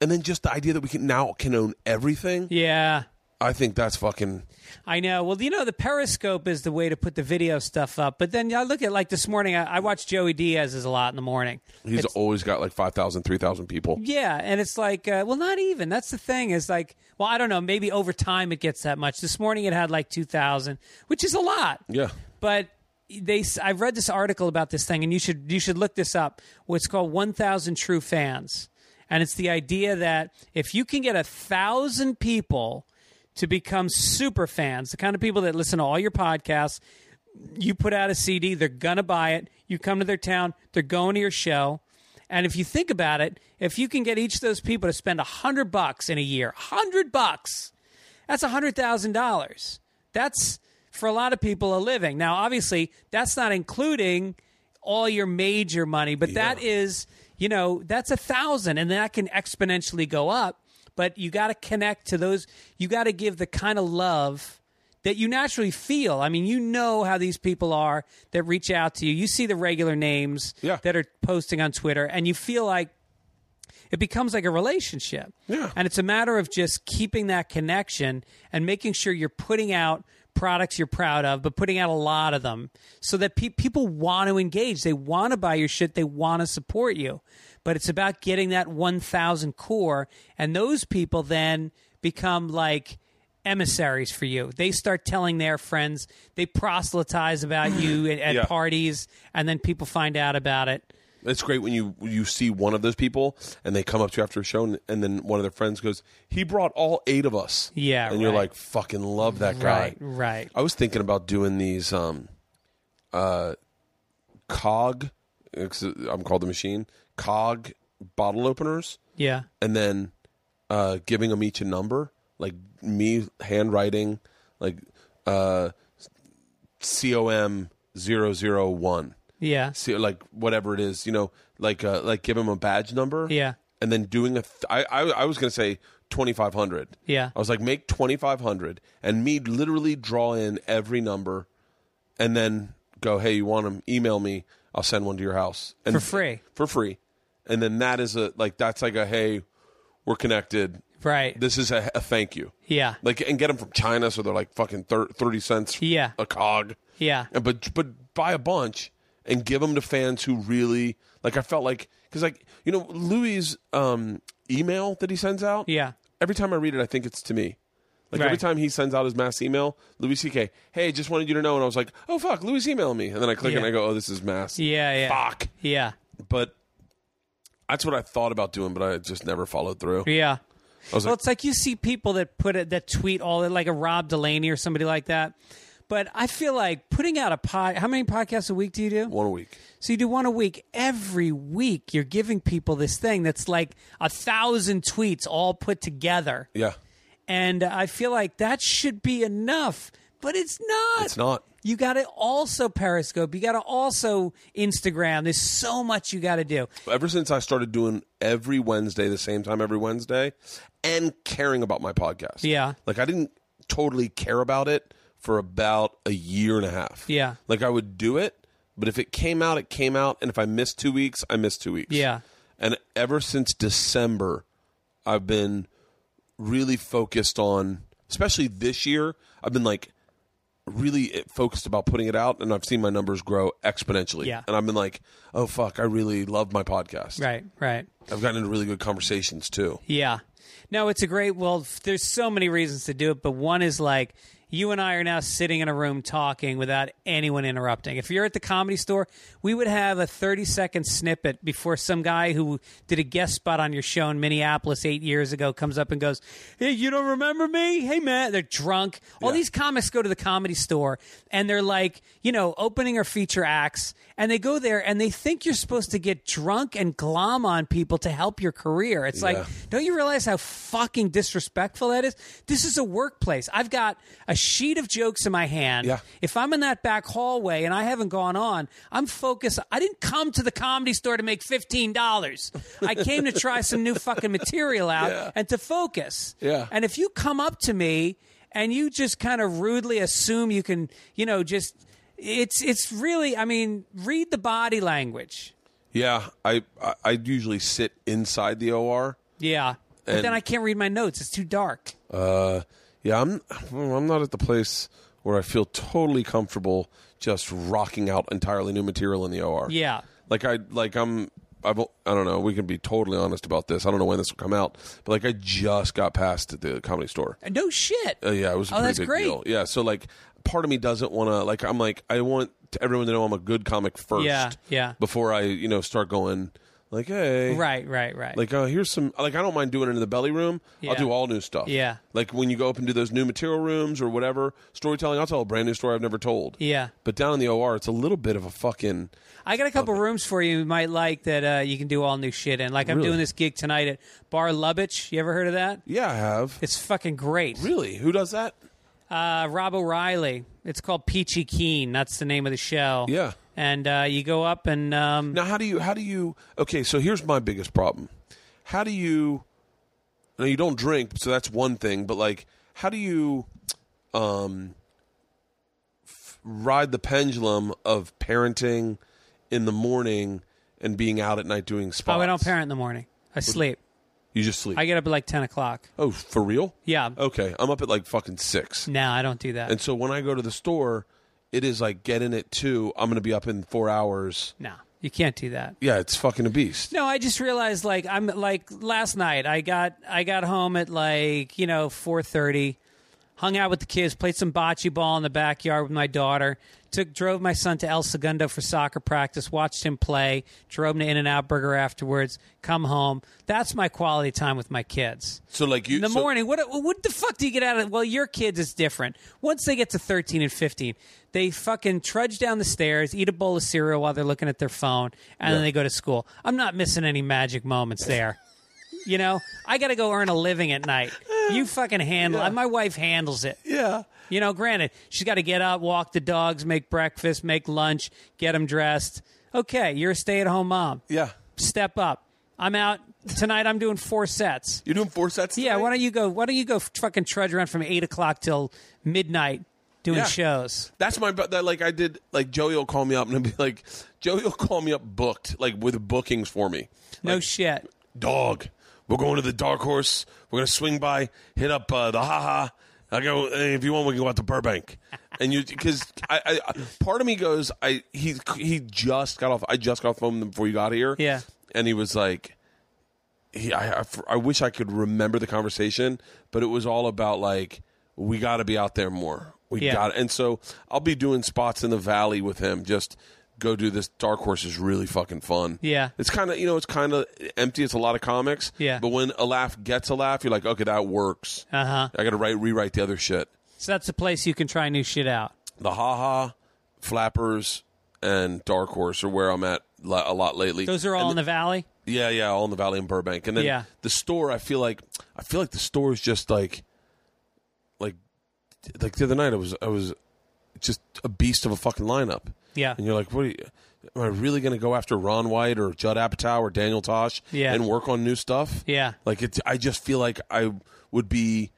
Speaker 1: And then just the idea that we can now can own everything.
Speaker 4: Yeah.
Speaker 1: I think that's fucking.
Speaker 4: I know. Well, you know, the Periscope is the way to put the video stuff up. But then I look at like this morning, I, I watch Joey Diaz's a lot in the morning.
Speaker 1: He's always got like 5,000, 3,000 people.
Speaker 4: Yeah, and it's like, uh, well, not even. That's the thing is like, well, I don't know. Maybe over time it gets that much. This morning it had like two thousand, which is a lot.
Speaker 1: Yeah.
Speaker 4: but they I've read this article about this thing, and you should you should look this up. What's called one thousand true fans, and it's the idea that if you can get a thousand people to become super fans, the kind of people that listen to all your podcasts, you put out a CD, they're gonna buy it. You come to their town, they're going to your show. And if you think about it, if you can get each of those people to spend a hundred bucks in a year, hundred bucks, that's $100,000. That's for a lot of people a living. Now, obviously, that's not including all your major money, but that is, you know, that's a thousand and that can exponentially go up. But you got to connect to those, you got to give the kind of love that you naturally feel. I mean, you know how these people are that reach out to you. You see the regular names
Speaker 1: Yeah.
Speaker 4: that are posting on Twitter and you feel like it becomes like a relationship.
Speaker 1: Yeah.
Speaker 4: And it's a matter of just keeping that connection and making sure you're putting out products you're proud of, but putting out a lot of them so that pe- people want to engage. They want to buy your shit. They want to support you. But it's about getting that 1,000 core. And those people then become like, emissaries for you they start telling their friends they proselytize about you at, at
Speaker 1: Yeah.
Speaker 4: parties and then people find out about it
Speaker 1: It's great when you you see one of those people and they come up to you after a show and, and then one of their friends goes, "He brought all eight of us."
Speaker 4: Yeah,
Speaker 1: and you're
Speaker 4: right.
Speaker 1: like, "Fucking love that guy."
Speaker 4: right right
Speaker 1: I was thinking about doing these um, uh, cog. it's- I'm called the machine cog bottle openers,
Speaker 4: yeah
Speaker 1: and then uh, giving them each a number, like me handwriting, like uh, com 001
Speaker 4: Yeah.
Speaker 1: see, like whatever it is, you know, like uh, like give him a badge number.
Speaker 4: Yeah.
Speaker 1: And then doing a, th- I, I I was gonna say twenty five hundred.
Speaker 4: Yeah.
Speaker 1: I was like make twenty five hundred and me literally draw in every number, and then go hey you want them email me I'll send one to your house and
Speaker 4: For free.
Speaker 1: for free, and then that is a like that's like a hey we're connected
Speaker 4: Right.
Speaker 1: this is a, a thank you
Speaker 4: yeah.
Speaker 1: like and get them from China so they're like fucking thir- thirty cents
Speaker 4: Yeah.
Speaker 1: a cog.
Speaker 4: Yeah.
Speaker 1: And- but but buy a bunch and give them to fans who really like. I felt like because like you know Louis' um, email that he sends out.
Speaker 4: Yeah.
Speaker 1: Every time I read it, I think it's to me. Like every
Speaker 4: Right.
Speaker 1: time he sends out his mass email, Louis C.K. Hey, just wanted you to know, and I was like, oh fuck, Louis emailing me, and then I click
Speaker 4: Yeah.
Speaker 1: and I go, oh, this is mass.
Speaker 4: Yeah. Yeah.
Speaker 1: Fuck.
Speaker 4: Yeah.
Speaker 1: But that's what I thought about doing, but I just never followed through.
Speaker 4: Yeah.
Speaker 1: I was
Speaker 4: Well,
Speaker 1: like,
Speaker 4: it's like you see people that put it that tweet all like a Rob Delaney or somebody like that. But I feel like putting out a pod. How many podcasts a week do you do?
Speaker 1: one a week.
Speaker 4: So you do one a week. Every week, you're giving people this thing that's like a thousand tweets all put together.
Speaker 1: Yeah.
Speaker 4: And I feel like that should be enough, but it's not.
Speaker 1: It's not.
Speaker 4: You got to also Periscope. You got to also Instagram. There's so much you got to do.
Speaker 1: ever since I started doing every Wednesday, the same time every Wednesday, and caring about my podcast.
Speaker 4: Yeah.
Speaker 1: Like I didn't totally care about it for about a year and a half.
Speaker 4: Yeah.
Speaker 1: Like I would do it, but if it came out, it came out. And if I missed two weeks, I missed two weeks.
Speaker 4: Yeah.
Speaker 1: And ever since December, I've been really focused on, especially this year, I've been like, really focused about putting it out and I've seen my numbers grow exponentially.
Speaker 4: Yeah.
Speaker 1: And I've been like, oh fuck, I really love my podcast.
Speaker 4: Right, right.
Speaker 1: I've gotten into really good conversations too.
Speaker 4: Yeah. No, it's a great. Well, f- there's so many reasons to do it, but one is like you and I are now sitting in a room talking without anyone interrupting. If you're at the comedy store, we would have a 30 second snippet before some guy who did a guest spot on your show in Minneapolis eight years ago comes up and goes, Hey, you don't remember me? Hey, man. They're drunk. All
Speaker 1: Yeah.
Speaker 4: these comics go to the comedy store and they're like, you know, opening or feature acts, and they go there and they think you're supposed to get drunk and glom on people to help your career. It's like,
Speaker 1: Yeah.
Speaker 4: don't you realize how fucking disrespectful that is? This is a workplace. I've got a sheet of jokes in my hand.
Speaker 1: Yeah.
Speaker 4: If I'm in that back hallway and I haven't gone on, I'm focused. I didn't come to the comedy store to make $15. I came to try some new fucking material out and to focus.
Speaker 1: Yeah.
Speaker 4: And if you come up to me and you just kind of rudely assume you can, you know, just it's it's really I mean, read the body language.
Speaker 1: Yeah, I I, I usually sit inside the OR.
Speaker 4: Yeah. But
Speaker 1: And-
Speaker 4: then I can't read my notes. It's too dark.
Speaker 1: Uh, yeah, I'm I'm not at the place where I feel totally comfortable just rocking out entirely new material in the OR.
Speaker 4: Yeah.
Speaker 1: like I like I'm. I've, I don't know. We can be totally honest about this. I don't know when this will come out, but like I just got past at the comedy store.
Speaker 4: No shit.
Speaker 1: Uh, yeah, it was a
Speaker 4: Oh,
Speaker 1: pretty
Speaker 4: that's
Speaker 1: big
Speaker 4: great.
Speaker 1: deal. Yeah, so like part of me doesn't want to like I'm like I want everyone to know I'm a good comic first.
Speaker 4: Yeah, yeah.
Speaker 1: Before I you know start going like hey
Speaker 4: Right, right, right.
Speaker 1: like uh, here's some like I don't mind doing it in the belly room.
Speaker 4: Yeah.
Speaker 1: I'll do all new stuff.
Speaker 4: Yeah.
Speaker 1: Like when you go up and do those new material rooms or whatever storytelling, I'll tell a brand new story I've never told.
Speaker 4: Yeah.
Speaker 1: But down in the OR, it's a little bit of a fucking
Speaker 4: I got a couple rooms for you you might like that uh, you can do all new shit in. Like I'm
Speaker 1: Really?
Speaker 4: doing this gig tonight at Bar Lubitsch. You ever heard of that?
Speaker 1: yeah. I have
Speaker 4: It's fucking great.
Speaker 1: really who does that?
Speaker 4: uh, Rob O'Reilly. It's called Peachy Keen. That's the name of the show.
Speaker 1: Yeah.
Speaker 4: And uh, you go up and um,
Speaker 1: Now, how do you, how do you, okay, so here's my biggest problem. How do you, now you don't drink, so that's one thing, but like, how do you, um, f- ride the pendulum of parenting in the morning and being out at night doing spots?
Speaker 4: oh, I don't parent in the morning. I sleep.
Speaker 1: You just sleep.
Speaker 4: I get up at like ten o'clock.
Speaker 1: oh, for real?
Speaker 4: Yeah.
Speaker 1: Okay, I'm up at like fucking six.
Speaker 4: No, I don't do that.
Speaker 1: Oh. And so when I go to the store, it is like, get in at two, I'm going to be up in four hours.
Speaker 4: no, you can't do that.
Speaker 1: Yeah, it's fucking a beast.
Speaker 4: No, I just realized like I'm like last night I got I got home at like, you know, 4:30, hung out with the kids, played some bocce ball in the backyard with my daughter, took drove my son to El Segundo for soccer practice, watched him play, drove him to In-N-Out Burger afterwards, come home. That's my quality time with my kids.
Speaker 1: So like you
Speaker 4: In the
Speaker 1: so-
Speaker 4: morning, what what the fuck do you get out of? Well, your kids it's different. Once they get to thirteen and fifteen, they fucking trudge down the stairs, eat a bowl of cereal while they're looking at their phone, and then they go to school. I'm not missing any magic moments there. you know, I got to go earn a living at night. You fucking handle it. My wife handles it.
Speaker 1: Yeah.
Speaker 4: You know, granted, she's got to get out, walk the dogs, make breakfast, make lunch, get them dressed. Okay, you're a stay at home mom.
Speaker 1: Yeah.
Speaker 4: Step up. I'm out tonight. I'm doing four sets.
Speaker 1: You're doing four sets?
Speaker 4: Yeah,
Speaker 1: tonight?
Speaker 4: why don't you go? Why don't you go fucking trudge around from eight o'clock till midnight doing
Speaker 1: Yeah.
Speaker 4: shows?
Speaker 1: That's my bu- that like I did like Joey will call me up and I'll be like Joey will call me up booked like with bookings for me.
Speaker 4: No shit.
Speaker 1: Dog, we're going to the Dark Horse. We're gonna swing by, hit up uh, the haha. I go hey, if you want we can go out to Burbank. And you because I, I I- part of me goes I he he just got off I just got off the phone with him before you got here.
Speaker 4: Yeah.
Speaker 1: and he was like. He, I, I, I wish I could remember the conversation, but it was all about like we got to be out there more. We
Speaker 4: Yeah.
Speaker 1: got got and so I'll be doing spots in the valley with him. Just go do this. Dark Horse is really fucking fun.
Speaker 4: Yeah.
Speaker 1: it's kind of you know it's kind of empty. It's a lot of comics.
Speaker 4: Yeah.
Speaker 1: but when a laugh gets a laugh, you're like, okay, that works.
Speaker 4: Uh huh.
Speaker 1: I got to write rewrite the other shit.
Speaker 4: So that's a place you can try new shit out.
Speaker 1: The haha, flappers, and Dark Horse are where I'm at li- a lot lately.
Speaker 4: Those are all in the valley.
Speaker 1: Yeah, yeah, all in the valley in Burbank, and then
Speaker 4: Yeah.
Speaker 1: the store. I feel like I feel like the store is just like, like, like the other night I was I was just a beast of a fucking lineup.
Speaker 4: Yeah.
Speaker 1: and you're like, what? Are you, am I really going to go after Ron White or Judd Apatow or Daniel Tosh?
Speaker 4: Yeah.
Speaker 1: and work on new stuff.
Speaker 4: Yeah.
Speaker 1: like it's. I just feel like I would be,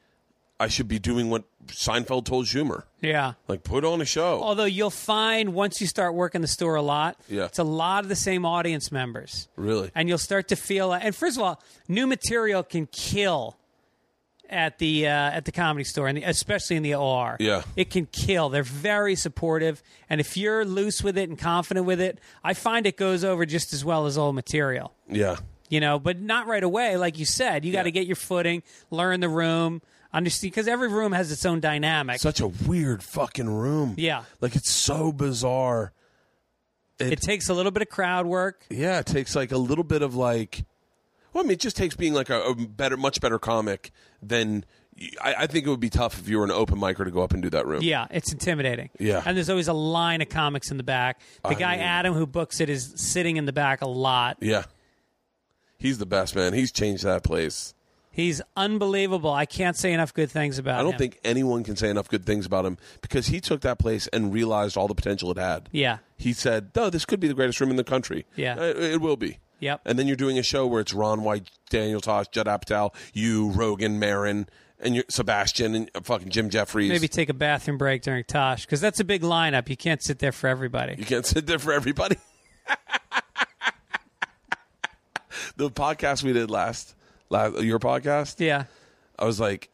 Speaker 1: I should be doing what Seinfeld told Schumer,
Speaker 4: Yeah.
Speaker 1: like put on a show.
Speaker 4: Although you'll find once you start working the store a lot,
Speaker 1: Yeah.
Speaker 4: it's a lot of the same audience members.
Speaker 1: Really?
Speaker 4: And you'll start to feel and first of all, new material can kill at the uh, at the comedy store and especially in the OR.
Speaker 1: Yeah.
Speaker 4: It can kill. They're very supportive and if you're loose with it and confident with it, I find it goes over just as well as old material
Speaker 1: yeah,
Speaker 4: you know, but not right away. Like you said, you got to get your footing, learn the room, understand because every room has its own dynamic.
Speaker 1: such a weird fucking room.
Speaker 4: Yeah.
Speaker 1: like it's so bizarre.
Speaker 4: it takes a little bit of crowd work.
Speaker 1: Yeah, it takes like a little bit of like. Well, I mean, it just takes being like a, a better, much better comic than. I, I think it would be tough if you were an open micer to go up and do that room.
Speaker 4: Yeah, it's intimidating.
Speaker 1: Yeah.
Speaker 4: and there's always a line of comics in the back. The guy Adam who books it is sitting in the back a lot.
Speaker 1: Yeah. He's the best man. He's changed that place.
Speaker 4: He's unbelievable. I can't say enough good things about.
Speaker 1: I don't
Speaker 4: him.
Speaker 1: think anyone can say enough good things about him because he took that place and realized all the potential it had.
Speaker 4: Yeah.
Speaker 1: He said, "No, this could be the greatest room in the country."
Speaker 4: Yeah.
Speaker 1: Uh, it, it will be.
Speaker 4: Yep.
Speaker 1: And then you're doing a show where it's Ron White, Daniel Tosh, Judd Apatow, you, Rogan, Marin, and you're, Sebastian, and uh, fucking Jim Jeffries.
Speaker 4: Maybe take a bathroom break during Tosh because that's a big lineup. You can't sit there for everybody.
Speaker 1: You can't sit there for everybody. the podcast we did last, last your podcast,
Speaker 4: Yeah,
Speaker 1: I was like,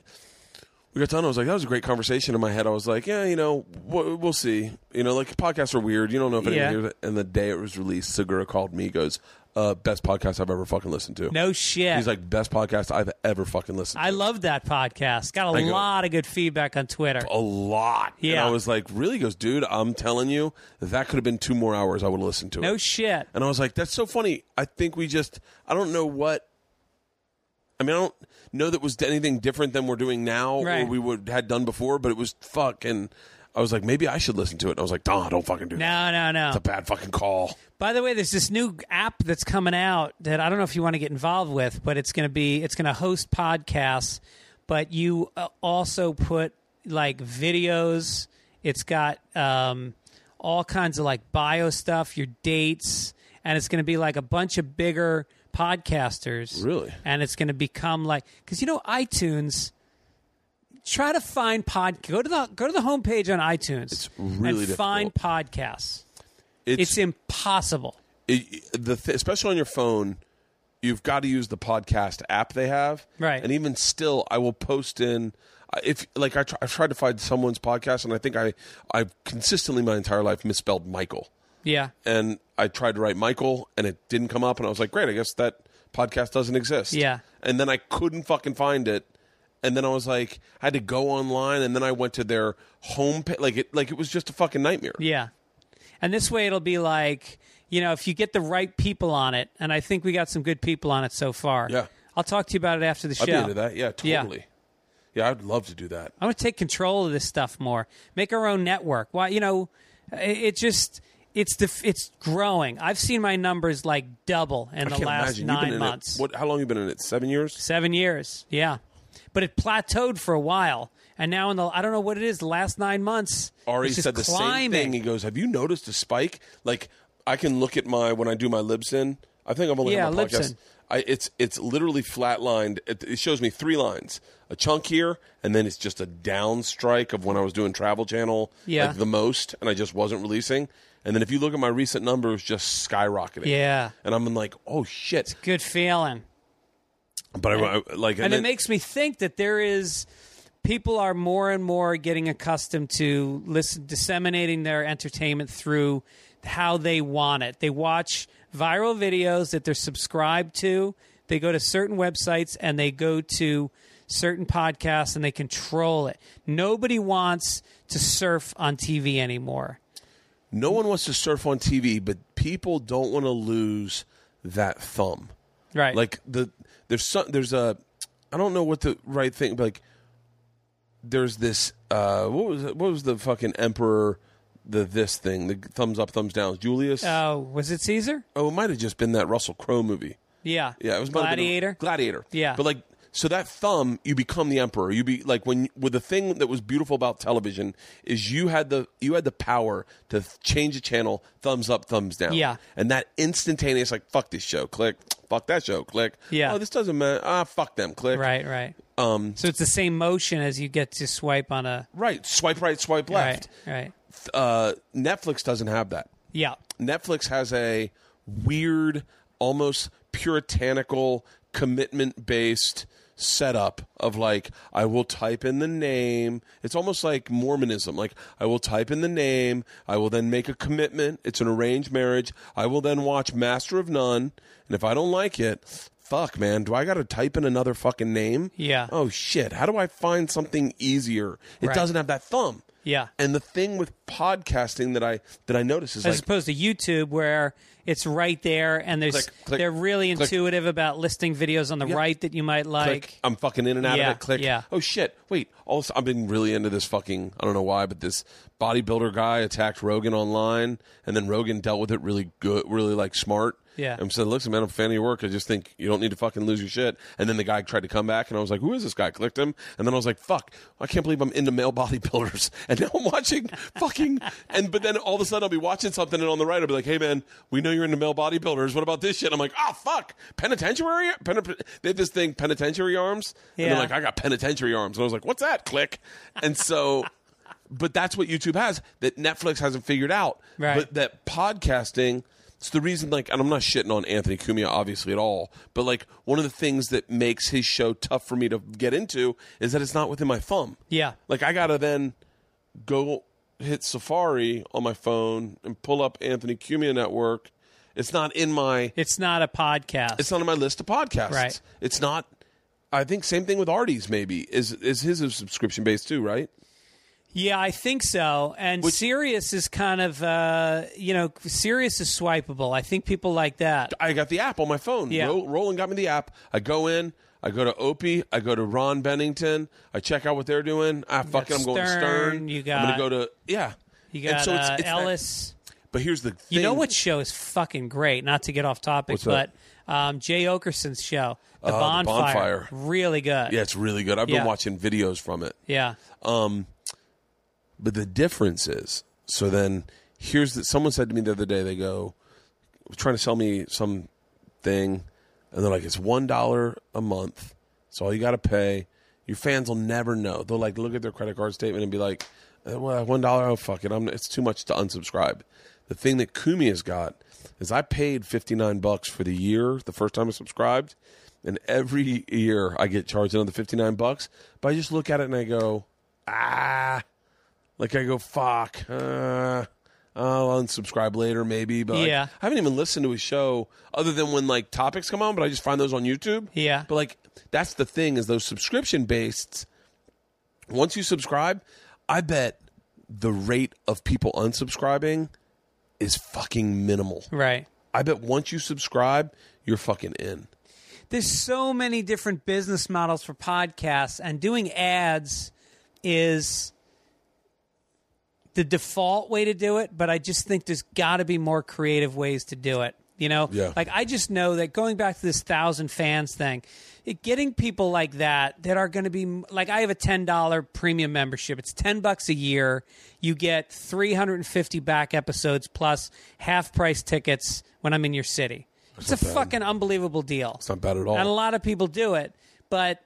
Speaker 1: we got done. I was like, that was a great conversation. In my head, I was like, yeah, you know, we'll, we'll see. You know, like podcasts are weird. You don't know if anyone
Speaker 4: Yeah.
Speaker 1: hears it. And the day it was released, Segura called me. He Goes, uh, best podcast I've ever fucking listened to.
Speaker 4: no shit.
Speaker 1: He's like, best podcast I've ever fucking listened.
Speaker 4: I
Speaker 1: to.
Speaker 4: love that podcast. Got a
Speaker 1: I go-
Speaker 4: lot of good feedback on Twitter.
Speaker 1: a lot. And
Speaker 4: Yeah.
Speaker 1: I was like, really? He Goes, dude, I'm telling you, that could have been two more hours. I would have listened to it.
Speaker 4: No shit.
Speaker 1: And I was like, that's so funny. I think we just, I don't know what, I mean, I don't know that was anything different than we're doing now or
Speaker 4: Right.
Speaker 1: we would had done before, but it was fuck. And I was like, maybe I should listen to it. And I was like, nah, don't fucking do that.
Speaker 4: No, no, no.
Speaker 1: It's a bad fucking call.
Speaker 4: By the way, there's this new app that's coming out that I don't know if you want to get involved with, but it's going to be it's going to host podcasts, but you uh, also put like videos. It's got um, all kinds of like bio stuff, your dates, and it's going to be like a bunch of bigger podcasters.
Speaker 1: Really?
Speaker 4: And it's going to become like because you know iTunes. Try to find pod. Go to the go to the homepage on iTunes. It's
Speaker 1: really
Speaker 4: and find podcasts. It's impossible.
Speaker 1: it, the th- especially on your phone, you've got to use the podcast app they have,
Speaker 4: Right.
Speaker 1: And even still, I will post in I- if like I tr- I've tried to find someone's podcast, and I think I I've consistently my entire life misspelled Michael,
Speaker 4: Yeah.
Speaker 1: and I tried to write Michael, and it didn't come up, and I was like, great, I guess that podcast doesn't exist,
Speaker 4: Yeah.
Speaker 1: And then I couldn't fucking find it. And then I was like, I had to go online, and then I went to their home, pa- like it, like it was just a fucking nightmare.
Speaker 4: Yeah. And this way it'll be like, you know, if you get the right people on it, and I think we got some good people on it so far.
Speaker 1: Yeah.
Speaker 4: I'll talk to you about it after the show.
Speaker 1: I'd be into that, yeah,
Speaker 4: Yeah.
Speaker 1: totally. yeah, I'd love to do that.
Speaker 4: I'm going to take control of this stuff more. Make our own network. Why, you know, it, it just it's the it's growing. I've seen my numbers like double in the last
Speaker 1: You've been
Speaker 4: 9
Speaker 1: in it-
Speaker 4: months.
Speaker 1: what? How long you been in it? Seven years.
Speaker 4: Seven years. Yeah. but it plateaued for a while, and now in the I don't know what it is, the last nine months,
Speaker 1: Ari
Speaker 4: it's just
Speaker 1: said the
Speaker 4: climbing.
Speaker 1: same thing. He goes, "Have you noticed a spike? Like I can look at my when I do my Libsyn. I think I'm only
Speaker 4: Yeah,
Speaker 1: on my
Speaker 4: Libsyn.
Speaker 1: podcast. I, it's it's literally flatlined. It, it shows me three lines, a chunk here, and then it's just a down strike of when I was doing Travel Channel,
Speaker 4: Yeah.
Speaker 1: like the most, and I just wasn't releasing. And then if you look at my recent numbers, just skyrocketing.
Speaker 4: Yeah.
Speaker 1: and I'm like, oh shit.
Speaker 4: Good feeling.
Speaker 1: But I, I- like,
Speaker 4: and, it
Speaker 1: then-
Speaker 4: makes me think that there is people are more and more getting accustomed to listen disseminating their entertainment through how they want it. They watch viral videos that they're subscribed to. They go to certain websites and they go to certain podcasts and they control it. Nobody wants to surf on TV anymore.
Speaker 1: no one wants to surf on TV, but people don't want to lose that thumb.
Speaker 4: Right.
Speaker 1: Like the there's some there's a I don't know what the right thing but like there's this uh what was it, what was the fucking emperor the this thing the thumbs up thumbs downs Julius
Speaker 4: Oh, was it Caesar?
Speaker 1: oh it might have just been that Russell Crowe movie
Speaker 4: Yeah.
Speaker 1: yeah it was might have been a-
Speaker 4: Gladiator.
Speaker 1: Gladiator
Speaker 4: Yeah.
Speaker 1: but like so that thumb you become the emperor you be like when with the thing that was beautiful about television is you had the you had the power to th- change the channel thumbs up thumbs down
Speaker 4: Yeah.
Speaker 1: and that instantaneous like fuck this show click fuck that show click
Speaker 4: Yeah.
Speaker 1: oh this doesn't matter ah fuck them click
Speaker 4: Right, right.
Speaker 1: um,
Speaker 4: So it's the same motion as you get to swipe on a
Speaker 1: right. Swipe right, swipe left.
Speaker 4: Right, right.
Speaker 1: Uh, Netflix doesn't have that.
Speaker 4: Yeah.
Speaker 1: Netflix has a weird, almost puritanical, commitment based setup of like, I will type in the name. It's almost like Mormonism. Like, I will type in the name. I will then make a commitment. It's an arranged marriage. I will then watch Master of None. And if I don't like it, fuck, man, do I got to type in another fucking name?
Speaker 4: Yeah.
Speaker 1: Oh, shit. How do I find something easier? It
Speaker 4: Right.
Speaker 1: doesn't have that thumb.
Speaker 4: Yeah.
Speaker 1: And the thing with podcasting that I that I notice is
Speaker 4: As
Speaker 1: like
Speaker 4: opposed to YouTube, where it's right there, and there's
Speaker 1: Click, click,
Speaker 4: they're really
Speaker 1: click.
Speaker 4: intuitive about listing videos on the right that you might like.
Speaker 1: click. I'm fucking in and out
Speaker 4: Yeah,
Speaker 1: of it. Click.
Speaker 4: yeah.
Speaker 1: Oh shit. Wait. Also, I've been really into this fucking. I don't know why, but this bodybuilder guy attacked Rogan online, and then Rogan dealt with it really good, really like smart.
Speaker 4: Yeah.
Speaker 1: And said, "Listen, man, I'm a fan of your work. I just think you don't need to fucking lose your shit." And then the guy tried to come back, and I was like, "Who is this guy?" Clicked him, and then I was like, "Fuck! I can't believe I'm into male bodybuilders." And now I'm watching fucking. And but then all of a sudden I'll be watching something, and on the right I'll be like, "Hey, man, we know you're into male bodybuilders. What about this shit?" I'm like, "Ah, fuck! Penitentiary? Penit- they have this thing, penitentiary arms." And
Speaker 4: Yeah.
Speaker 1: they're like, "I got penitentiary arms," and I was like, "What's that?" Click. And so. But that's what YouTube has that Netflix hasn't figured out.
Speaker 4: Right.
Speaker 1: But that podcasting it's the reason like and i'm not shitting on anthony cumia obviously at all but like one of the things that makes his show tough for me to get into is that it's not within my thumb
Speaker 4: Yeah.
Speaker 1: like i gotta then go hit safari on my phone and pull up anthony cumia network it's not in my
Speaker 4: It's not a podcast.
Speaker 1: it's not on my list of podcasts
Speaker 4: Right.
Speaker 1: it's not i think same thing with artie's maybe is is his a subscription based too right
Speaker 4: yeah, I think so. And Sirius is kind of uh, you know Sirius is swipeable. I think people like that.
Speaker 1: I got the app on my phone.
Speaker 4: Yeah.
Speaker 1: Ro- Roland got me the app. I go in. I go to Opie. I go to Ron Bennington. I check out what they're doing. I fucking. I'm going to
Speaker 4: Stern,
Speaker 1: Stern.
Speaker 4: you
Speaker 1: I'm
Speaker 4: got-
Speaker 1: going to go to yeah.
Speaker 4: You
Speaker 1: And
Speaker 4: got
Speaker 1: so it's-
Speaker 4: uh,
Speaker 1: it's that-
Speaker 4: Ellis.
Speaker 1: but here's the thing.
Speaker 4: You know what show is fucking great? Not to get off topic,
Speaker 1: What's
Speaker 4: but
Speaker 1: that? Uh,
Speaker 4: um, Jay Okerson's show, The,
Speaker 1: The
Speaker 4: bonfire,
Speaker 1: Bonfire.
Speaker 4: really good.
Speaker 1: Yeah, it's really good. I've
Speaker 4: Yeah.
Speaker 1: been watching videos from it.
Speaker 4: yeah,
Speaker 1: Um, but the difference is so then here's that someone said to me the other day, they go, trying to sell me some thing, and they're like, it's $1 a month. It's all you got to pay. Your fans will never know. They'll like look at their credit card statement and be like, "Eh, well, $1, oh, fuck it. I'm, it's too much to unsubscribe. The thing that Kumi has got is I paid 59 bucks for the year the first time I subscribed, and every year I get charged another 59 bucks, but I just look at it and I go, ah, like I go, fuck, uh, I'll unsubscribe later, maybe. But like,
Speaker 4: Yeah.
Speaker 1: I haven't even listened to his show other than when like topics come on. But I just find those on YouTube.
Speaker 4: Yeah.
Speaker 1: But like that's the thing is those subscription based. Once you subscribe, I bet the rate of people unsubscribing is fucking minimal.
Speaker 4: right.
Speaker 1: I bet once you subscribe, you're fucking in.
Speaker 4: there's so many different business models for podcasts and doing ads is the default way to do it but i just think there's got to be more creative ways to do it You know,
Speaker 1: Yeah.
Speaker 4: like I just know that going back to this thousand fans thing, it, getting people like that that are going to be like I have a ten dollar premium membership. It's ten bucks a year. You get three hundred and fifty back episodes plus half price tickets when I'm in your city. it's a fucking unbelievable deal. It's
Speaker 1: not bad at all.
Speaker 4: And a lot of people do it, but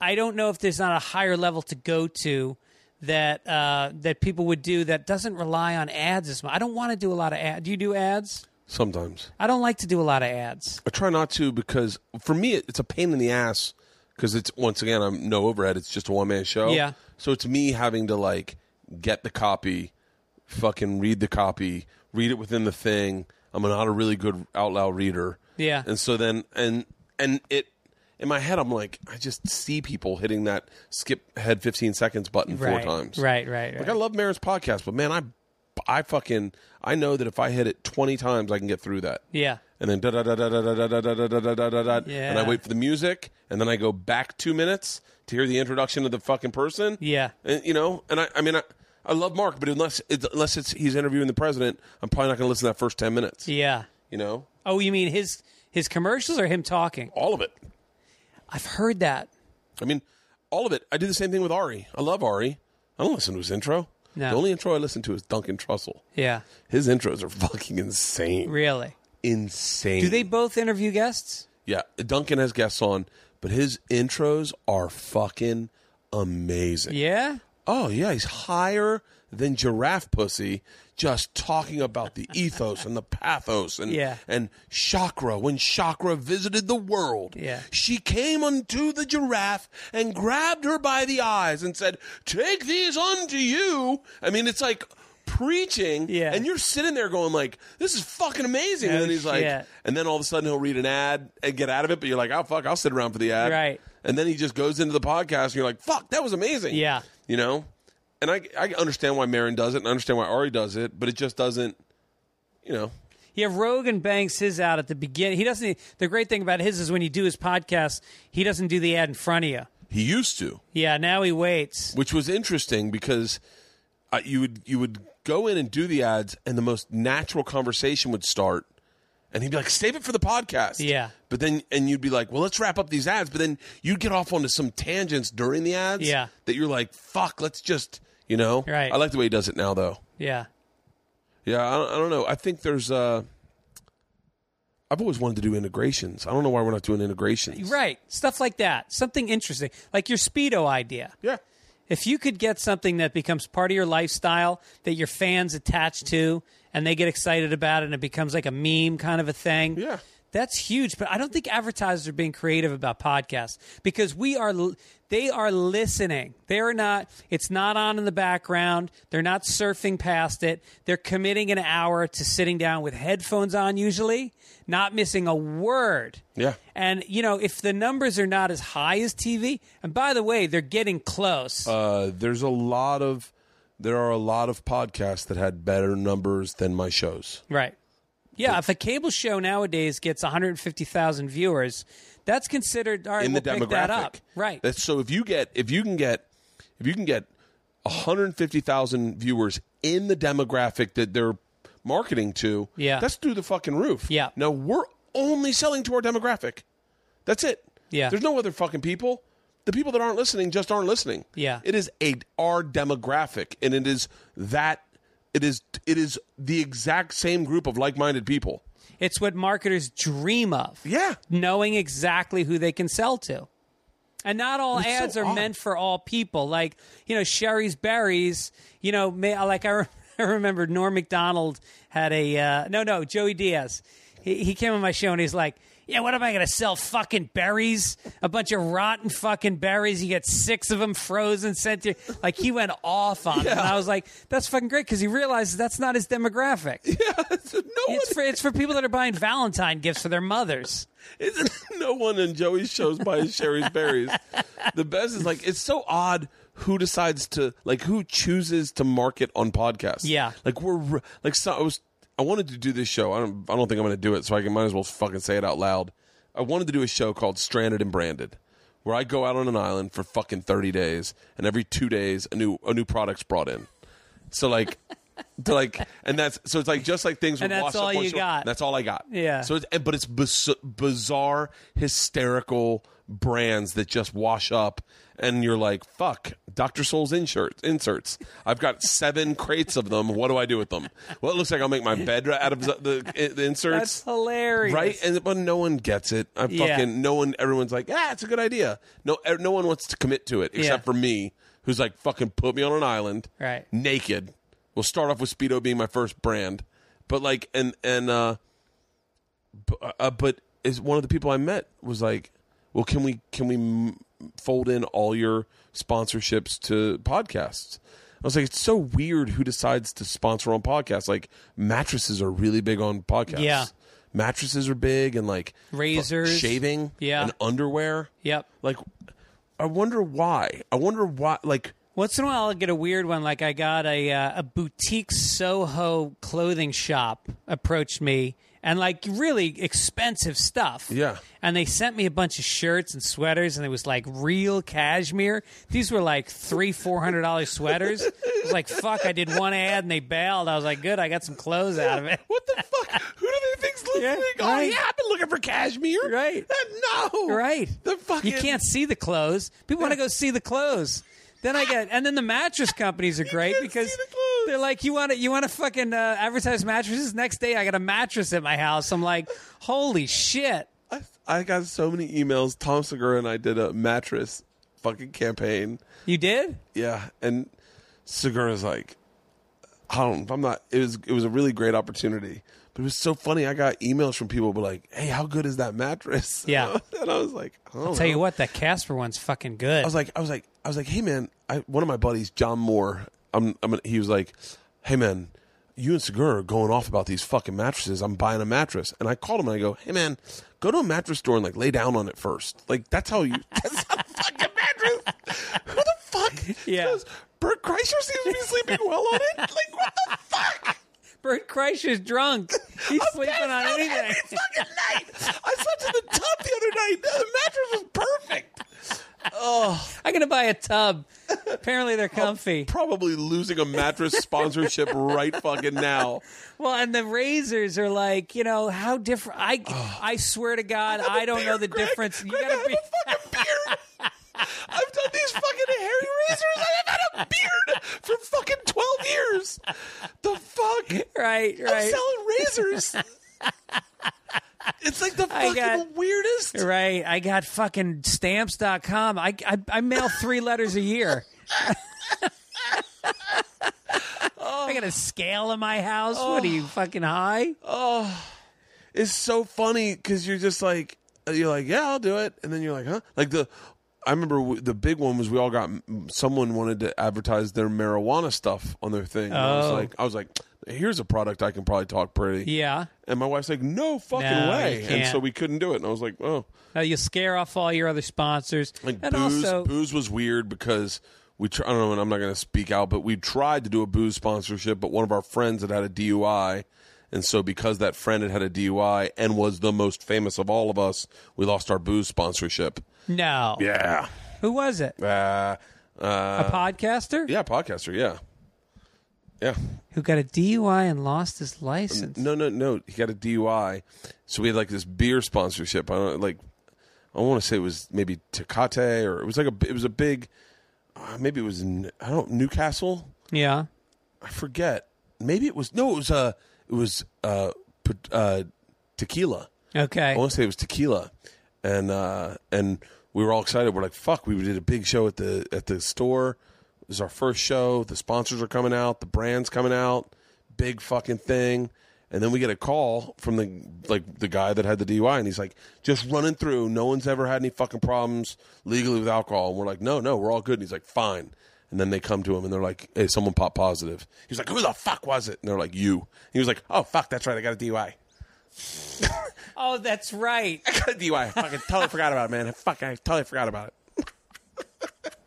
Speaker 4: I don't know if there's not a higher level to go to that uh, that people would do that doesn't rely on ads as much. I don't want to do a lot of ads. Do you do ads?
Speaker 1: Sometimes
Speaker 4: I don't like to do a lot of ads.
Speaker 1: I try not to because for me it- it's a pain in the ass because it's once again I'm no overhead. It's just a one man show.
Speaker 4: Yeah.
Speaker 1: So it's me having to like get the copy, fucking read the copy, read it within the thing. I'm not a really good out loud reader.
Speaker 4: Yeah.
Speaker 1: And so then and and it in my head I'm like I just see people hitting that skip ahead 15 seconds button
Speaker 4: right.
Speaker 1: four times.
Speaker 4: Right, right, right.
Speaker 1: Like I love Marin's podcast, but man, I I fucking I know that if I hit it 20 times I can get through that
Speaker 4: yeah.
Speaker 1: and then da da da da da da da da da da da da da da da
Speaker 4: Yeah.
Speaker 1: and I wait for the music and then I go back two minutes to hear the introduction of the fucking person.
Speaker 4: Yeah.
Speaker 1: And you know, and I I mean I I love Mark, but unless it, unless it's he's interviewing the president, I'm probably not gonna listen to that first ten minutes.
Speaker 4: Yeah.
Speaker 1: You know?
Speaker 4: Oh, you mean his his commercials or him talking?
Speaker 1: All of it.
Speaker 4: I've heard that.
Speaker 1: I mean, all of it. I do the same thing with Ari. I love Ari. I don't listen to his intro.
Speaker 4: No.
Speaker 1: The only intro I listen to is Duncan Trussell.
Speaker 4: Yeah.
Speaker 1: His intros are fucking insane.
Speaker 4: Really?
Speaker 1: Insane.
Speaker 4: Do they both interview guests?
Speaker 1: Yeah, Duncan has guests on, but his intros are fucking amazing.
Speaker 4: Yeah.
Speaker 1: Oh yeah, he's higher than giraffe pussy, just talking about the ethos and the pathos and
Speaker 4: Yeah.
Speaker 1: and chakra. When chakra visited the world,
Speaker 4: Yeah.
Speaker 1: she came unto the giraffe and grabbed her by the eyes and said, "Take these unto you." I mean, it's like preaching,
Speaker 4: Yeah.
Speaker 1: and you're sitting there going like, "This is fucking amazing."
Speaker 4: Oh,
Speaker 1: and then he's
Speaker 4: shit.
Speaker 1: like, and then all of a sudden he'll read an ad and get out of it, but you're like, "Oh fuck, I'll sit around for the ad."
Speaker 4: Right.
Speaker 1: And then he just goes into the podcast, and you're like, "Fuck, that was amazing."
Speaker 4: Yeah.
Speaker 1: You know? And I, I understand why Marin does it and I understand why Ari does it, but it just doesn't, you know.
Speaker 4: Yeah, Rogan bangs his out at the beginning. He doesn't. The great thing about his is when you do his podcast, he doesn't do the ad in front of you.
Speaker 1: He used to,
Speaker 4: Yeah, now he waits.
Speaker 1: which was interesting because uh, you would you would go in and do the ads, and the most natural conversation would start, and he'd be like, "Save it for the podcast."
Speaker 4: Yeah.
Speaker 1: But then, and you'd be like, "Well, let's wrap up these ads," but then you'd get off onto some tangents during the ads.
Speaker 4: Yeah.
Speaker 1: That you're like, "Fuck, let's just," you know.
Speaker 4: Right.
Speaker 1: I like the way he does it now, though.
Speaker 4: Yeah.
Speaker 1: Yeah, I don't, I don't know. I think there's. Uh, I've always wanted to do integrations. I don't know why we're not doing integrations.
Speaker 4: Right. Stuff like that. Something interesting. Like your Speedo idea.
Speaker 1: Yeah.
Speaker 4: If you could get something that becomes part of your lifestyle that your fans attach to and they get excited about it and it becomes like a meme kind of a thing.
Speaker 1: Yeah.
Speaker 4: That's huge, but I don't think advertisers are being creative about podcasts because we are l- they are listening. They're not it's not on in the background. They're not surfing past it. They're committing an hour to sitting down with headphones on usually, not missing a word.
Speaker 1: Yeah.
Speaker 4: And you know, if the numbers are not as high as TV, and by the way, they're getting close.
Speaker 1: Uh, there's a lot of there are a lot of podcasts that had better numbers than my shows.
Speaker 4: Right. Yeah, if a cable show nowadays gets 150,000 viewers, that's considered all right,
Speaker 1: in
Speaker 4: we'll
Speaker 1: the demographic.
Speaker 4: pick that up. Right.
Speaker 1: That's so if you get if you can get if you can get 150,000 viewers in the demographic that they're marketing to,
Speaker 4: Yeah.
Speaker 1: that's through the fucking roof.
Speaker 4: Yeah.
Speaker 1: Now we're only selling to our demographic. That's it.
Speaker 4: Yeah.
Speaker 1: There's no other fucking people. The people that aren't listening just aren't listening.
Speaker 4: Yeah.
Speaker 1: It is a our demographic and it is that it is it is the exact same group of like-minded people.
Speaker 4: it's what marketers dream of.
Speaker 1: Yeah.
Speaker 4: Knowing exactly who they can sell to. And not all
Speaker 1: It's so
Speaker 4: ads are
Speaker 1: odd.
Speaker 4: meant for all people. Like, you know, Sherry's Berries, you know, may, like I, re- I remember Norm MacDonald had a, uh, no, no, Joey Diaz. He, he came on my show and he's like, yeah, what am I going to sell? Fucking berries? A bunch of rotten fucking berries. You get six of them frozen, sent to you. Like, he went off on it. And I was like, that's fucking great because he realizes that's not his demographic.
Speaker 1: no one
Speaker 4: It's for, it's for people that are buying Valentine gifts for their mothers.
Speaker 1: Isn't no one in Joey's shows buys Sherry's berries? The best is like it's so odd who decides to like who chooses to market on podcasts.
Speaker 4: Yeah.
Speaker 1: like we're like so I was I wanted to do this show. I don't I don't think I'm going to do it, so I can might as well fucking say it out loud. I wanted to do a show called Stranded and Branded, where I go out on an island for fucking thirty days, and every two days a new a new product's brought in. So like to like, and that's so it's like just like things.
Speaker 4: And
Speaker 1: with
Speaker 4: that's
Speaker 1: Wash Up,
Speaker 4: all
Speaker 1: Boys
Speaker 4: you
Speaker 1: Show,
Speaker 4: got.
Speaker 1: That's all I got.
Speaker 4: Yeah.
Speaker 1: So, it's, and- but it's biz- bizarre, hysterical brands that just wash up, and you're like, fuck, Dr. Soul's inserts. Inserts. I've got seven crates of them. What do I do with them? Well, it looks like I'll make my bed out of the, the
Speaker 4: That's
Speaker 1: inserts.
Speaker 4: hilarious.
Speaker 1: Right, and but no one gets it. I fucking
Speaker 4: Yeah.
Speaker 1: no one. Everyone's like, ah, it's a good idea. No, e- no one wants to commit to it except
Speaker 4: Yeah.
Speaker 1: for me, who's like, fucking put me on an island,
Speaker 4: Right.
Speaker 1: Naked. We'll start off with Speedo being my first brand, but like, and and uh, b- uh but is one of the people I met was like, well, can we can we m- fold in all your sponsorships to podcasts? I was like, it's so weird who decides to sponsor on podcasts. Like mattresses are really big on podcasts
Speaker 4: Yeah.
Speaker 1: mattresses are big and like fu-
Speaker 4: Razors.
Speaker 1: shaving,
Speaker 4: Yeah.
Speaker 1: and underwear.
Speaker 4: Yep.
Speaker 1: Like, I wonder why. I wonder why. Like,
Speaker 4: Once in a while, I'll get a weird one. Like I got a uh, a boutique Soho clothing shop approached me, and like really expensive stuff.
Speaker 1: Yeah.
Speaker 4: And they sent me a bunch of shirts and sweaters, and it was like real cashmere. These were like three four hundred dollars sweaters. I was like, fuck! I did one ad and they bailed. I was like, good, I got some clothes out of it.
Speaker 1: what the fuck? Who do they think's listening?
Speaker 4: Yeah,
Speaker 1: oh
Speaker 4: right.
Speaker 1: yeah, I've been looking for cashmere.
Speaker 4: Right.
Speaker 1: Uh, no.
Speaker 4: Right.
Speaker 1: The fucking.
Speaker 4: You can't see the clothes. People want to go see the clothes. Then I get, and then the mattress companies are great
Speaker 1: can't
Speaker 4: because
Speaker 1: see the clothes.
Speaker 4: they're like, you want to, you want to fucking uh, advertise mattresses. Next day, I got a mattress at my house. I'm like, holy shit!
Speaker 1: I, I got so many emails. Tom Segura and I did a mattress fucking campaign.
Speaker 4: You did?
Speaker 1: Yeah, and Segura's like, I don't. I'm not. It was it was a really great opportunity, but it was so funny. I got emails from people, but like, hey, how good is that mattress?
Speaker 4: Yeah.
Speaker 1: and I was like, I
Speaker 4: I'll tell you what, that Casper one's fucking good.
Speaker 1: I was like, I was like, I was like, hey man, I, one of my buddies, John Moore, I'm, I'm, gonna- he was like, hey man, you and Segura are going off about these fucking mattresses. I'm buying a mattress, and I called him and I go, hey man, go to a mattress store and like lay down on it first. Like that's how you. That's a fucking mattress. Who the fuck?
Speaker 4: Yeah.
Speaker 1: Goes, Bert Kreischer seems to be sleeping well on it. Like what the fuck?
Speaker 4: Bert Kreischer's drunk. He's sleeping
Speaker 1: Passed
Speaker 4: on
Speaker 1: out
Speaker 4: anything.
Speaker 1: Every fucking night. I slept in the tub the other night. The mattress was perfect.
Speaker 4: I'm gonna buy a tub. Apparently,
Speaker 1: Oh,
Speaker 4: they're comfy.
Speaker 1: probably losing a mattress sponsorship right fucking now.
Speaker 4: Well, and the razors are like, you know, how different. I,
Speaker 1: Oh.
Speaker 4: I swear to God, I don't know the difference. You
Speaker 1: Greg, I
Speaker 4: gotta
Speaker 1: have
Speaker 4: be.
Speaker 1: a fucking beard. I've done these fucking hairy razors. I've had a beard for fucking twelve years. The fuck?
Speaker 4: Right,
Speaker 1: I'm
Speaker 4: right.
Speaker 1: selling razors. It's like the
Speaker 4: I
Speaker 1: fucking
Speaker 4: got-
Speaker 1: weirdest.
Speaker 4: Right. I got fucking stamps.com. I, I, I mail three letters a year. I got a scale in my house. What are you
Speaker 1: Oh.
Speaker 4: fucking high?
Speaker 1: It's so funny because you're just like you're like yeah I'll do it, and then you're like huh like the. I remember w- the big one was we all got someone wanted to advertise their marijuana stuff on their thing. And I was
Speaker 4: Oh.
Speaker 1: like, I was like, here's a product I can probably talk pretty.
Speaker 4: Yeah.
Speaker 1: And my wife's like, no fucking
Speaker 4: No,
Speaker 1: way.
Speaker 4: you
Speaker 1: And so
Speaker 4: can't.
Speaker 1: we couldn't do it. And I was like, oh,
Speaker 4: Now you scare off all your other sponsors.
Speaker 1: like
Speaker 4: and
Speaker 1: booze.
Speaker 4: also,
Speaker 1: booze was weird because we. Tr- I don't know, and I'm not going to speak out, but we tried to do a booze sponsorship, but one of our friends had had a DUI, and so because that friend had had a DUI and was the most famous of all of us, we lost our booze sponsorship.
Speaker 4: no.
Speaker 1: Yeah.
Speaker 4: Who was it?
Speaker 1: Uh,
Speaker 4: A
Speaker 1: uh,
Speaker 4: podcaster?
Speaker 1: yeah, podcaster. Yeah. Yeah.
Speaker 4: Who got a DUI and lost his license?
Speaker 1: No, no, no. He got a DUI, so we had like this beer sponsorship. I don't like. I want to say it was maybe Tecate or it was like a. It was a big. Uh, maybe it was in, I don't Newcastle.
Speaker 4: Yeah.
Speaker 1: I forget. Maybe it was no. It was uh It was uh, p- uh tequila.
Speaker 4: Okay.
Speaker 1: I want to say it was tequila, and uh, and we were all excited. We're like, "Fuck!" We did a big show at the at the store. This is our first show. The sponsors are coming out. The brand's coming out. Big fucking thing. And then we get a call from the like the guy that had the DUI, and he's like, "Just running through. No one's ever had any fucking problems legally with alcohol." And we're like, "No, no, we're all good." And he's like, "Fine." And then they come to him and they're like, "Hey, someone popped positive." He's like, "Who the fuck was it?" And they're like, "You." he was like, "Oh fuck, that's right. I got a DUI."
Speaker 4: oh, that's right.
Speaker 1: got a DUI. I fucking totally forgot about it, man. I fucking I totally forgot about it.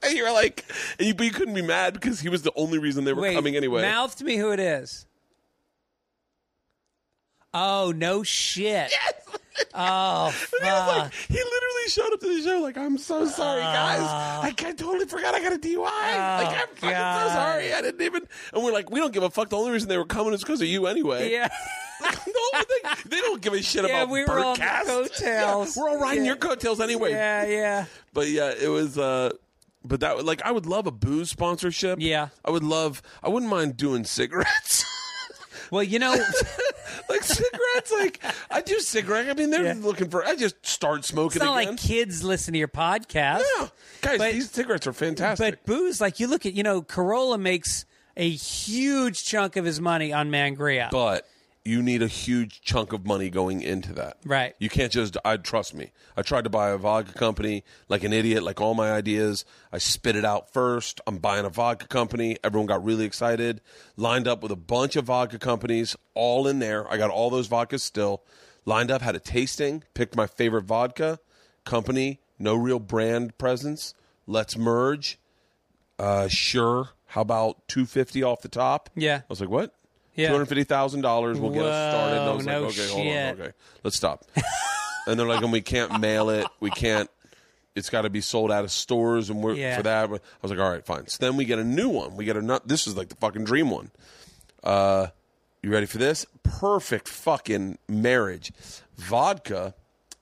Speaker 1: and you were like, and you, but you couldn't be mad because he was the only reason they were
Speaker 4: Wait,
Speaker 1: coming anyway.
Speaker 4: Mouth to me who it is. Oh, no shit.
Speaker 1: And he was like,
Speaker 4: Ah.
Speaker 1: he literally showed up to the show like, I'm so sorry, guys. I can't, totally forgot I got a DUI. like, I'm fucking so
Speaker 4: Ah. God.
Speaker 1: sorry. I didn't even. And we're like, we don't give a fuck. The only reason they were coming is because of you anyway.
Speaker 4: Yeah.
Speaker 1: Like, the whole thing- they don't give a shit
Speaker 4: Yeah,
Speaker 1: about
Speaker 4: we were
Speaker 1: Bert
Speaker 4: on the
Speaker 1: Cast.
Speaker 4: coattails.
Speaker 1: Yeah, we're all riding your coattails anyway.
Speaker 4: Yeah, yeah.
Speaker 1: But yeah, it was. uh But that would- like I would love a booze sponsorship.
Speaker 4: Yeah.
Speaker 1: I would love. I wouldn't mind doing cigarettes.
Speaker 4: Well, you know,
Speaker 1: like cigarettes, like I do cigarette. I mean, they're
Speaker 4: Yeah.
Speaker 1: looking for. I just start smoking.
Speaker 4: it's not
Speaker 1: again.
Speaker 4: like kids listen to your podcast.
Speaker 1: Yeah, guys,
Speaker 4: But-
Speaker 1: these cigarettes are fantastic.
Speaker 4: But booze, like you look at, you know, Corolla makes a huge chunk of his money on Mangria.
Speaker 1: But you need a huge chunk of money going into that.
Speaker 4: Right.
Speaker 1: You can't just I trust me. I tried to buy a vodka company like an idiot, like all my ideas. I spit it out first. I'm buying a vodka company. Everyone got really excited. Lined up with a bunch of vodka companies all in there. I got all those vodkas still. Lined up, had a tasting, picked my favorite vodka company, no real brand presence. Let's merge. Uh sure. How about 250 off the top?
Speaker 4: Yeah.
Speaker 1: I was like, "What?"
Speaker 4: Yeah.
Speaker 1: Two hundred fifty thousand dollars will get us started. And I
Speaker 4: Whoa,
Speaker 1: was
Speaker 4: no
Speaker 1: like, okay, hold
Speaker 4: shit.
Speaker 1: on, okay, let's stop. and they're like, and we can't mail it. We can't. It's got to be sold out of stores, and we're
Speaker 4: Yeah.
Speaker 1: for that. I was like, all right, fine. So then we get a new one. We get a nut. This is like the fucking dream one. Uh, you ready for this? Perfect fucking marriage. Vodka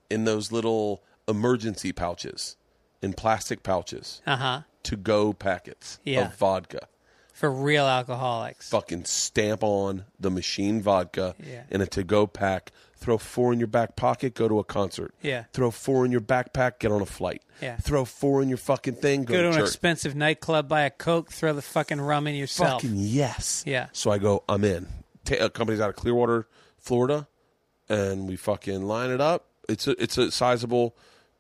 Speaker 1: in those little emergency pouches, in plastic pouches,
Speaker 4: Uh huh.
Speaker 1: to go packets
Speaker 4: Yeah.
Speaker 1: of vodka
Speaker 4: For real alcoholics.
Speaker 1: fucking stamp on the machine vodka
Speaker 4: Yeah.
Speaker 1: in a to go pack. Throw four in your back pocket, go to a concert.
Speaker 4: Yeah.
Speaker 1: Throw four in your backpack, get on a flight.
Speaker 4: Yeah.
Speaker 1: Throw four in your fucking thing, go,
Speaker 4: Go to an
Speaker 1: church.
Speaker 4: expensive nightclub, buy a Coke, throw the fucking rum in yourself.
Speaker 1: fucking yes.
Speaker 4: Yeah.
Speaker 1: So I go, I'm in. Ta- a company's out of Clearwater, Florida, and we fucking line it up. It's a it's a sizable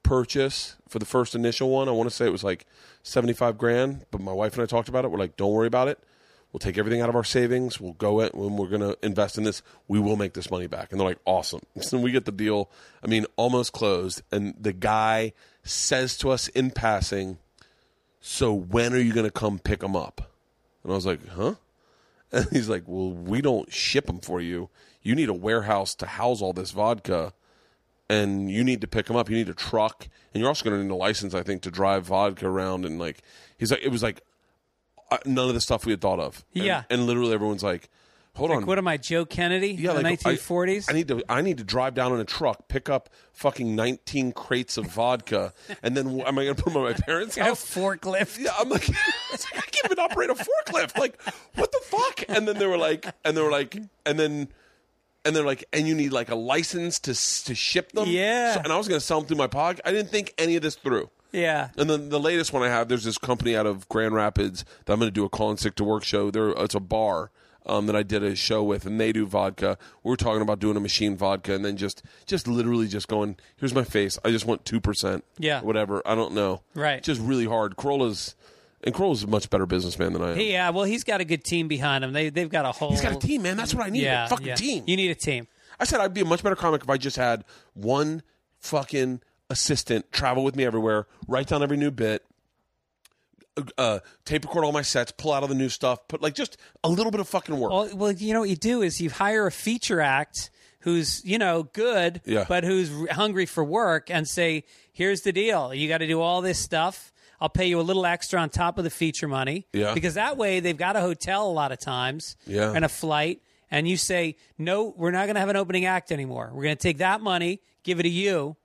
Speaker 1: purchase for the first initial one. I want to say it was like seventy five grand, but my wife and I talked about it. We're like, don't worry about it. We'll take everything out of our savings. We'll go in when we're gonna invest in this. We will make this money back. And they're like, awesome. So we get the deal. I mean, almost closed. And the guy says to us in passing, "So when are you gonna come pick them up?" And I was like, huh? And he's like, well, we don't ship them for you. You need a warehouse to house all this vodka, and you need to pick them up. You need a truck, and you're also going to need a license, I think, to drive vodka around. And like, he's like, it was like uh, none of the stuff we had thought of. And-
Speaker 4: Yeah.
Speaker 1: And, literally, everyone's like, hold on.
Speaker 4: Like, what am I, Joe Kennedy?
Speaker 1: yeah,
Speaker 4: the
Speaker 1: like I-
Speaker 4: 1940s?
Speaker 1: I, need to. I need to drive down in a truck, pick up fucking nineteen crates of vodka, and then wh- am I going to put them at my parents'
Speaker 4: a
Speaker 1: house?
Speaker 4: forklift.
Speaker 1: Yeah, I'm like, it's like, I can't even operate a forklift. Like, what the fuck? And then they were like, and they were like, and then, and they're like, and you need like a license to s- to ship them.
Speaker 4: Yeah.
Speaker 1: So- and I was gonna sell them through my pod. I didn't think any of this through.
Speaker 4: Yeah.
Speaker 1: And then the latest one I have, there's this company out of Grand Rapids that I'm going to do a call and sick to work show. There, it's a bar um, that I did a show with, and they do vodka. We are talking about doing a machine vodka, and then just, just literally just going, here's my face. I just want two percent.
Speaker 4: Yeah.
Speaker 1: whatever. I don't know.
Speaker 4: Right.
Speaker 1: Just really hard. Corolla's and Corolla's a much better businessman than I am.
Speaker 4: Yeah, uh, well, he's got a good team behind him. They, they've got a whole.
Speaker 1: He's got a team, man. That's what I need.
Speaker 4: Yeah,
Speaker 1: a fucking
Speaker 4: yeah.
Speaker 1: team.
Speaker 4: You need a team.
Speaker 1: I said I'd be a much better comic if I just had one fucking assistant travel with me everywhere, write down every new bit, uh, tape record all my sets, pull out all the new stuff, put like just a little bit of fucking work.
Speaker 4: Well, well, you know what you do is you hire a feature act who's you know good,
Speaker 1: Yeah.
Speaker 4: but who's r- hungry for work, and say, "Here's the deal: you got to do all this stuff. I'll pay you a little extra on top of the feature money,
Speaker 1: Yeah.
Speaker 4: because that way they've got a hotel a lot of times,
Speaker 1: Yeah.
Speaker 4: and a flight." And you say, "No, we're not going to have an opening act anymore. We're going to take that money, give it to you."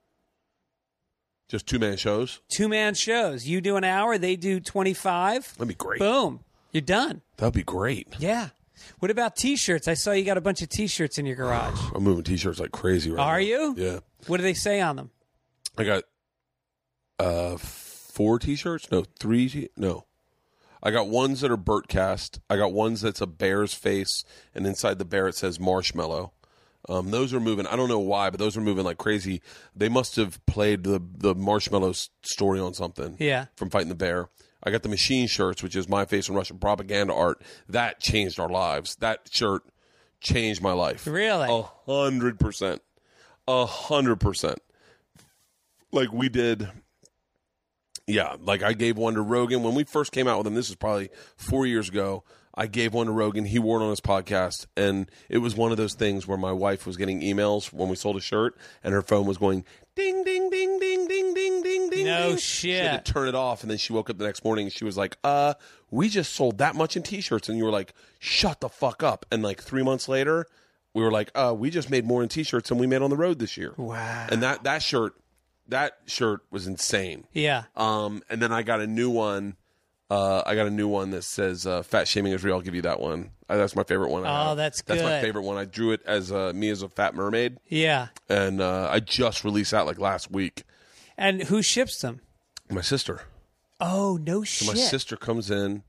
Speaker 1: just two man shows.
Speaker 4: Two man shows. You do an hour, they do twenty five.
Speaker 1: That'd be great.
Speaker 4: Boom, you're done.
Speaker 1: That'd be great.
Speaker 4: Yeah. What about t-shirts? I saw you got a bunch of t-shirts in your garage.
Speaker 1: I'm moving t-shirts like crazy right now.
Speaker 4: Are you?
Speaker 1: Yeah,
Speaker 4: What do they say on them?
Speaker 1: I got uh four t-shirts. No, three. T- no. I got ones that are Burtcast. I got ones that's a bear's face, and inside the bear it says marshmallow. Um, those are moving. I don't know why, but those are moving like crazy. They must have played the the marshmallow s- story on something.
Speaker 4: Yeah.
Speaker 1: From fighting the bear. I got the machine shirts, which is my face in Russian propaganda art. That changed our lives. That shirt changed my life.
Speaker 4: Really?
Speaker 1: A hundred percent. A hundred percent. Like we did. Yeah, like I gave one to Rogan when we first came out with him. This is probably four years ago. I gave one to Rogan. He wore it on his podcast, and it was one of those things where my wife was getting emails when we sold a shirt, and her phone was going ding, ding, ding, ding, ding, ding, ding, ding.
Speaker 4: No
Speaker 1: ding. She had
Speaker 4: shit.
Speaker 1: to turn it off, and then she woke up the next morning and she was like, "Uh, we just sold that much in t-shirts," and you were like, "Shut the fuck up!" And like three months later, we were like, "Uh, we just made more in t-shirts than we made on the road this year." Wow! And that that shirt, that shirt was insane.
Speaker 4: Yeah.
Speaker 1: Um, and then I got a new one. Uh, I got a new one that says uh, "Fat Shaming is Real." I'll give you that one. Uh, that's my favorite one. I
Speaker 4: Oh,
Speaker 1: have.
Speaker 4: that's
Speaker 1: That's my
Speaker 4: good.
Speaker 1: favorite one. I drew it as uh, me as a fat mermaid,
Speaker 4: Yeah.
Speaker 1: and uh, I just released that like last week.
Speaker 4: And who ships them?
Speaker 1: My sister,
Speaker 4: Oh, no shit.
Speaker 1: my sister comes in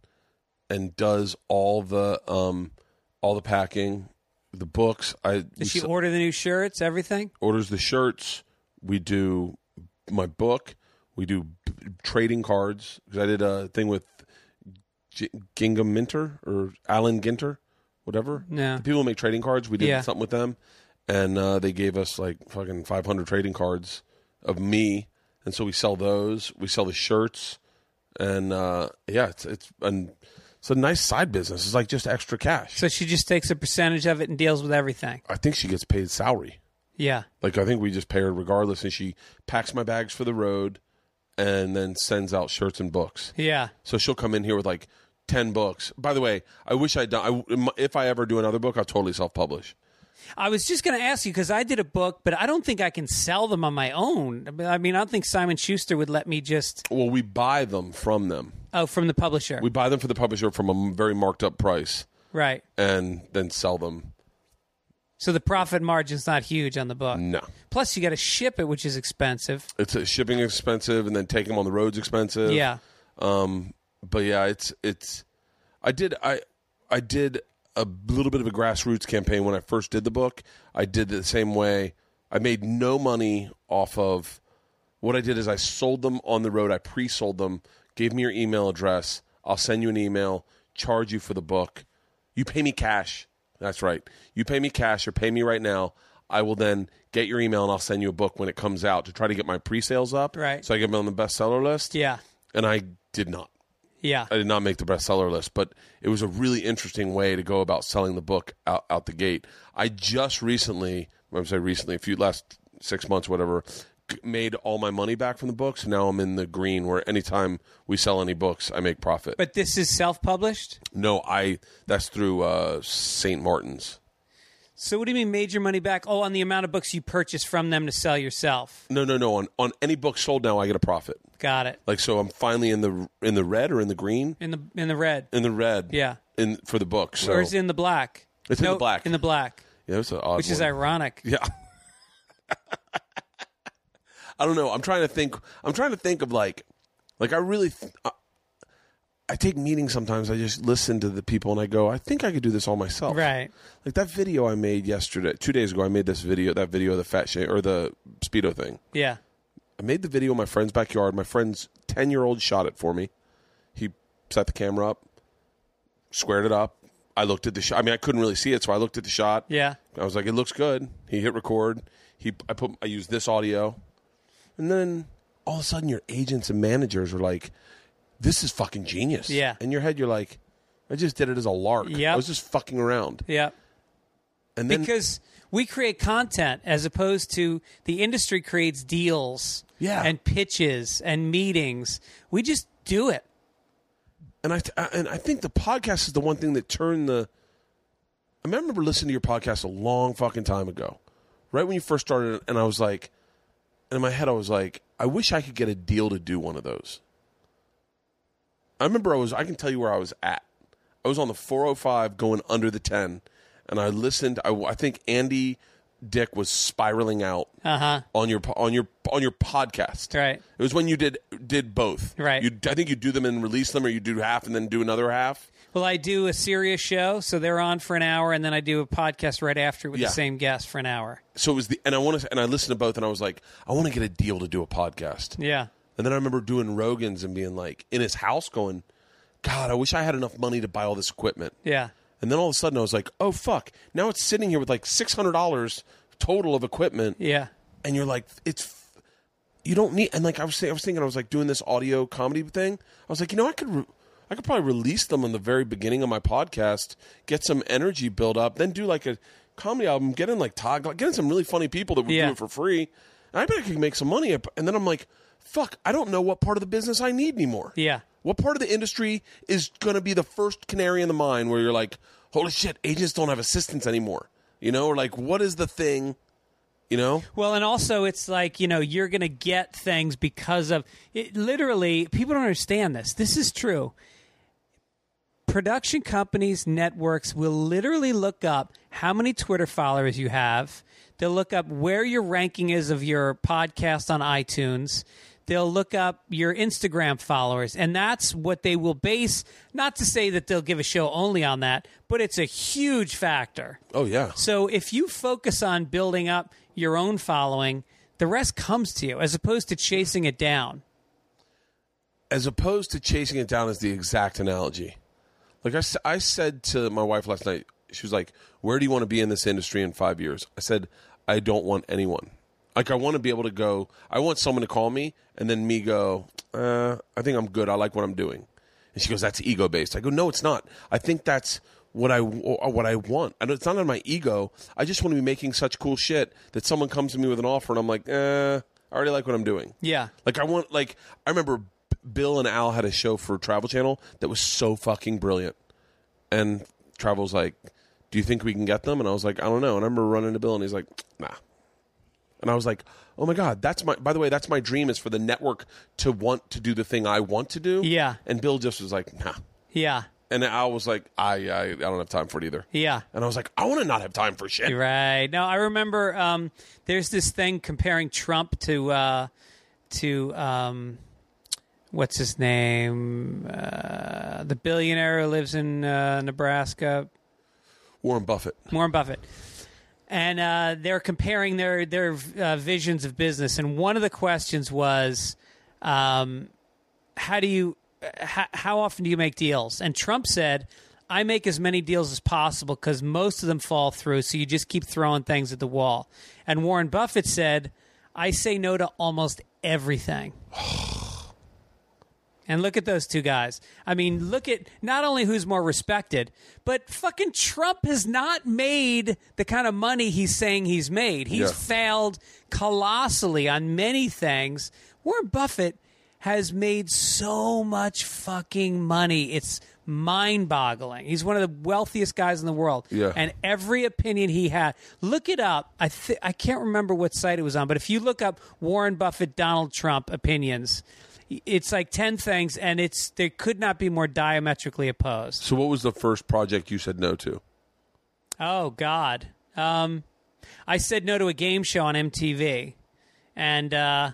Speaker 1: and does all the um, all the packing, the books. I we
Speaker 4: Did she
Speaker 1: s-
Speaker 4: order the new shirts, everything?
Speaker 1: orders the shirts. We do my book. We do b- trading cards because I did a thing with G- Gingham Minter or Alan Ginter, whatever.
Speaker 4: No.
Speaker 1: The people who make trading cards. We did
Speaker 4: Yeah.
Speaker 1: something with them, and uh, they gave us like fucking five hundred trading cards of me, and so we sell those. We sell the shirts, and uh, yeah, it's it's an it's a nice side business. It's like just extra cash.
Speaker 4: So she just takes a percentage of it and deals with everything.
Speaker 1: I think she gets paid salary.
Speaker 4: Yeah.
Speaker 1: Like I think we just pay her regardless, and she packs my bags for the road, and then sends out shirts and books.
Speaker 4: Yeah.
Speaker 1: So she'll come in here with like ten books. By the way, I wish I'd done. I, if I ever do another book, I'll totally self-publish.
Speaker 4: I was just going to ask you because I did a book, but I don't think I can sell them on my own. I mean- I mean, I don't think Simon Schuster would let me just
Speaker 1: Well, we buy them from them.
Speaker 4: oh from the publisher,
Speaker 1: We buy them for the publisher from a very marked up price,
Speaker 4: right?
Speaker 1: and then sell them.
Speaker 4: So the profit margin's not huge on the book.
Speaker 1: No,
Speaker 4: Plus, you got to ship it, which is expensive.
Speaker 1: it's a shipping expensive, and then taking them on the roads expensive.
Speaker 4: Yeah.
Speaker 1: Um, but yeah, it's it's. I did I I did a little bit of a grassroots campaign when I first did the book. I did it the same way. I made no money off of what I did is I sold them on the road. I pre-sold them. Gave me your email address. I'll send you an email. Charge you for the book. You pay me cash. That's right. You pay me cash or pay me right now. I will then get your email and I'll send you a book when it comes out to try to get my pre-sales up.
Speaker 4: Right.
Speaker 1: So I get them on the bestseller list.
Speaker 4: Yeah.
Speaker 1: And I did not.
Speaker 4: Yeah.
Speaker 1: I did not make the bestseller list, but it was a really interesting way to go about selling the book out, out the gate. I just recently, I'm sorry, recently, a few last six months, whatever, g- made all my money back from the book. So now I'm in the green where anytime we sell any books, I make profit.
Speaker 4: But this is self-published.
Speaker 1: no, I that's through uh, St. Martin's.
Speaker 4: So what do you mean major money back? Oh, on the amount of books you purchase from them to sell yourself.
Speaker 1: No, no, no. On on any book sold now, I get a profit.
Speaker 4: Got it.
Speaker 1: Like so, I'm finally in the in the red or in the green
Speaker 4: In the in the red.
Speaker 1: in the red.
Speaker 4: Yeah.
Speaker 1: In for the book. So
Speaker 4: Or is it in the black?
Speaker 1: It's in the black.
Speaker 4: In the black,
Speaker 1: yeah, it's an odd
Speaker 4: which is
Speaker 1: one.
Speaker 4: ironic.
Speaker 1: Yeah. I don't know. I'm trying to think. I'm trying to think of like, like I really, th- I, I take meetings sometimes. I just listen to the people and I go, I think I could do this all myself.
Speaker 4: Right.
Speaker 1: Like that video I made yesterday, two days ago. I made this video, that video of the fat shame or the speedo thing.
Speaker 4: Yeah.
Speaker 1: I made the video in my friend's backyard. My friend's 10 year old shot it for me. He set the camera up, squared it up. I looked at the shot. I mean, I couldn't really see it, so I looked at the shot.
Speaker 4: Yeah.
Speaker 1: I was like, it looks good. He hit record. He, I put, I used this audio, and then all of a sudden, your agents and managers were like, "This is fucking genius."
Speaker 4: Yeah.
Speaker 1: In your head, you're like, "I just did it as a lark.
Speaker 4: Yep.
Speaker 1: I was just fucking around."
Speaker 4: Yeah.
Speaker 1: And then,
Speaker 4: Because we create content as opposed to the industry creates deals
Speaker 1: Yeah.
Speaker 4: and pitches and meetings. We just do it.
Speaker 1: and I, I- and I think the podcast is the one thing that turned the. I remember listening to your podcast a long fucking time ago, right when you first started, and I was like, in my head, I was like, I wish I could get a deal to do one of those. I remember I was. I can tell you where I was at. I was on the 405 going under the 10, and I listened. I, I think Andy Dick was spiraling out
Speaker 4: Uh-huh.
Speaker 1: on your po- on your on your podcast.
Speaker 4: Right.
Speaker 1: It was when you did did both.
Speaker 4: Right.
Speaker 1: You, I think you do them and release them, or you do half and then do another half.
Speaker 4: Well, I do a serious show, so they're on for an hour, and then I do a podcast right after with
Speaker 1: Yeah.
Speaker 4: the same guest for an hour.
Speaker 1: So it was the and I want to and I listened to both, and I was like, I want to get a deal to do a podcast.
Speaker 4: Yeah.
Speaker 1: And then I remember doing Rogan's and being like in his house, going, God, I wish I had enough money to buy all this equipment.
Speaker 4: Yeah.
Speaker 1: And then all of a sudden, I was like, oh, fuck. Now it's sitting here with like $600 total of equipment.
Speaker 4: Yeah.
Speaker 1: And you're like, it's, you don't need, and like I was, saying, I was thinking, I was like doing this audio comedy thing. I was like, you know, I could, re- I could probably release them on the very beginning of my podcast, get some energy build up, then do like a comedy album, get in like Todd, Gla- get in some really funny people that would
Speaker 4: Yeah.
Speaker 1: do it for free. And I bet I could make some money. up- And then I'm like, fuck, I don't know what part of the business I need anymore.
Speaker 4: Yeah.
Speaker 1: What part of the industry is going to be the first canary in the mine where you're like, holy shit, agents don't have assistants anymore? You know, or like, what is the thing? You know?
Speaker 4: Well, and also it's like you know you're going to get things because of it. Literally, people don't understand this. This is true. Production companies, networks will literally look up how many Twitter followers you have. They'll look up where your ranking is of your podcast on iTunes. They'll look up your Instagram followers, and that's what they will base. Not to say that they'll give a show only on that, but it's a huge factor.
Speaker 1: Oh, yeah.
Speaker 4: So if you focus on building up your own following, the rest comes to you as opposed to chasing it down.
Speaker 1: as opposed to chasing it down is the exact analogy. Like I, s- I said to my wife last night, she was like, "Where do you want to be in this industry in five years?" I said, "I don't want anyone. Like I want to be able to go. I want someone to call me and then me go. Uh, I think I'm good. I like what I'm doing." And she goes, "That's ego based." I go, "No, it's not. I think that's." What I w- uh, what I want. I don't, it's not on my ego. I just want to be making such cool shit that someone comes to me with an offer and I'm like, eh, I already like what I'm doing.
Speaker 4: Yeah.
Speaker 1: Like I want like I remember B- Bill and Al had a show for Travel Channel that was so fucking brilliant. And Travel's like, "Do you think we can get them?" And I was like, "I don't know." And I remember running to Bill and he's like, "Nah." And I was like, "Oh my god, that's my by the way, that's my dream is for the network to want to do the thing I want to do."
Speaker 4: Yeah.
Speaker 1: And Bill just was like, "Nah."
Speaker 4: Yeah.
Speaker 1: And Al was like, "I I, I don't have time for it either."
Speaker 4: Yeah.
Speaker 1: And I was like, "I want to not have time for shit."
Speaker 4: Right. No, I remember um, there's this thing comparing Trump to uh, to um, what's his name? Uh, the billionaire who lives in uh, Nebraska.
Speaker 1: Warren Buffett.
Speaker 4: Warren Buffett. And uh, they're comparing their their uh, visions of business, and one of the questions was, um, "How do you? Uh, how, how often do you make deals?" And Trump said, "I make as many deals as possible because most of them fall through. So you just keep throwing things at the wall." And Warren Buffett said, "I say no to almost everything." And look at those two guys. I mean, look at not only who's more respected, but fucking Trump has not made the kind of money he's saying he's made. He's
Speaker 1: Yeah.
Speaker 4: failed colossally on many things. Warren Buffett has made so much fucking money. It's mind boggling. He's one of the wealthiest guys in the world.
Speaker 1: Yeah.
Speaker 4: And every opinion he had, look it up. I, th- I can't remember what site it was on, but if you look up Warren Buffett, Donald Trump opinions, it's like 10 things and it's they could not be more diametrically opposed
Speaker 1: So what was the first project you said no to?
Speaker 4: oh god um, i said no to a game show on mtv and uh,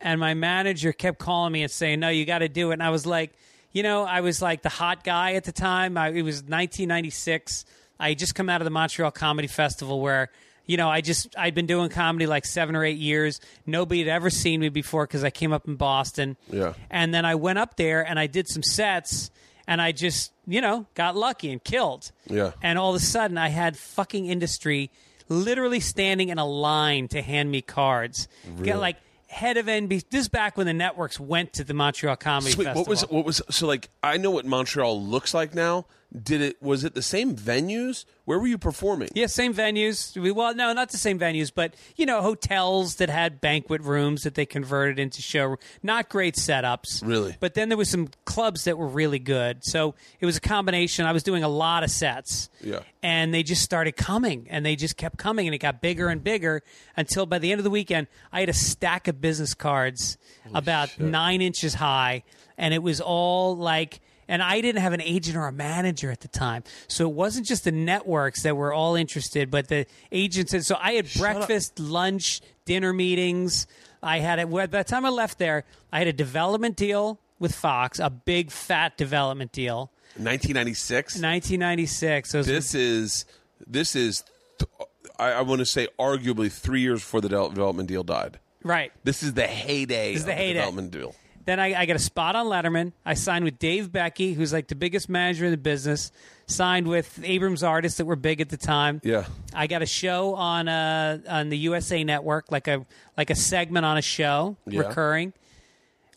Speaker 4: and my manager kept calling me and saying no you got to do it and i was like you know i was like the hot guy at the time I, it was 1996 i had just come out of the montreal comedy festival where you know i just i'd been doing comedy like seven or eight years nobody had ever seen me before because i came up in boston
Speaker 1: Yeah.
Speaker 4: and then I went up there and I did some sets and I just, you know, got lucky and killed.
Speaker 1: Yeah.
Speaker 4: And all of a sudden I had fucking industry literally standing in a line to hand me cards. Get like head of NBC. This is back when the networks went to the Montreal Comedy
Speaker 1: So wait,
Speaker 4: Festival.
Speaker 1: what was what was so like? I know what Montreal looks like now. Did it was it the same venues? Where were you performing?
Speaker 4: Yeah, same venues. We- Well, no, not the same venues, but you know, hotels that had banquet rooms that they converted into show. Not great setups,
Speaker 1: Really?
Speaker 4: But then there was some clubs that were really good. So it was a combination. I was doing a lot of sets,
Speaker 1: Yeah.
Speaker 4: and they just started coming, and they just kept coming, and it got bigger and bigger until by the end of the weekend, I had a stack of business cards about nine inches high, and it was all like and I didn't have an agent or a manager at the time. So it wasn't just the networks that were all interested, but the agents. And so I had breakfast, lunch, dinner meetings. I had it. By the time I left there, I had a development deal with Fox, a big fat development deal.
Speaker 1: 1996.
Speaker 4: 1996. So it was-
Speaker 1: This is this is th- I, I want to say arguably three years before the de- development deal died.
Speaker 4: right.
Speaker 1: This is the heyday.
Speaker 4: is
Speaker 1: of
Speaker 4: the heyday.
Speaker 1: development deal.
Speaker 4: Then I, I got a spot on Letterman. I signed with Dave Becky, who's like the biggest manager in the business. Signed with Abrams artists that were big at the time.
Speaker 1: Yeah.
Speaker 4: I got a show on uh, on the USA Network, like a like a segment on a show
Speaker 1: Yeah.
Speaker 4: recurring.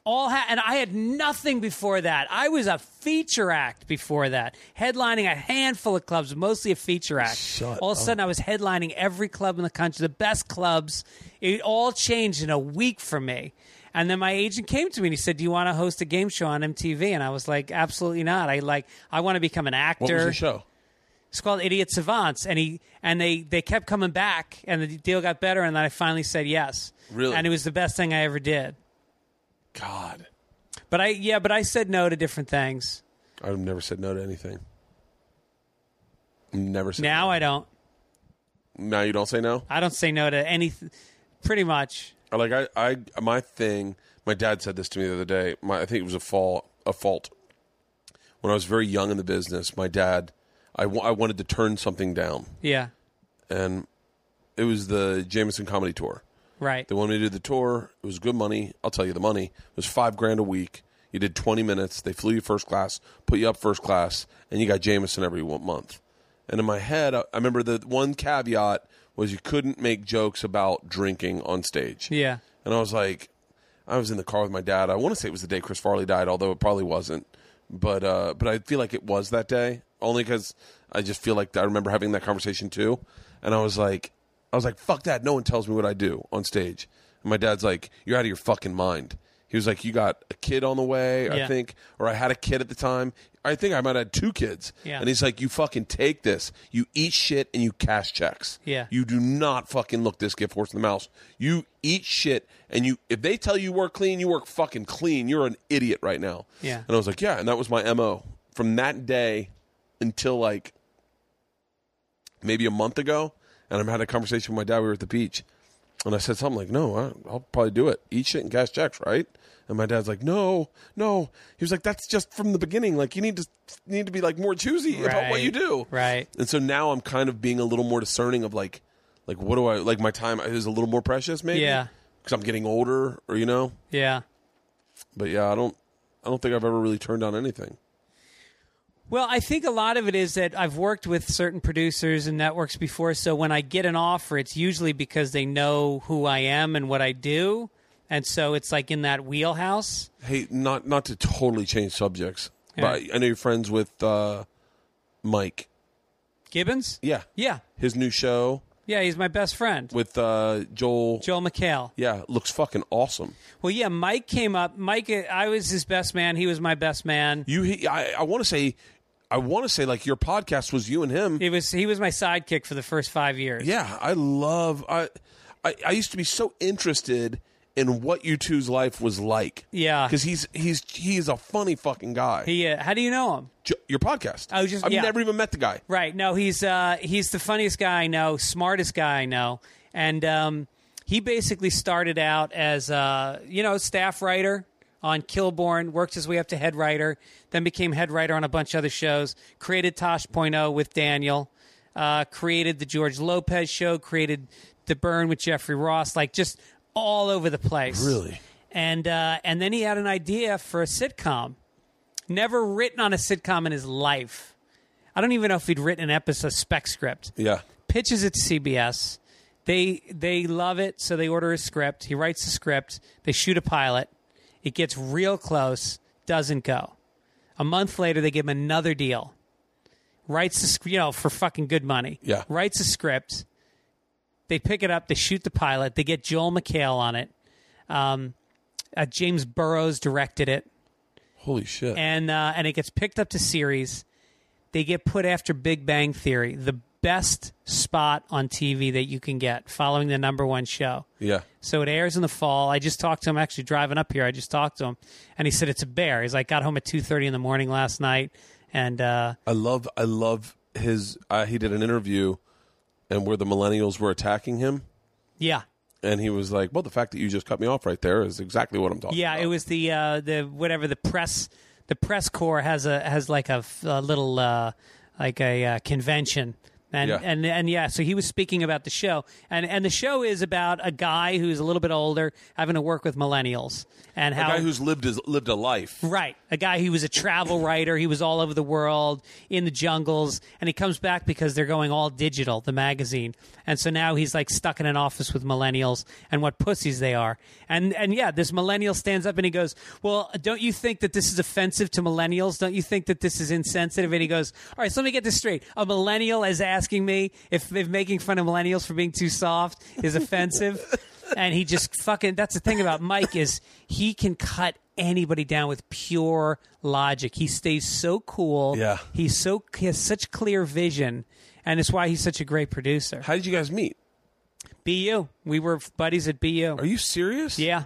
Speaker 4: all ha- and I had nothing before that. I was a feature act before that, headlining a handful of clubs, mostly a feature act.
Speaker 1: Shut
Speaker 4: all of a sudden, I was headlining every club in the country, the best clubs. It all changed in a week for me. And then my agent came to me and he said, "Do you want to host a game show on MTV?" And I was like, "Absolutely not. I like I want to become an actor."
Speaker 1: What was the show?
Speaker 4: It's called Idiot Savants, and he and they they kept coming back, and the deal got better, and then I finally said yes.
Speaker 1: Really?
Speaker 4: And it was the best thing I ever did.
Speaker 1: God,
Speaker 4: But I yeah, but I said no to different things.
Speaker 1: I've never said no to anything. Never said
Speaker 4: Now
Speaker 1: No.
Speaker 4: I don't.
Speaker 1: now you don't say no.
Speaker 4: I don't say no to anything. Pretty much.
Speaker 1: Like I, I, my thing. My dad said this to me the other day. My, I think it was a fall, a fault. When I was very young in the business, my dad, I wa- I wanted to turn something down,
Speaker 4: Yeah.
Speaker 1: and it was the Jameson Comedy Tour.
Speaker 4: Right.
Speaker 1: They wanted me to do the tour. It was good money. I'll tell you the money. It was five grand a week. You did 20 minutes. They flew you first class, put you up first class, and you got Jameson every one month. And in my head, I I remember the one caveat was you couldn't make jokes about drinking on stage.
Speaker 4: Yeah.
Speaker 1: And I was like, I was in the car with my dad. I want to say it was the day Chris Farley died, although it probably wasn't. But uh, but I feel like it was that day, only because I just feel like I remember having that conversation too. And I was like, I was like, fuck that. No one tells me what I do on stage. And my dad's like, you're out of your fucking mind. He was like, you got a kid on the way, I
Speaker 4: Yeah.
Speaker 1: think, or I had a kid at the time. I think I might have had two kids.
Speaker 4: Yeah.
Speaker 1: And he's like, you fucking take this. You eat shit and you cash checks.
Speaker 4: Yeah.
Speaker 1: You do not fucking look this gift horse in the mouth. You eat shit and you if they tell you work clean, you work fucking clean. You're an idiot right now.
Speaker 4: Yeah.
Speaker 1: And I was like, yeah, and that was my MO. From that day until like maybe a month ago, and I'm had a conversation with my dad. We were at the beach, and I said something like, "No, I, I'll probably do it. Eat shit and cash checks, right?" And my dad's like, "No, no." He was like, "That's just from the beginning. Like, you need to need to be like more choosy about what
Speaker 4: Right.
Speaker 1: you do,
Speaker 4: Right.
Speaker 1: And so now I'm kind of being a little more discerning of like, like what do I like? My time is a little more precious, maybe.
Speaker 4: Yeah.
Speaker 1: Because I'm getting older, or you know.
Speaker 4: Yeah.
Speaker 1: But yeah, I don't, I don't think I've ever really turned down anything.
Speaker 4: Well, I think a lot of it is that I've worked with certain producers and networks before, so when I get an offer, it's usually because they know who I am and what I do, and so it's like in that wheelhouse.
Speaker 1: Hey, not not to totally change subjects, but
Speaker 4: Yeah.
Speaker 1: I know you're friends with uh, Mike.
Speaker 4: Gibbons?
Speaker 1: Yeah.
Speaker 4: Yeah.
Speaker 1: His new show
Speaker 4: Yeah, he's my best friend.
Speaker 1: with uh, Joel.
Speaker 4: Joel McHale.
Speaker 1: Yeah, looks fucking awesome.
Speaker 4: Well, yeah, Mike came up. Mike, uh, I was his best man. He was my best man.
Speaker 1: You, he, I, I want to say, I want to say like your podcast was you and him.
Speaker 4: It was he was my sidekick for the first five years.
Speaker 1: Yeah, I love. I, I, I used to be so interested in what you two's life was like.
Speaker 4: Yeah.
Speaker 1: because he's he's he's a funny fucking guy.
Speaker 4: He, uh, how do you know him?
Speaker 1: Jo- your podcast.
Speaker 4: I was just-
Speaker 1: I've
Speaker 4: yeah.
Speaker 1: never even met the guy.
Speaker 4: Right. No, he's uh, he's the funniest guy I know, smartest guy I know, and um, he basically started out as uh, you know staff writer on Kilborn, worked his way up to head writer, then became head writer on a bunch of other shows. Created Tosh.0 with Daniel, uh, created the George Lopez show, created the Burn with Jeffrey Ross, like just all over the place.
Speaker 1: Really?
Speaker 4: And uh, and then he had an idea for a sitcom. Never written on a sitcom in his life. I don't even know if he'd written an episode spec script.
Speaker 1: Yeah,
Speaker 4: Pitches it to CBS. They they love it, so they order a script. He writes a script. They shoot a pilot. It gets real close. Doesn't go. A month later, they give him another deal. Writes the sc- you know for fucking good money.
Speaker 1: Yeah.
Speaker 4: Writes a script. They pick it up. They shoot the pilot. They get Joel McHale on it. Um, uh, James Burrows directed it
Speaker 1: holy shit.
Speaker 4: and uh, and it gets picked up to series. They get put after Big Bang Theory, the best spot on TV that you can get, following the number one show.
Speaker 1: yeah,
Speaker 4: So it airs in the fall. I just talked to him actually driving up here. I just talked to him, and he said it's a bear. He's like, got home at two thirty in the morning last night, and uh,
Speaker 1: I love I love his. Uh, he did an interview, and where the millennials were attacking him.
Speaker 4: yeah,
Speaker 1: And he was like, "Well, the fact that you just cut me off right there is exactly what I'm talking
Speaker 4: yeah.
Speaker 1: about."
Speaker 4: It was the uh, the whatever the press the press corps has a has like a, f- a little uh, like a uh, convention And,
Speaker 1: Yeah.
Speaker 4: and and yeah, so he was speaking about the show, and and the show is about a guy who's a little bit older having to work with millennials and
Speaker 1: A
Speaker 4: how
Speaker 1: guy who's lived his, lived a life.
Speaker 4: Right. A guy who was a travel writer. He was all over the world in the jungles. And he comes back because they're going all digital, the magazine. And so now he's like stuck in an office with millennials and what pussies they are. And, and yeah, this millennial stands up and he goes, Well, don't you think that this is offensive to millennials? Don't you think that this is insensitive? And he goes, All right, so let me get this straight. A millennial is asking me if, if making fun of millennials for being too soft is offensive. and he just fucking that's the thing about mike is he can cut anybody down with pure logic he stays so cool
Speaker 1: Yeah.
Speaker 4: he's so he has such clear vision and it's why he's such a great producer
Speaker 1: How did you guys meet?
Speaker 4: bu we were buddies at bu
Speaker 1: Are you serious?
Speaker 4: yeah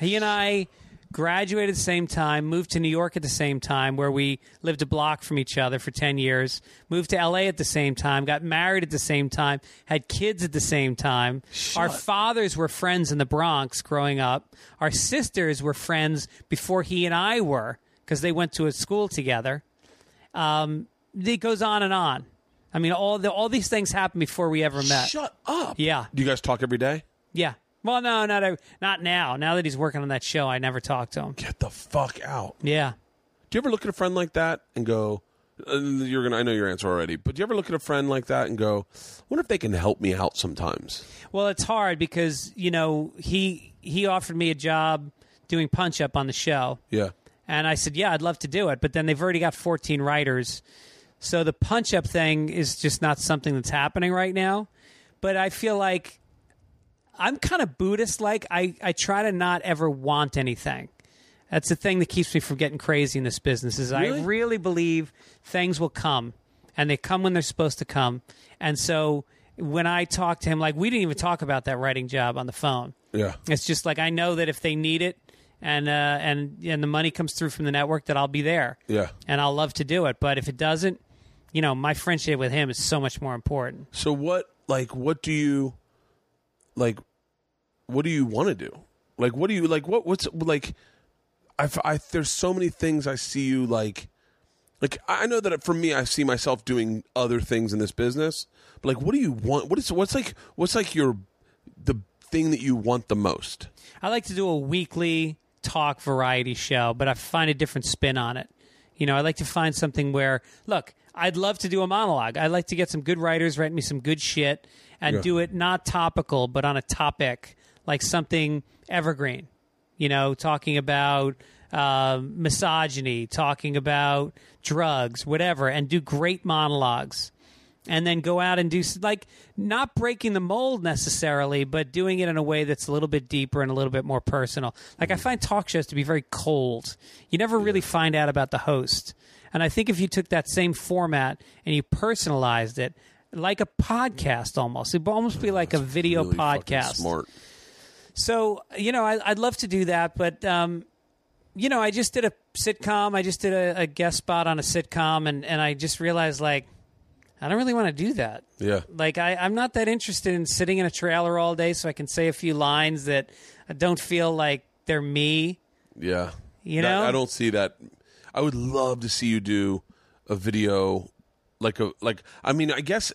Speaker 4: he and i graduated the same time moved to new york at the same time where we lived a block from each other for 10 years moved to la at the same time got married at the same time had kids at the same time our fathers were friends in the bronx growing up our sisters were friends before he and i were because they went to a school together um, it goes on and on i mean all, the, all these things happened before we ever met
Speaker 1: Shut up.
Speaker 4: yeah
Speaker 1: Do you guys talk every day?
Speaker 4: yeah. Well, no, not ev- not now. Now that he's working on that show, I never talk to him.
Speaker 1: Get the fuck out.
Speaker 4: Yeah.
Speaker 1: Do you ever look at a friend like that and go, uh, you're gonna. I know your answer already, but do you ever look at a friend like that and go, I wonder if they can help me out sometimes?
Speaker 4: Well, it's hard because you know he he offered me a job doing punch up on the show,
Speaker 1: Yeah.
Speaker 4: and I said, yeah, I'd love to do it. But then they've already got fourteen writers, so the punch up thing is just not something that's happening right now. But I feel like I'm kind of Buddhist like. I, I try to not ever want anything. That's the thing that keeps me from getting crazy in this business is
Speaker 1: Really?
Speaker 4: I really believe things will come and they come when they're supposed to come. And so when I talk to him, like we didn't even talk about that writing job on the phone.
Speaker 1: Yeah.
Speaker 4: It's just like I know that if they need it and uh, and and the money comes through from the network that I'll be there.
Speaker 1: Yeah.
Speaker 4: And I'll love to do it. But if it doesn't, you know, my friendship with him is so much more important.
Speaker 1: So what like what do you like what do you want to do? Like what do you like what what's like I f- I there's so many things I see you like like I I know that for me I see myself doing other things in this business. But like what do you want what is what's like what's like your the thing that you want the most?
Speaker 4: I like to do a weekly talk variety show, but I find a different spin on it. You know, I like to find something where, look, I'd love to do a monologue. I'd like to get some good writers write me some good shit and do it not topical, but on a topic, like something evergreen. You know, talking about uh, misogyny, talking about drugs, whatever, and do great monologues and then go out and do s- like not breaking the mold necessarily, but doing it in a way that's a little bit deeper and a little bit more personal. Like
Speaker 1: Mm-hmm.
Speaker 4: I find talk shows to be very cold. You never really find out about the host. And I think if you took that same format and you personalized it, like a podcast almost, it'd almost be like a video
Speaker 1: Oh, Really fucking
Speaker 4: podcast.
Speaker 1: Smart.
Speaker 4: So you know, I, I'd love to do that, but um, you know, I just did a sitcom. I just did a, a guest spot on a sitcom, and and I just realized like I don't really want to do that.
Speaker 1: Yeah.
Speaker 4: Like I, I'm not that interested in sitting in a trailer all day so I can say a few lines that I don't feel like they're me.
Speaker 1: Yeah.
Speaker 4: You
Speaker 1: That-
Speaker 4: know?
Speaker 1: I don't see that. I would love to see you do a video, like a like. I mean, I guess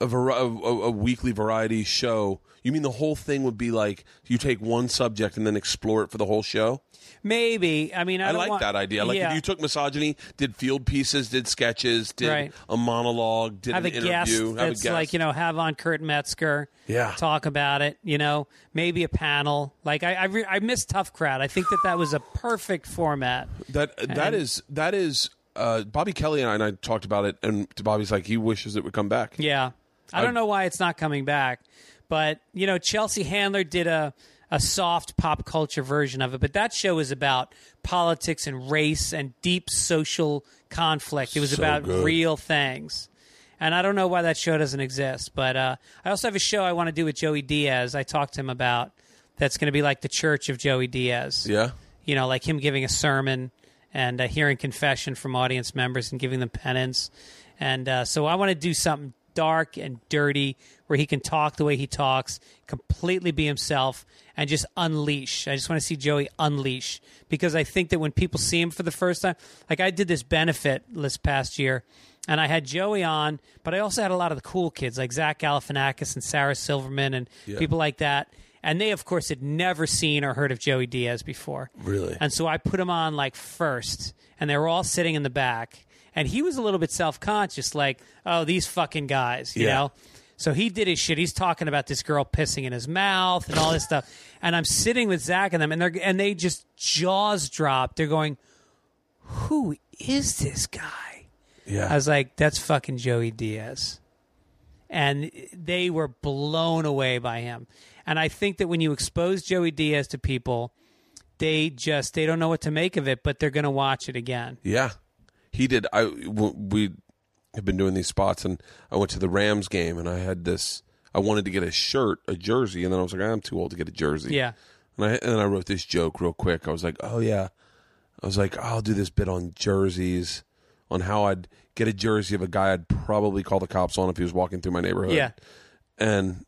Speaker 1: a, var- a, a a weekly variety show. You mean the whole thing would be like you take one subject and then explore it for the whole show?
Speaker 4: Maybe. I mean, I,
Speaker 1: I,
Speaker 4: don't
Speaker 1: like
Speaker 4: want-
Speaker 1: that idea. Like
Speaker 4: Yeah.
Speaker 1: if you took misogyny, did field pieces, did sketches, did
Speaker 4: Right.
Speaker 1: a monologue, did
Speaker 4: have
Speaker 1: an
Speaker 4: a guest
Speaker 1: interview, have a
Speaker 4: that's
Speaker 1: guest.
Speaker 4: like you know have on Kurt Metzger.
Speaker 1: Yeah.
Speaker 4: talk about it. You know, maybe a panel. Like I, I, re- I miss Tough Crowd. I think that that was a perfect format.
Speaker 1: That that is that is uh, Bobby Kelly and I, and I talked about it, and Bobby's like he wishes it would come back.
Speaker 4: Yeah, I don't know why it's not coming back, but you know, Chelsea Handler did a a soft pop culture version of it, but that show is about politics and race and deep social conflict. It was about
Speaker 1: good.
Speaker 4: real things. And I don't know why that show doesn't exist, but uh, I also have a show I want to do with Joey Diaz. I talked to him about that's going to be like the Church of Joey Diaz
Speaker 1: Yeah.
Speaker 4: you know, like him giving a sermon and uh, hearing confession from audience members and giving them penance. And uh, so I want to do something dark and dirty where he can talk the way he talks, completely be himself, and just unleash. I just want to see Joey unleash because I think that when people see him for the first time, like I did this benefit this past year, and I had Joey on, but I also had a lot of the cool kids like Zach Galifianakis and Sarah Silverman and people like that. And they, of course, had never seen or heard of Joey Diaz before.
Speaker 1: Really?
Speaker 4: And so I put him on like first, and they were all sitting in the back. And he was a little bit self conscious, like, oh, these fucking guys, you
Speaker 1: Yeah.
Speaker 4: know? So he did his shit. He's talking about this girl pissing in his mouth and all this stuff. And I'm sitting with Zach and them, and, they're, and they just jaws drop. They're going, who is this guy?
Speaker 1: Yeah.
Speaker 4: I was like, that's fucking Joey Diaz. And they were blown away by him. And I think that when you expose Joey Diaz to people, they just they don't know what to make of it, but they're going to watch it again.
Speaker 1: Yeah, he did. I w- we have been doing these spots, and I went to the Rams game, and I had this. I wanted to get a shirt, a jersey, and then I was like, I'm too old to get a jersey.
Speaker 4: Yeah.
Speaker 1: and I and then I wrote this joke real quick. I was like, oh yeah, I was like, I'll do this bit on jerseys, on how I'd get a jersey of a guy I'd probably call the cops on if he was walking through my neighborhood.
Speaker 4: Yeah.
Speaker 1: and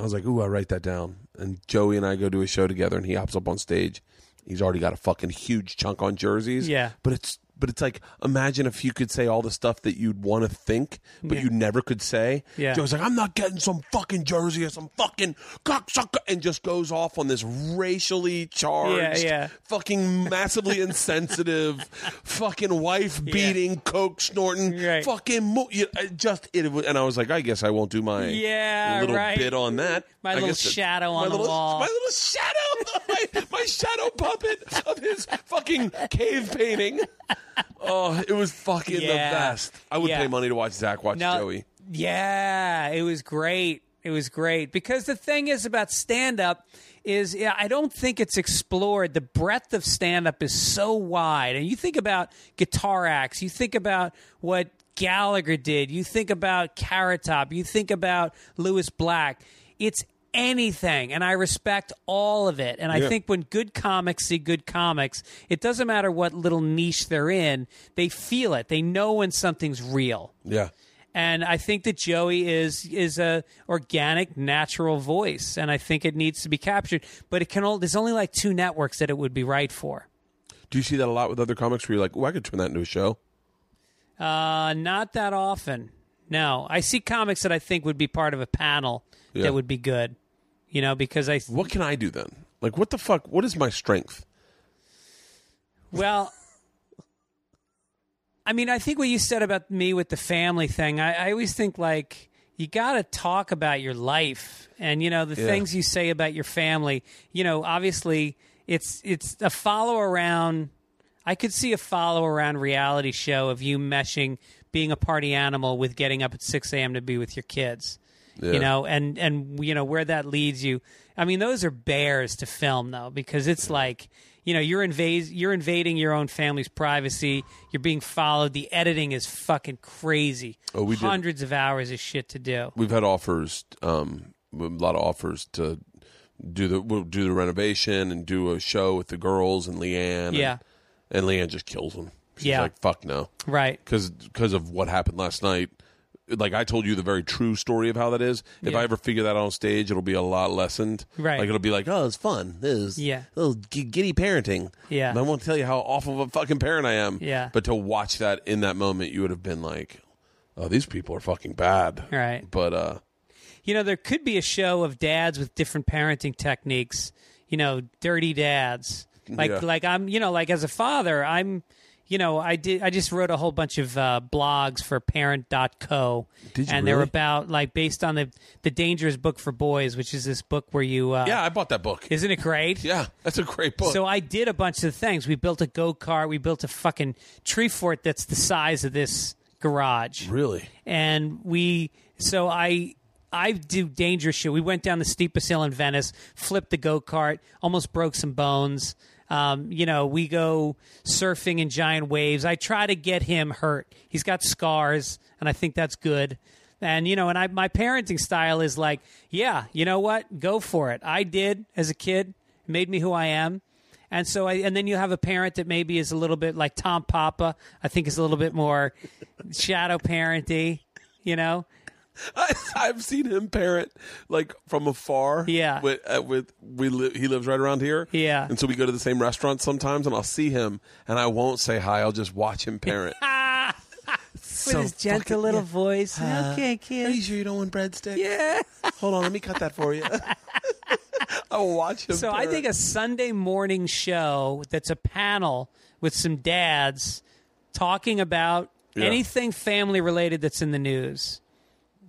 Speaker 1: I was like, ooh, I write that down. And Joey and I go do a show together, and he hops up on stage. He's already got a fucking huge chunk on jerseys.
Speaker 4: Yeah.
Speaker 1: but it's but it's like imagine if you could say all the stuff that you'd want to think, but you never could say.
Speaker 4: Yeah.
Speaker 1: Joe's like, I'm not getting some fucking jersey or some fucking cocksucker, and just goes off on this racially charged,
Speaker 4: Yeah, yeah.
Speaker 1: fucking massively insensitive, fucking wife beating, coke snorting,
Speaker 4: Right.
Speaker 1: fucking mo- you- I just it. was- And I was like, I guess I won't do my
Speaker 4: Yeah,
Speaker 1: little
Speaker 4: right.
Speaker 1: bit on that.
Speaker 4: My
Speaker 1: I
Speaker 4: little
Speaker 1: guess that-
Speaker 4: shadow
Speaker 1: my
Speaker 4: on the
Speaker 1: little-
Speaker 4: wall.
Speaker 1: My little shadow, my, my shadow puppet of his fucking cave painting. Oh, it was fucking the
Speaker 4: Yeah.
Speaker 1: best. I would
Speaker 4: Yeah.
Speaker 1: pay money to watch Zach watch
Speaker 4: Now-
Speaker 1: Joey.
Speaker 4: Yeah, it was great. It was great because the thing is about stand up is yeah, I don't think it's explored. The breadth of stand up is so wide. And you think about guitar acts, you think about what Gallagher did, you think about Carrot Top, you think about Lewis Black. It's anything and I respect all of it. And I
Speaker 1: Yeah.
Speaker 4: think when good comics see good comics, it doesn't matter what little niche they're in, they feel it. They know when something's real
Speaker 1: Yeah.
Speaker 4: and I think that Joey is is a organic, natural voice, and I think it needs to be captured. But it can only there's only like two networks that it would be right for.
Speaker 1: Do you see that a lot with other comics where you're like, oh, I could turn that into a show?
Speaker 4: Uh, not that often. No, I see comics that I think would be part of a panel
Speaker 1: Yeah.
Speaker 4: that would be good. You know, because I
Speaker 1: What can I do then? Like, what the fuck? What is my strength?
Speaker 4: Well, I mean, I think what you said about me with the family thing, I, I always think like you got to talk about your life and you know the
Speaker 1: Yeah.
Speaker 4: things you say about your family. You know, obviously it's it's a follow around. I could see a follow around reality show of you meshing being a party animal with getting up at six a.m. to be with your kids.
Speaker 1: Yeah.
Speaker 4: You know, and and you know where that leads you. I mean, those are bears to film though, because it's like you know you're invade you're invading your own family's privacy. You're being followed. The editing is fucking crazy.
Speaker 1: Oh, we did-
Speaker 4: hundreds of hours of shit to do.
Speaker 1: We've had offers, um, a lot of offers to do the we'll do the renovation and do a show with the girls and Leanne. and-
Speaker 4: Yeah.
Speaker 1: And, Leanne just kills them. She's
Speaker 4: Yeah.
Speaker 1: like, fuck no.
Speaker 4: Right.
Speaker 1: Because of what happened last night. Like I told you the very true story of how that is. If
Speaker 4: Yeah.
Speaker 1: I ever figure that out on stage, it'll be a lot lessened.
Speaker 4: Right.
Speaker 1: Like it'll be like, oh, it's fun. This is
Speaker 4: Yeah.
Speaker 1: little g- giddy parenting.
Speaker 4: Yeah.
Speaker 1: And I won't tell you how awful of a fucking parent I am.
Speaker 4: Yeah.
Speaker 1: But to watch that in that moment, you would have been like, oh, these people are fucking bad.
Speaker 4: Right.
Speaker 1: But uh,
Speaker 4: You know, there could be a show of dads with different parenting techniques. You know, dirty dads. Like,
Speaker 1: Yeah.
Speaker 4: like I'm, you know, like as a father, I'm, you know, I did, I just wrote a whole bunch of uh, blogs for Parent.co,
Speaker 1: Did you
Speaker 4: and they're
Speaker 1: really?
Speaker 4: about like based on the the Dangerous Book for Boys, which is this book where you, uh,
Speaker 1: yeah, I bought that book.
Speaker 4: isn't it great?
Speaker 1: Yeah, that's a great book.
Speaker 4: So I did a bunch of things. We built a go kart. We built a fucking tree fort that's the size of this garage
Speaker 1: really?
Speaker 4: and we so i i do dangerous shit we went down the steepest hill in venice flipped the go-kart almost broke some bones um, you know we go surfing in giant waves i try to get him hurt he's got scars and i think that's good and you know and i my parenting style is like yeah you know what go for it i did as a kid it made me who i am and so, I, and then you have a parent that maybe is a little bit like Tom Papa. I think is a little bit more shadow parenty, you know.
Speaker 1: I, I've seen him parent like from afar.
Speaker 4: Yeah.
Speaker 1: With, uh, with we li- he lives right around here.
Speaker 4: Yeah.
Speaker 1: And so we go to the same restaurant sometimes, and I'll see him, and I won't say hi. I'll just watch him parent.
Speaker 4: With his gentle little voice. okay,
Speaker 1: Are you
Speaker 4: kid.
Speaker 1: sure you don't want breadsticks? Yeah. Hold on, let me cut that for you. I'll watch him.
Speaker 4: So I
Speaker 1: parent.
Speaker 4: think a Sunday morning show that's a panel with some dads talking about
Speaker 1: Yeah.
Speaker 4: anything family related that's in the news.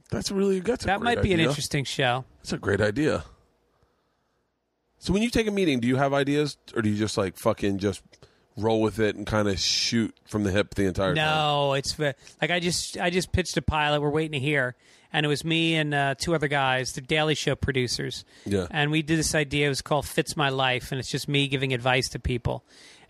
Speaker 1: that's really that's a
Speaker 4: That
Speaker 1: great
Speaker 4: might be an
Speaker 1: idea.
Speaker 4: interesting show.
Speaker 1: That's a great idea. So when you take a meeting, do you have ideas, or do you just like fucking just roll with it and kind of shoot from the hip the entire time?
Speaker 4: No, it's ve- like I just I just pitched a pilot. We're waiting to hear, and it was me and uh, two other guys, the Daily Show producers.
Speaker 1: Yeah.
Speaker 4: and we did this idea. It was called "Fits My Life," and it's just me giving advice to people.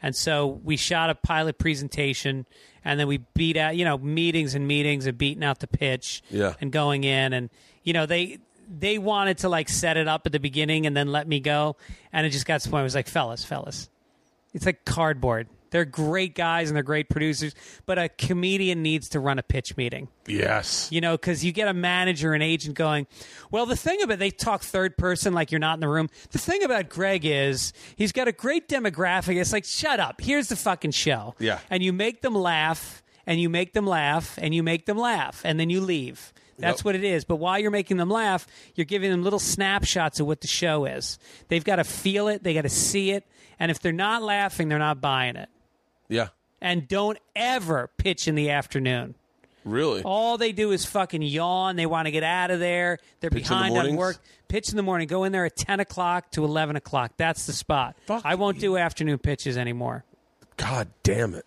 Speaker 4: And so we shot a pilot presentation, and then we beat out you know meetings and meetings and beating out the pitch.
Speaker 1: Yeah.
Speaker 4: and going in, and you know they. They wanted to like set it up at the beginning and then let me go, and it just got to the point. It was like, fellas, fellas, it's like cardboard. They're great guys and they're great producers, but a comedian needs to run a pitch meeting.
Speaker 1: Yes.
Speaker 4: You know, because you get a manager and agent going, well, the thing about they talk third person like you're not in the room. The thing about Greg is he's got a great demographic. It's like, shut up. Here's the fucking show.
Speaker 1: Yeah.
Speaker 4: And you make them laugh and you make them laugh and you make them laugh and then you leave. That's
Speaker 1: Yep.
Speaker 4: what it is. But while you're making them laugh, you're giving them little snapshots of what the show is. They've got to feel it, they got to see it. And if they're not laughing, they're not buying it.
Speaker 1: Yeah.
Speaker 4: And don't ever pitch in the afternoon.
Speaker 1: Really.
Speaker 4: All they do is fucking yawn. They want to get out of there. They're
Speaker 1: Pitch in the
Speaker 4: behind on
Speaker 1: mornings?
Speaker 4: work. Pitch in the morning. Go in there at 10 o'clock to 11 o'clock. That's the spot.
Speaker 1: Fuck
Speaker 4: I won't do afternoon pitches anymore.
Speaker 1: God damn it.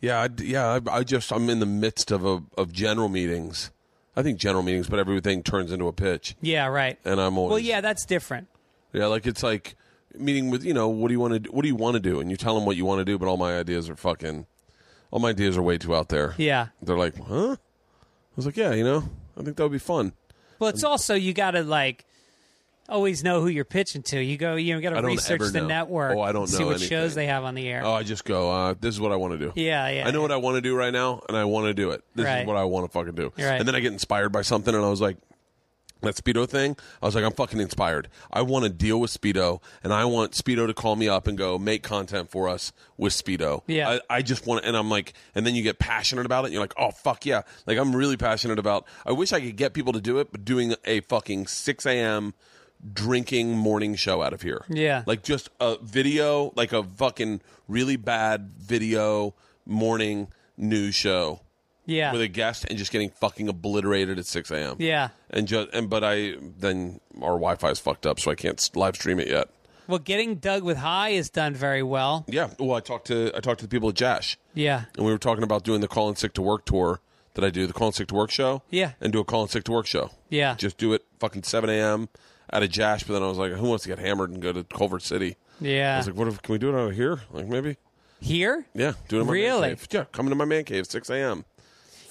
Speaker 1: Yeah, I, yeah. I, I just I'm in the midst of a, of general meetings. I think general meetings, but everything turns into a pitch,
Speaker 4: Yeah, right.
Speaker 1: and I'm always
Speaker 4: well, yeah, that's different.
Speaker 1: yeah. Like it's like meeting with you know what do you want to do? what do you want to do, and you tell them what you want to do, but all my ideas are fucking all my ideas are way too out there.
Speaker 4: Yeah.
Speaker 1: They're like, huh? I was like, yeah, you know, I think that would be fun.
Speaker 4: Well, it's also you got to like always know who you're pitching to. You go, you know, got
Speaker 1: I
Speaker 4: to
Speaker 1: don't
Speaker 4: research
Speaker 1: ever
Speaker 4: the
Speaker 1: know.
Speaker 4: network.
Speaker 1: Oh, I don't
Speaker 4: see
Speaker 1: know
Speaker 4: what
Speaker 1: anything.
Speaker 4: shows they have on the air.
Speaker 1: Oh, I just go, uh, this is what I want to do.
Speaker 4: Yeah, yeah,
Speaker 1: I know
Speaker 4: yeah.
Speaker 1: what I want to do right now, and I want to do it. This
Speaker 4: Right.
Speaker 1: is what I want to fucking do.
Speaker 4: You're right.
Speaker 1: And then I get inspired by something, and I was like, that Speedo thing, I was like, I'm fucking inspired. I want to deal with Speedo, and I want Speedo to call me up and go, make content for us with Speedo.
Speaker 4: Yeah.
Speaker 1: I, I just want to, and I'm like, and then you get passionate about it, and you're like, oh, fuck yeah. Like, I'm really passionate about, I wish I could get people to do it, but doing a fucking 6 a.m. drinking morning show out of here.
Speaker 4: Yeah.
Speaker 1: Like, just a video, like a fucking really bad video morning news show
Speaker 4: yeah.
Speaker 1: with a guest and just getting fucking obliterated at 6 a.m.
Speaker 4: yeah.
Speaker 1: And just and but I then our Wi-Fi is fucked up, so I can't s- live stream it yet.
Speaker 4: Well, getting Doug with High is done very well.
Speaker 1: Yeah. Well, I talked to I talked to the people at Jash,
Speaker 4: Yeah.
Speaker 1: and we were talking about doing the call and sick to work tour that I do, the call and sick to work show.
Speaker 4: Yeah.
Speaker 1: And do a call and sick to work show.
Speaker 4: Yeah.
Speaker 1: Just do it fucking 7 a.m. out of Jash. But then I was like, who wants to get hammered and go to Culver City? I
Speaker 4: Yeah.
Speaker 1: was like, what if can we do it out of here? Like maybe.
Speaker 4: Here?
Speaker 1: Yeah. Do it in my
Speaker 4: Really?
Speaker 1: man cave. Yeah. Come into my man cave 6 a.m.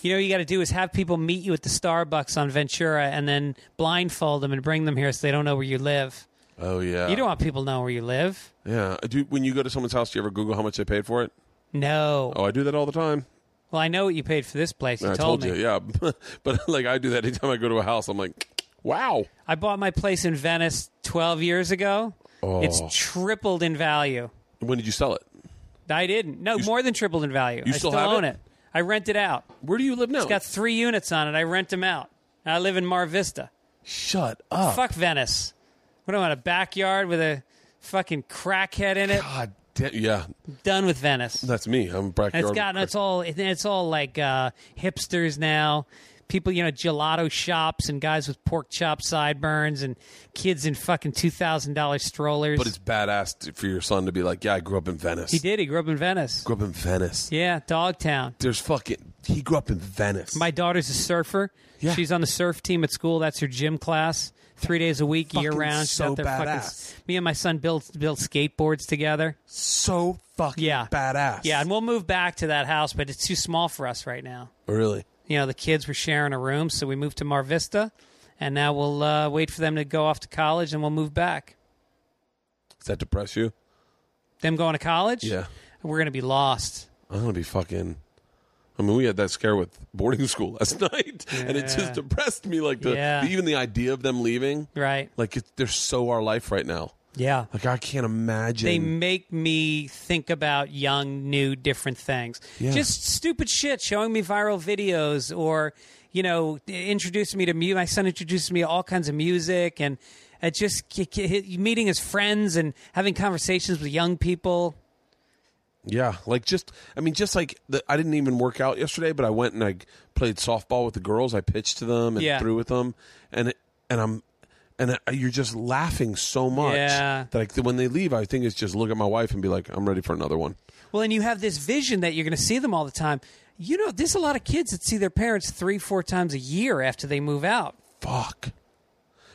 Speaker 4: You know, what you got to do is have people meet you at the Starbucks on Ventura and then blindfold them and bring them here so they don't know where you live.
Speaker 1: Oh yeah.
Speaker 4: You don't want people to know where you live.
Speaker 1: Yeah. Do when you go to someone's house, do you ever Google how much they paid for it?
Speaker 4: No.
Speaker 1: Oh, I do that all the time.
Speaker 4: Well, I know what you paid for this place. You
Speaker 1: I
Speaker 4: told,
Speaker 1: told
Speaker 4: me.
Speaker 1: you, yeah. but like I do that anytime I go to a house, I'm like, wow.
Speaker 4: I bought my place in Venice 12 years ago. It's
Speaker 1: Oh.
Speaker 4: tripled in value.
Speaker 1: When did you sell it?
Speaker 4: I didn't. No, more than tripled in value.
Speaker 1: you
Speaker 4: I
Speaker 1: still
Speaker 4: still,
Speaker 1: have
Speaker 4: own
Speaker 1: it?
Speaker 4: it? I rent it out.
Speaker 1: Where do you live now?
Speaker 4: It's got three units on it. I rent them out. And I live in Mar Vista.
Speaker 1: Shut up.
Speaker 4: Fuck Venice. What do I want? A backyard with a fucking crackhead in it?
Speaker 1: God damn. Yeah,
Speaker 4: Done with Venice.
Speaker 1: that's me. I'm
Speaker 4: And
Speaker 1: backyard.
Speaker 4: it's got it's all it's all like uh, hipsters now. People, you know, gelato shops and guys with pork chop sideburns and kids in fucking two thousand dollar strollers.
Speaker 1: but it's badass t- for your son to be like, yeah, I grew up in Venice.
Speaker 4: he did. He grew up in Venice.
Speaker 1: Grew up in Venice.
Speaker 4: Yeah, Dogtown.
Speaker 1: There's fucking. He grew up in Venice.
Speaker 4: My daughter's a surfer.
Speaker 1: Yeah.
Speaker 4: She's on the surf team at school. That's her gym class, three days a week, year
Speaker 1: Fucking
Speaker 4: round. She's
Speaker 1: so
Speaker 4: out there
Speaker 1: badass.
Speaker 4: fucking. Me and my son build build skateboards together.
Speaker 1: so fucking
Speaker 4: Yeah,
Speaker 1: badass.
Speaker 4: Yeah, and we'll move back to that house, but it's too small for us right now.
Speaker 1: really.
Speaker 4: you know the kids were sharing a room so we moved to mar vista and now we'll uh, wait for them to go off to college and we'll move back
Speaker 1: Does that depress you?
Speaker 4: them going to college
Speaker 1: Yeah.
Speaker 4: we're going to be lost
Speaker 1: I'm gonna be fucking. I mean, we had that scare with boarding school last night, and it
Speaker 4: Yeah.
Speaker 1: just depressed me. Like the,
Speaker 4: Yeah.
Speaker 1: the- even the idea of them leaving,
Speaker 4: Right.
Speaker 1: Like it, they're so our life right now.
Speaker 4: Yeah.
Speaker 1: Like I can't imagine.
Speaker 4: They make me think about young, new, different things. Just stupid shit, showing me viral videos or, you know, introducing me to mu My son introduced me to all kinds of music and uh, just k- k- meeting his friends and having conversations with young people.
Speaker 1: Yeah, like just I mean, just like the, I didn't even work out yesterday, but I went and I played softball with the girls. I pitched to them and
Speaker 4: Yeah.
Speaker 1: threw with them, and it, and I'm and I, you're just laughing so much
Speaker 4: Yeah.
Speaker 1: that like when they leave, I think it's just look at my wife and be like, I'm ready for another one.
Speaker 4: Well, and you have this vision that you're going to see them all the time. You know, there's a lot of kids that see their parents three, four times a year after they move out.
Speaker 1: Fuck.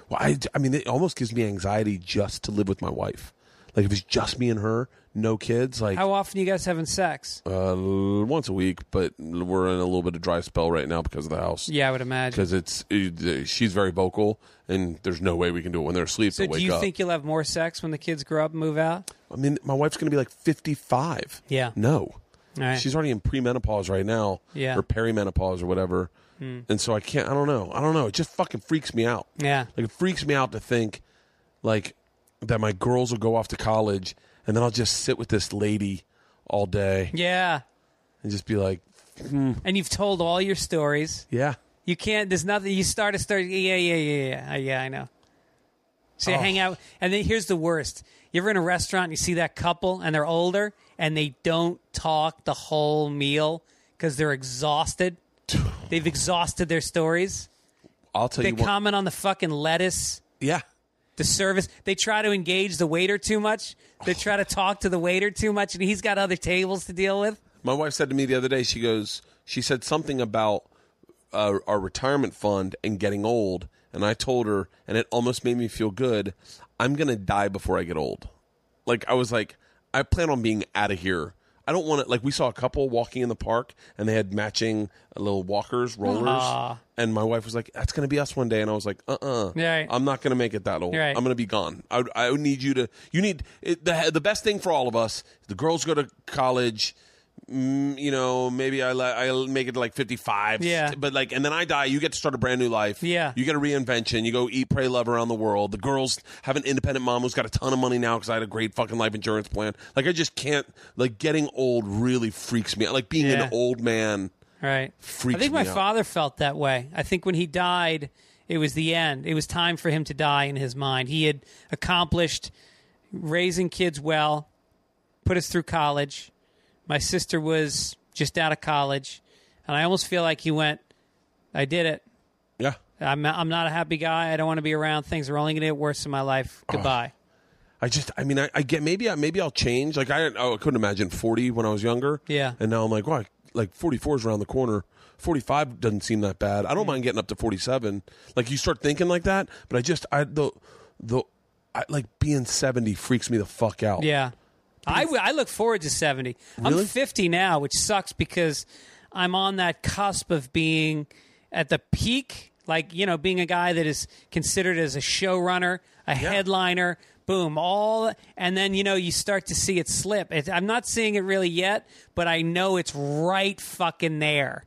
Speaker 1: Well, I I mean, it almost gives me anxiety just to live with my wife. Like if it's just me and her, no kids, like
Speaker 4: How often are you guys having sex?
Speaker 1: uh, once a week. But we're in a little bit of dry spell right now because of the house.
Speaker 4: Yeah, I would imagine.
Speaker 1: because it's it- she's very vocal, and there's no way we can do it when they're asleep.
Speaker 4: So,
Speaker 1: They'll
Speaker 4: do
Speaker 1: wake
Speaker 4: you
Speaker 1: up.
Speaker 4: think you'll have more sex when the kids grow up and move out?
Speaker 1: I mean, my wife's going to be like 55.
Speaker 4: Yeah.
Speaker 1: no,
Speaker 4: All right.
Speaker 1: she's already in premenopause right now.
Speaker 4: Yeah. Hmm.
Speaker 1: or perimenopause or whatever. And so I can't. I don't know. I don't know. It just fucking freaks me out.
Speaker 4: Yeah.
Speaker 1: Like it freaks me out to think, like, that my girls will go off to college, and then I'll just sit with this lady all day
Speaker 4: Yeah.
Speaker 1: and just be like,
Speaker 4: And you've told all your stories.
Speaker 1: yeah.
Speaker 4: You can't, there's nothing, you start a story. Yeah, yeah, yeah, yeah. Uh, Yeah, I know. So you hang out. And then here's the worst you're in a restaurant and you see that couple and they're older and they don't talk the whole meal because they're exhausted. They've exhausted their stories.
Speaker 1: I'll tell
Speaker 4: They
Speaker 1: you what.
Speaker 4: comment on the fucking lettuce,
Speaker 1: yeah.
Speaker 4: the service. They try to engage the waiter too much. They try to talk to the waiter too much and he's got other tables to deal with.
Speaker 1: My wife said to me the other day, she goes, she said something about uh, our retirement fund and getting old. And I told her, and it almost made me feel good. I'm going to die before I get old. Like, I was like, I plan on being out of here. I don't want to, like, we saw a couple walking in the park and they had matching uh, little walkers, rollers. And my wife was like, that's going to be us one day. And I was like, uh uh-uh. uh.
Speaker 4: Yeah, right.
Speaker 1: I'm not going to make it that old.
Speaker 4: You're right.
Speaker 1: I'm going to be gone. I, would- I would need you to, you need, it, the, the best thing for all of us, the girls go to college you know, maybe I li- I'll make it to like 55.
Speaker 4: Yeah.
Speaker 1: But like, and then I die, you get to start a brand new life.
Speaker 4: Yeah.
Speaker 1: You get a reinvention. You go eat, pray, love around the world. The girls have an independent mom who's got a ton of money now because I had a great fucking life insurance plan. Like, I just can't, like, getting old really freaks me out. Like, being
Speaker 4: Yeah.
Speaker 1: an old man.
Speaker 4: Right.
Speaker 1: Freaks
Speaker 4: I think my
Speaker 1: me out.
Speaker 4: father felt that way. I think when he died, it was the end. It was time for him to die in his mind. He had accomplished raising kids well, put us through college. My sister was just out of college, and I almost feel like he went, I did it.
Speaker 1: Yeah.
Speaker 4: I'm, I'm not a happy guy. I don't want to be around. Things are only going to get worse in my life. Goodbye.
Speaker 1: I just, I mean, I, I get maybe, I maybe I'll change. Like I, oh, I couldn't imagine forty when I was younger.
Speaker 4: Yeah.
Speaker 1: and now I'm like, wow, like forty four is around the corner. Forty five doesn't seem that bad. I don't mind getting up to forty seven. Like you start thinking like that, but I just, I the the, I, like being seventy freaks me the fuck out.
Speaker 4: Yeah. I, w- I look forward to 70.
Speaker 1: Really?
Speaker 4: I'm 50 now, which sucks because I'm on that cusp of being at the peak, like, you know, being a guy that is considered as a showrunner, a headliner, boom, all. And then, you know, you start to see it slip. It, I'm not seeing it really yet, but I know it's right fucking there.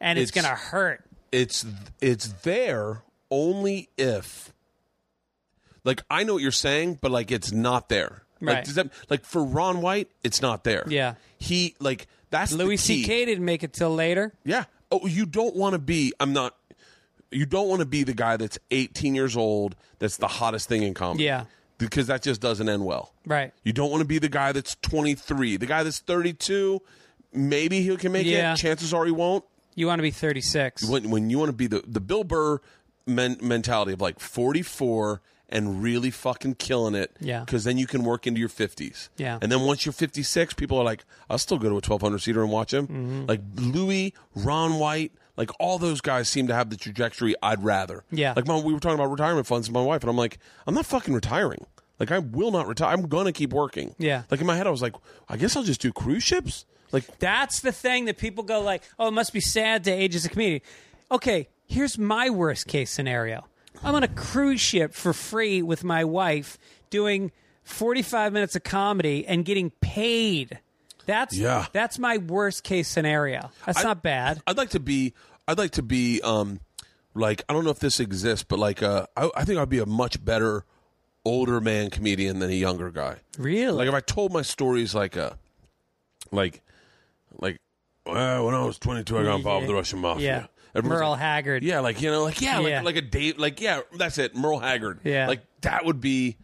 Speaker 4: And it's,
Speaker 1: It's-
Speaker 4: going to hurt.
Speaker 1: it's it's there only if like I know what you're saying, but like it's not there. Like,
Speaker 4: Right.
Speaker 1: does that, like for Ron White, it's not there.
Speaker 4: Yeah.
Speaker 1: He like that's the
Speaker 4: Louis
Speaker 1: key.
Speaker 4: C.K. didn't make it till later.
Speaker 1: Yeah. Oh, you don't want to be. I'm not. You don't want to be the guy that's 18 years old. That's the hottest thing in comedy.
Speaker 4: Yeah.
Speaker 1: Because that just doesn't end well.
Speaker 4: Right.
Speaker 1: You don't want to be the guy that's 23. The guy that's 32. Maybe he can make
Speaker 4: Yeah.
Speaker 1: it. Chances are he won't.
Speaker 4: You want to be 36.
Speaker 1: When when you want to be the the Bill Burr men- mentality of like 44 and really fucking killing it.
Speaker 4: Yeah.
Speaker 1: Because then you can work into your 50s.
Speaker 4: Yeah.
Speaker 1: And then once you're 56, people are like, I'll still go to a 1200 seater and watch him.
Speaker 4: Mm-hmm.
Speaker 1: Like Louis, Ron White, like all those guys seem to have the trajectory I'd rather.
Speaker 4: Yeah.
Speaker 1: Like my, we were talking about retirement funds with my wife, and I'm like, I'm not fucking retiring. Like I will not retire. I'm gonna keep working.
Speaker 4: Yeah.
Speaker 1: Like in my head, I was like, I guess I'll just do cruise ships. Like
Speaker 4: That's the thing that people go like, "Oh, it must be sad to age as a comedian." Okay, here's my worst case scenario: I'm on a cruise ship for free with my wife, doing 45 minutes of comedy and getting paid That's
Speaker 1: Yeah.
Speaker 4: That's my worst case scenario. That's not bad.
Speaker 1: I'd like to be. I'd like to be. Um, like I don't know if this exists, but like, uh, I, I think I'd be a much better older man comedian than a younger guy.
Speaker 4: Really?
Speaker 1: Like if I told my stories like a, like, like, well, when I was twenty two, I got involved with the Russian mafia.
Speaker 4: Yeah.
Speaker 1: Everyone's
Speaker 4: Merle
Speaker 1: like,
Speaker 4: Haggard.
Speaker 1: Yeah, like you know, like yeah,
Speaker 4: Yeah.
Speaker 1: like like a Dave, like yeah, that's it, Merle Haggard.
Speaker 4: Yeah.
Speaker 1: like that would be,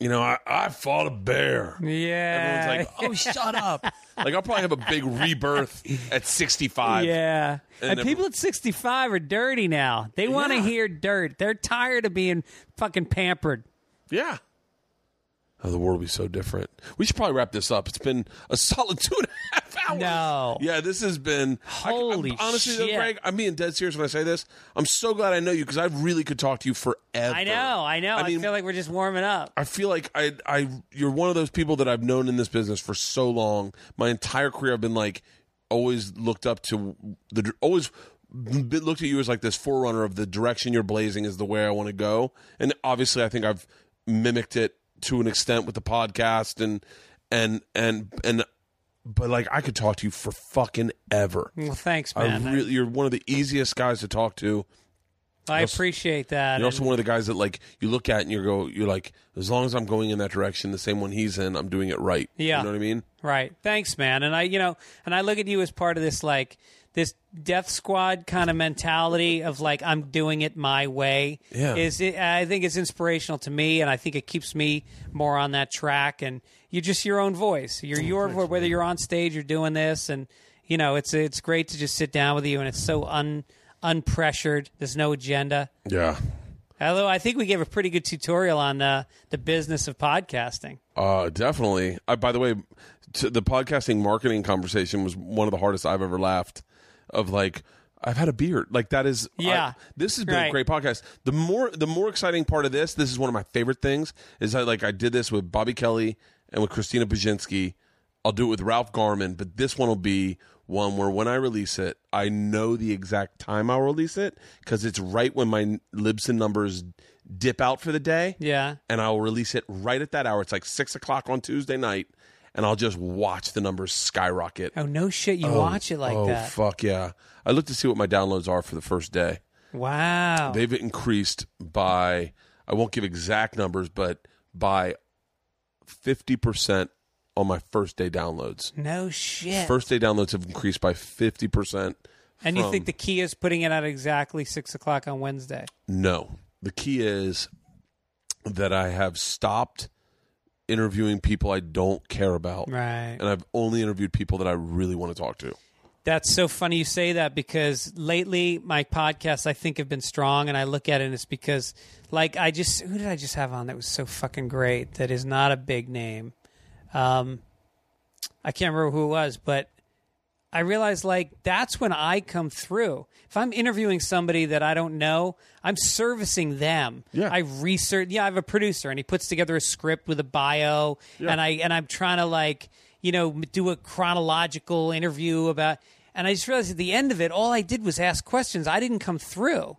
Speaker 1: you know, I, I fought a bear.
Speaker 4: Yeah.
Speaker 1: Everyone's like, oh, shut up. Like, I'll probably have a big rebirth at 65.
Speaker 4: Yeah.
Speaker 1: And
Speaker 4: And,
Speaker 1: it-
Speaker 4: people at 65 are dirty now. They want to
Speaker 1: Yeah.
Speaker 4: hear dirt. They're tired of being fucking pampered.
Speaker 1: Yeah. Oh, the world would be so different. We should probably wrap this up. It's been a solid two and a half hours.
Speaker 4: No.
Speaker 1: Yeah, this has been. I- I'm-
Speaker 4: Holy
Speaker 1: honestly, though,
Speaker 4: shit.
Speaker 1: Greg, I'm being dead serious when I say this. I'm so glad I know you because I really could talk to you forever.
Speaker 4: I know. I know. I,
Speaker 1: mean,
Speaker 4: feel like we're just warming up.
Speaker 1: I feel like I, I, you're one of those people that I've known in this business for so long. My entire career, I've been like always looked up to the, always been- looked at you as like this forerunner of the direction you're blazing is the way I want to go. And obviously, I think I've mimicked it to an extent with the podcast and and and and, but like I could talk to you for fucking ever.
Speaker 4: Well, thanks,
Speaker 1: I
Speaker 4: man. I,
Speaker 1: really, you're one of the easiest guys to talk to.
Speaker 4: I appreciate that.
Speaker 1: You're also one of the guys that like you look at and you go, you're like, as long as I'm going in that direction, the same one he's in, I'm doing it right.
Speaker 4: Yeah.
Speaker 1: you know what I mean.
Speaker 4: Right. Thanks, man. And I, you know, and I look at you as part of this like this death squad kind of mentality of like I'm doing it my way.
Speaker 1: Yeah.
Speaker 4: Is it, I think it's inspirational to me, and I think it keeps me more on that track. And you're just your own voice.
Speaker 1: Oh,
Speaker 4: You're your voice, whether you're on stage, you're doing this, and you know, it's it's great to just sit down with you, and it's so un unpressured. There's no agenda.
Speaker 1: Yeah.
Speaker 4: Although I think we gave a pretty good tutorial on the the business of podcasting.
Speaker 1: Uh, definitely. I, by the way, t- the podcasting marketing conversation was one of the hardest I've ever laughed. Of like, I've had a beard. Like that is. I-
Speaker 4: Yeah.
Speaker 1: this has been a
Speaker 4: Right.
Speaker 1: great podcast. The more, the more exciting part of this. This is one of my favorite things. Is I like I did this with Bobby Kelly and with Christina Baginski. I'll do it with Ralph Garman, but this one will be one where when I release it, I know the exact time I'll release it because it's right when my Libsyn numbers dip out for the day
Speaker 4: Yeah.
Speaker 1: and I'll release it right at that hour. It's like six o'clock on Tuesday night, and I'll just watch the numbers skyrocket.
Speaker 4: Oh no shit! You watch it like
Speaker 1: oh
Speaker 4: that.
Speaker 1: fuck yeah! I looked to see what my downloads are for the first day.
Speaker 4: Wow.
Speaker 1: They've increased by I won't give exact numbers, but by fifty percent on my first day downloads.
Speaker 4: no shit.
Speaker 1: First day downloads have increased by fifty percent.
Speaker 4: and you think the key is putting it out exactly six o'clock on Wednesday?
Speaker 1: No. The key is that I have stopped interviewing people I don't care about.
Speaker 4: Right.
Speaker 1: And I've only interviewed people that I really want to talk to.
Speaker 4: That's so funny you say that because lately my podcasts I think have been strong, and I look at it and it's because like I just who did I just have on that was so fucking great that is not a big name. Um, I can't remember who it was, but I realized like that's when I come through. If I'm interviewing somebody that I don't know, I'm servicing them.
Speaker 1: Yeah.
Speaker 4: I research. Yeah, I have a producer, and he puts together a script with a bio, and I and I'm trying to like you know m- do a chronological interview about. And I just realized at the end of it, all I did was ask questions. I didn't come through.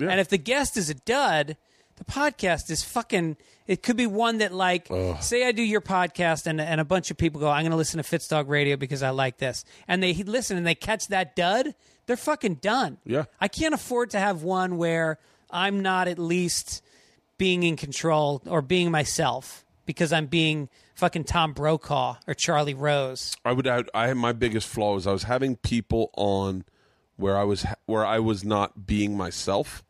Speaker 4: And if the guest is a dud, the podcast is fucking. It could be one that like say I do your podcast and and a bunch of people go, I'm going to listen to Fitz Dog Radio because I like this, and they listen and they catch that dud, they're fucking done.
Speaker 1: Yeah.
Speaker 4: I can't afford to have one where I'm not at least being in control or being myself because I'm being fucking Tom Brokaw or Charlie Rose.
Speaker 1: I would I, I my biggest flaw was I was having people on where I was ha- where I was not being myself.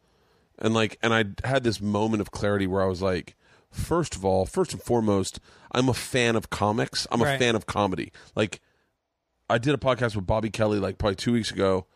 Speaker 1: And like and I had this moment of clarity where I was like first of all, first and foremost, I'm a fan of comics. I'm a
Speaker 4: Right.
Speaker 1: fan of comedy. Like I did a podcast with Bobby Kelly like probably 2 weeks ago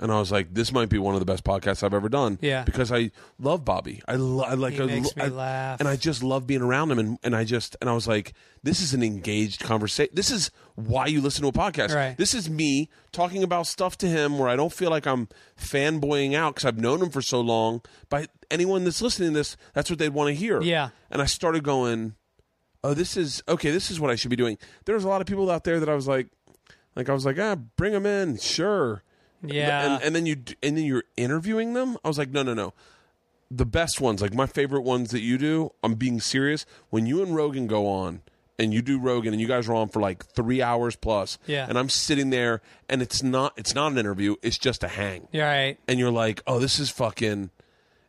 Speaker 1: and I was like this might be one of the best podcasts I've ever done
Speaker 4: Yeah.
Speaker 1: because I love Bobby. I, lo- I like
Speaker 4: He
Speaker 1: I,
Speaker 4: makes
Speaker 1: lo-
Speaker 4: me
Speaker 1: I-
Speaker 4: laugh.
Speaker 1: and I just love being around him and, and I just and I was like, this is an engaged conversation. This is why you listen to a podcast.
Speaker 4: Right.
Speaker 1: This is me talking about stuff to him where I don't feel like I'm fanboying out because I've known him for so long. By anyone that's listening to this, that's what they'd want to hear.
Speaker 4: Yeah.
Speaker 1: And I started going, oh, this is okay. This is what I should be doing. There's a lot of people out there that I was like, like I was like, ah, bring them in, sure.
Speaker 4: Yeah.
Speaker 1: And, and then you d- and then you're interviewing them. I was like, no, no, no the best ones, like my favorite ones that you do, I'm being serious. When you and Rogan go on and you do Rogan and you guys are on for like three hours plus.
Speaker 4: Yeah.
Speaker 1: And I'm sitting there and it's not it's not an interview, it's just a hang.
Speaker 4: You're right.
Speaker 1: And you're like, oh, this is fucking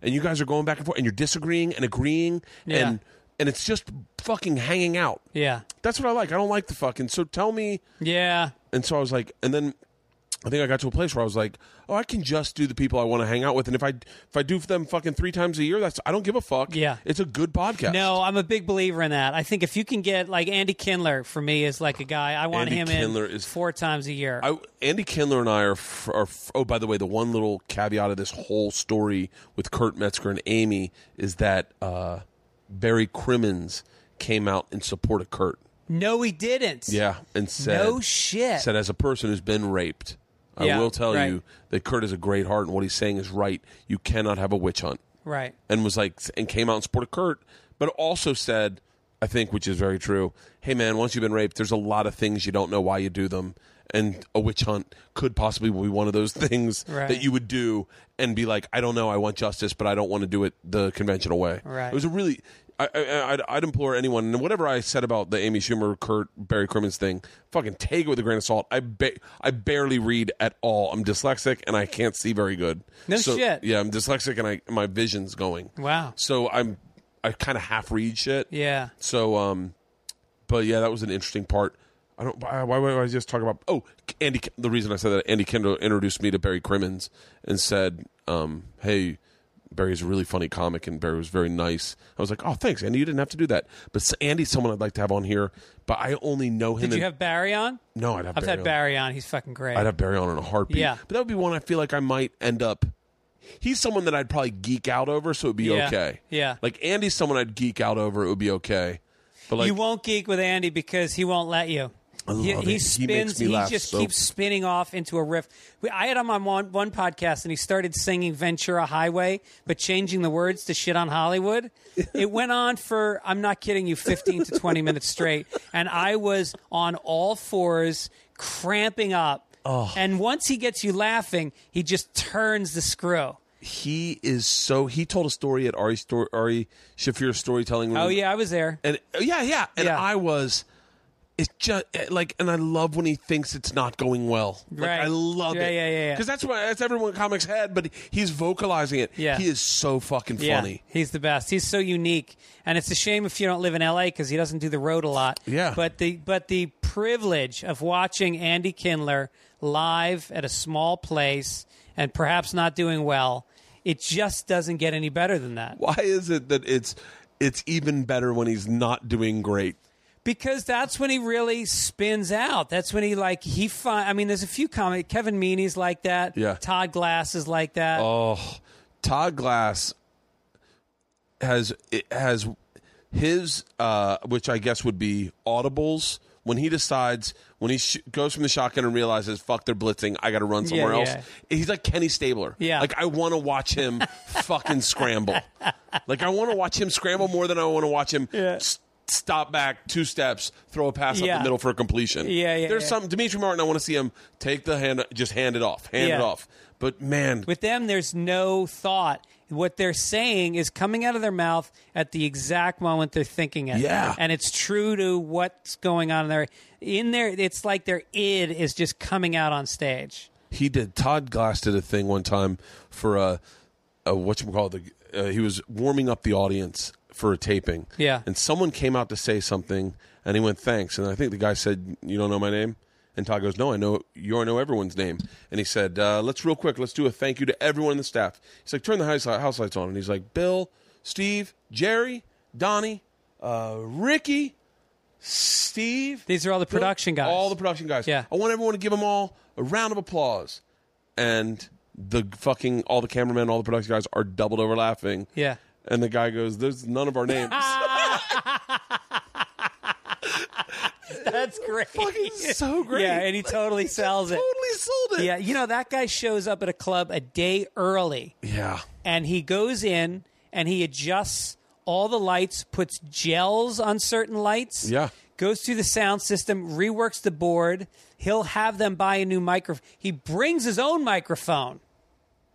Speaker 1: and you guys are going back and forth and you're disagreeing and agreeing
Speaker 4: Yeah.
Speaker 1: and and it's just fucking hanging out.
Speaker 4: Yeah.
Speaker 1: That's what I like. I don't like the fucking so tell me
Speaker 4: Yeah.
Speaker 1: and so I was like, and then I think I got to a place where I was like, oh, I can just do the people I want to hang out with, and if I if I do for them fucking three times a year, that's I don't give a fuck.
Speaker 4: Yeah.
Speaker 1: it's a good podcast.
Speaker 4: No, I'm a big believer in that. I think if you can get like Andy Kindler for me is like a guy I want
Speaker 1: Andy
Speaker 4: him
Speaker 1: Kindler
Speaker 4: in
Speaker 1: is-
Speaker 4: four times a year.
Speaker 1: I, Andy Kindler and I are, f- are. f- Oh, by the way, the one little caveat of this whole story with Kurt Metzger and Amy is that uh, Barry Crimmins came out in support of Kurt.
Speaker 4: no, he didn't.
Speaker 1: Yeah, and said
Speaker 4: No shit.
Speaker 1: Said as a person who's been raped, I
Speaker 4: Yeah,
Speaker 1: will tell
Speaker 4: right.
Speaker 1: you that Kurt has a great heart, and what he's saying is right. You cannot have a witch hunt.
Speaker 4: Right.
Speaker 1: and was like and came out in support of Kurt, but also said, I think, which is very true. Hey man, once you've been raped, there's a lot of things you don't know why you do them, and a witch hunt could possibly be one of those things
Speaker 4: Right.
Speaker 1: that you would do and be like, I don't know, I want justice, but I don't want to do it the conventional way.
Speaker 4: Right.
Speaker 1: It was a really. I, I, I'd, I'd implore anyone, and whatever I said about the Amy Schumer, Kurt, Barry Crimmins thing, fucking take it with a grain of salt. I ba- I barely read at all. I'm dyslexic and I can't see very good.
Speaker 4: No
Speaker 1: So-
Speaker 4: shit.
Speaker 1: Yeah, I'm dyslexic and I my vision's going.
Speaker 4: Wow.
Speaker 1: So I'm I kind of half read shit.
Speaker 4: Yeah.
Speaker 1: So um, but yeah, that was an interesting part. I don't why why would I just talk about oh Andy the reason I said that Andy Kendall introduced me to Barry Crimmins and said um hey Barry's a really funny comic and Barry was very nice. I was like oh thanks Andy you didn't have to do that but s- Andy's someone I'd like to have on here but I only know him.
Speaker 4: Did you
Speaker 1: in-
Speaker 4: have Barry on?
Speaker 1: no I'd have
Speaker 4: I've
Speaker 1: Barry
Speaker 4: had
Speaker 1: on.
Speaker 4: Barry on. He's fucking great.
Speaker 1: I'd have Barry on in a heartbeat.
Speaker 4: Yeah.
Speaker 1: But that would be one I feel like I might end up. He's someone that I'd probably geek out over, so it'd be
Speaker 4: Yeah.
Speaker 1: okay.
Speaker 4: Yeah.
Speaker 1: Like Andy's someone I'd geek out over, it would be okay. But like
Speaker 4: you won't geek with Andy because he won't let you.
Speaker 1: I
Speaker 4: he,
Speaker 1: love
Speaker 4: he
Speaker 1: it.
Speaker 4: spins.
Speaker 1: He makes me laugh
Speaker 4: just
Speaker 1: so-
Speaker 4: keeps spinning off into a riff. We, I had him on one, one podcast, and he started singing Ventura Highway, but changing the words to "Shit on Hollywood." it went on for I'm not kidding you, 15 to 20 minutes straight, and I was on all fours, cramping up.
Speaker 1: Oh.
Speaker 4: And once he gets you laughing, he just turns the screw.
Speaker 1: he is so he told a story at Ari story Ari Shafir's storytelling room.
Speaker 4: Oh yeah, I was there.
Speaker 1: And yeah, yeah. And
Speaker 4: Yeah.
Speaker 1: I was it's just like and I love when he thinks it's not going well. Like,
Speaker 4: Right.
Speaker 1: I love
Speaker 4: Yeah,
Speaker 1: it.
Speaker 4: yeah, yeah, yeah.
Speaker 1: Because that's why that's everyone in comics head, but he's vocalizing it.
Speaker 4: Yeah.
Speaker 1: He is so fucking funny.
Speaker 4: Yeah, he's the best. He's so unique, and it's a shame if you don't live in L.A. because he doesn't do the road a lot.
Speaker 1: Yeah.
Speaker 4: But the but the privilege of watching Andy Kindler live at a small place and perhaps not doing well, it just doesn't get any better than that.
Speaker 1: Why is it that it's it's even better when he's not doing great?
Speaker 4: because that's when he really spins out. That's when he like he find. I mean, there's a few comic. Kevin Meaney's like that.
Speaker 1: Yeah.
Speaker 4: Todd Glass is like that.
Speaker 1: Todd Glass has it has his uh, which I guess would be audibles when he decides when he sh- goes from the shotgun and realizes fuck they're blitzing I got to run somewhere
Speaker 4: yeah.
Speaker 1: else. He's like Kenny Stabler.
Speaker 4: Yeah.
Speaker 1: like I want to watch him fucking scramble. Like I want to watch him scramble more than I want to watch him. s- Stop back two steps, throw a pass up
Speaker 4: Yeah.
Speaker 1: the middle for a completion.
Speaker 4: Yeah, yeah,
Speaker 1: There's
Speaker 4: yeah.
Speaker 1: something Dimitri Martin. I want to see him take the hand, just hand it off, hand it
Speaker 4: Yeah.
Speaker 1: off. But man,
Speaker 4: With them, there's no thought. What they're saying is coming out of their mouth at the exact moment they're thinking it.
Speaker 1: Yeah.
Speaker 4: And it's true to what's going on in there. In there, it's like their id is just coming out on stage.
Speaker 1: He did. Todd Glass did a thing one time for a, a what you call the. Uh, he was warming up the audience for a taping.
Speaker 4: Yeah.
Speaker 1: And someone came out to say something, and he went thanks. And I think the guy said, "You don't know my name." And Todd goes, "No, I know you. I know everyone's name." And he said, uh, "Let's real quick. Let's do a thank you to everyone in the staff." He's like, "Turn the house, house lights on." And he's like, "Bill, Steve, Jerry, Donnie, uh, Ricky." Steve.
Speaker 4: These are all the
Speaker 1: Bill-
Speaker 4: production guys.
Speaker 1: All the production guys.
Speaker 4: Yeah.
Speaker 1: I want everyone to give them all a round of applause. And the fucking all the cameramen, all the production guys are doubled over laughing.
Speaker 4: Yeah.
Speaker 1: And the guy goes, "There's none of our names."
Speaker 4: That's great.
Speaker 1: fucking so great.
Speaker 4: Yeah, and he totally sells it.
Speaker 1: totally sold it.
Speaker 4: Yeah, you know, that guy shows up at a club a day early.
Speaker 1: Yeah.
Speaker 4: and he goes in and he adjusts all the lights, puts gels on certain lights.
Speaker 1: Yeah.
Speaker 4: Goes through the sound system, reworks the board. He'll have them buy a new microphone. He brings his own microphone.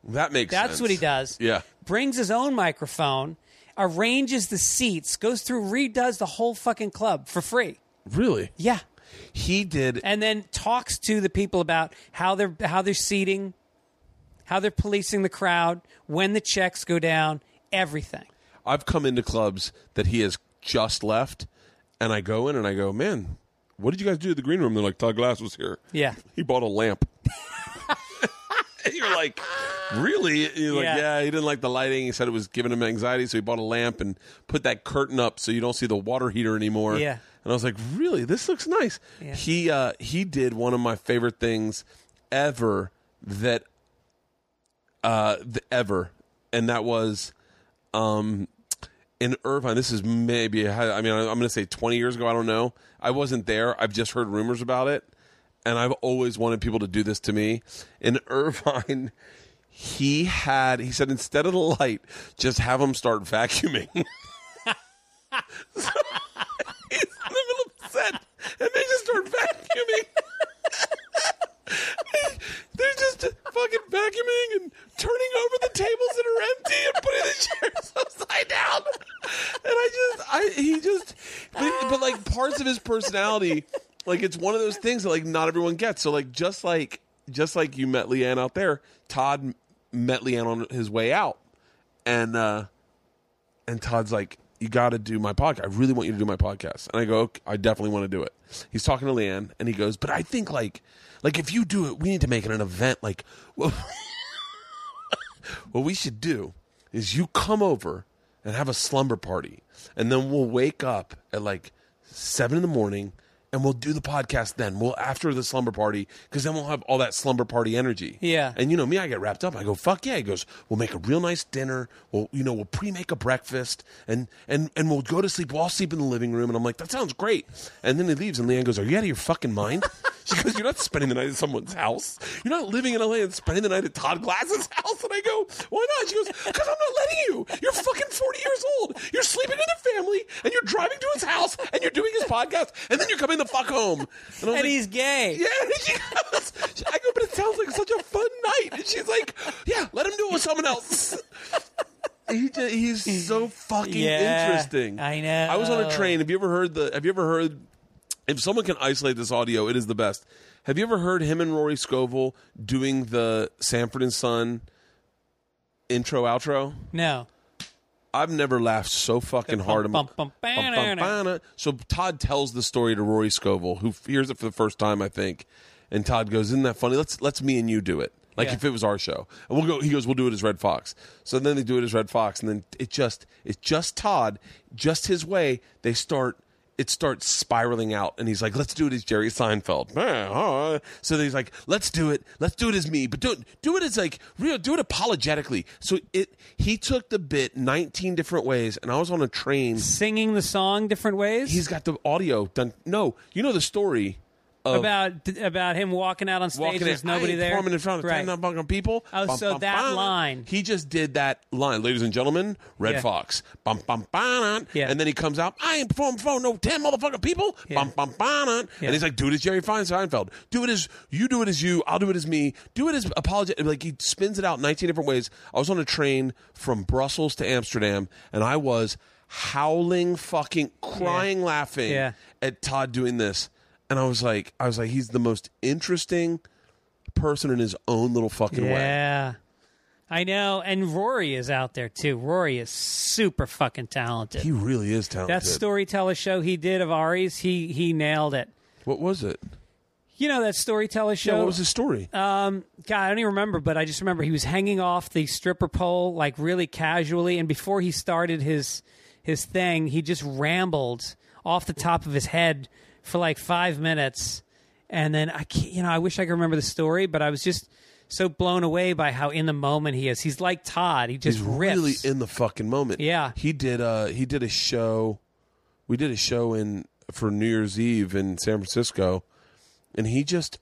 Speaker 1: That makes
Speaker 4: That's
Speaker 1: sense.
Speaker 4: what he does.
Speaker 1: Yeah.
Speaker 4: Brings his own microphone. arranges the seats, goes through, redoes the whole fucking club for free.
Speaker 1: Really?
Speaker 4: Yeah.
Speaker 1: He did.
Speaker 4: and then talks to the people about how they're how they're seating, how they're policing the crowd, when the checks go down, everything.
Speaker 1: I've come into clubs that he has just left, and I go in and I go, man, what did you guys do at the green room? They're like, Todd Glass was here.
Speaker 4: Yeah.
Speaker 1: He bought a lamp. and you're like, really? And You're like, yeah.
Speaker 4: Yeah.
Speaker 1: he didn't like the lighting. He said it was giving him anxiety, so he bought a lamp and put that curtain up so you don't see the water heater anymore.
Speaker 4: Yeah.
Speaker 1: And I was like, really? This looks nice. He uh, he did one of my favorite things ever that uh, th- ever, and that was um, in Irvine. This is maybe I mean I'm going to say 20 years ago. I don't know. I wasn't there. I've just heard rumors about it, and I've always wanted people to do this to me. In Irvine, he had he said instead of the light, just have them start vacuuming. so, he's in the middle of the set, and they just start vacuuming. They're just fucking vacuuming and turning over the tables that are empty and putting the chairs upside down. And I just, I he just, but, but like parts of his personality, like it's one of those things that like not everyone gets. So like just like just like you met Leanne out there, Todd met Leanne on his way out, and uh and Todd's like, "You got to do my podcast. I really want you to do my podcast." And I go, okay, "I definitely want to do it." He's talking to Leanne, and he goes, "But I think like, like if you do it, we need to make it an event. Like, what, what we should do is you come over and have a slumber party, and then we'll wake up at like seven in the morning." And we'll do the podcast then. We'll after the slumber party because then we'll have all that slumber party energy.
Speaker 4: Yeah.
Speaker 1: And you know me, I get wrapped up. I go, fuck yeah. He goes, we'll make a real nice dinner. We'll, you know, we'll pre-make a breakfast and, and, and we'll go to sleep. We'll all sleep in the living room. And I'm like, that sounds great. And then he leaves and Leanne goes, are you out of your fucking mind? She goes, you're not spending the night at someone's house. You're not living in LA and spending the night at Todd Glass's house. And I go, why not? She goes, because I'm not letting you. You're fucking 40 years old. You're sleeping with a family and you're driving to his house and you're doing his podcast and then you're coming the fuck home. And, I was
Speaker 4: And
Speaker 1: like,
Speaker 4: he's gay.
Speaker 1: yeah, and she goes, I go, but it sounds like such a fun night. And she's like, yeah, let him do it with someone else. He ju- he's so fucking
Speaker 4: Yeah,
Speaker 1: interesting.
Speaker 4: I know.
Speaker 1: I was on a train. Have you ever heard the? Have you ever heard? If someone can isolate this audio, it is the best. Have you ever heard him and Rory Scovel doing the Sanford and Son intro outro?
Speaker 4: No.
Speaker 1: I've never laughed so fucking hard. in my-
Speaker 4: Bum, bum,
Speaker 1: Bum, bum,
Speaker 4: ba-na-na.
Speaker 1: ba-na. So Todd tells the story to Rory Scovel, who hears it for the first time, I think. And Todd goes, "Isn't that funny? Let's let's me and you do it, like
Speaker 4: Yeah.
Speaker 1: if it was our show." And we'll go. He goes, "We'll do it as Red Fox." So then they do it as Red Fox, and then it just it's just Todd, just his way. They start. It starts spiraling out, and he's like, "Let's do it as Jerry Seinfeld." So then he's like, "Let's do it. Let's do it as me, but don't do it as like real. Do it apologetically." So it he took the bit nineteen different ways, and I was on a train
Speaker 4: Singing the song different ways.
Speaker 1: He's got the audio done. No, you know the story of
Speaker 4: about about him walking out on stage.
Speaker 1: walking
Speaker 4: There's
Speaker 1: in, I
Speaker 4: nobody
Speaker 1: ain't
Speaker 4: there.
Speaker 1: performing in front of
Speaker 4: right.
Speaker 1: ten fucking people.
Speaker 4: Oh, so that line.
Speaker 1: He just did that line, ladies and gentlemen. Red
Speaker 4: Yeah.
Speaker 1: Fox. Bum bum bum.
Speaker 4: Yeah.
Speaker 1: And then he comes out. I ain't performing in front of no ten motherfucking people. Bum bum bum.
Speaker 4: Yeah.
Speaker 1: And he's like, do it as Jerry Fein- Seinfeld. Do it as you. Do it as you. I'll do it as me. Do it as apology. Like he spins it out nineteen different ways. I was on a train from Brussels to Amsterdam, and I was howling, fucking crying, laughing
Speaker 4: Yeah.
Speaker 1: at Todd doing this, and I was like, I was like, he's the most interesting person in his own little fucking way.
Speaker 4: Yeah. I know. And Rory is out there too. Rory is super fucking talented.
Speaker 1: He really is talented.
Speaker 4: that storyteller show he did of Ari's, he he nailed it.
Speaker 1: What was it?
Speaker 4: You know that storyteller show.
Speaker 1: Yeah, what was his story?
Speaker 4: uh, God, I don't even remember, but I just remember he was hanging off the stripper pole like really casually, and before he started his his thing, he just rambled off the top of his head for like five minutes, and then I can't, you know I wish I could remember the story, but I was just so blown away by how in the moment he is. He's like Todd; he just
Speaker 1: he's
Speaker 4: rips.
Speaker 1: really in the fucking moment.
Speaker 4: Yeah.
Speaker 1: He did uh he did a show we did a show in for New Year's Eve in San Francisco and he just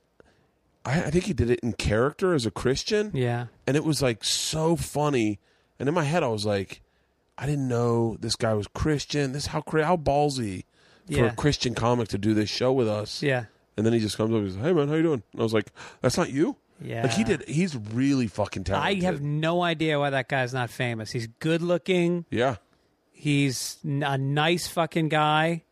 Speaker 1: I, I think he did it in character as a Christian.
Speaker 4: yeah,
Speaker 1: and it was like so funny. And in my head, I was like, I didn't know this guy was Christian. This how cra- how ballsy for
Speaker 4: Yeah.
Speaker 1: a Christian comic to do this show with us.
Speaker 4: yeah,
Speaker 1: And then he just comes up and he's like, Hey man, how you doing? And I was like, That's not you.
Speaker 4: yeah.
Speaker 1: Like he did. He's really fucking
Speaker 4: I
Speaker 1: talented.
Speaker 4: have no idea why that guy's not famous. He's good looking.
Speaker 1: Yeah.
Speaker 4: He's n- a nice fucking guy.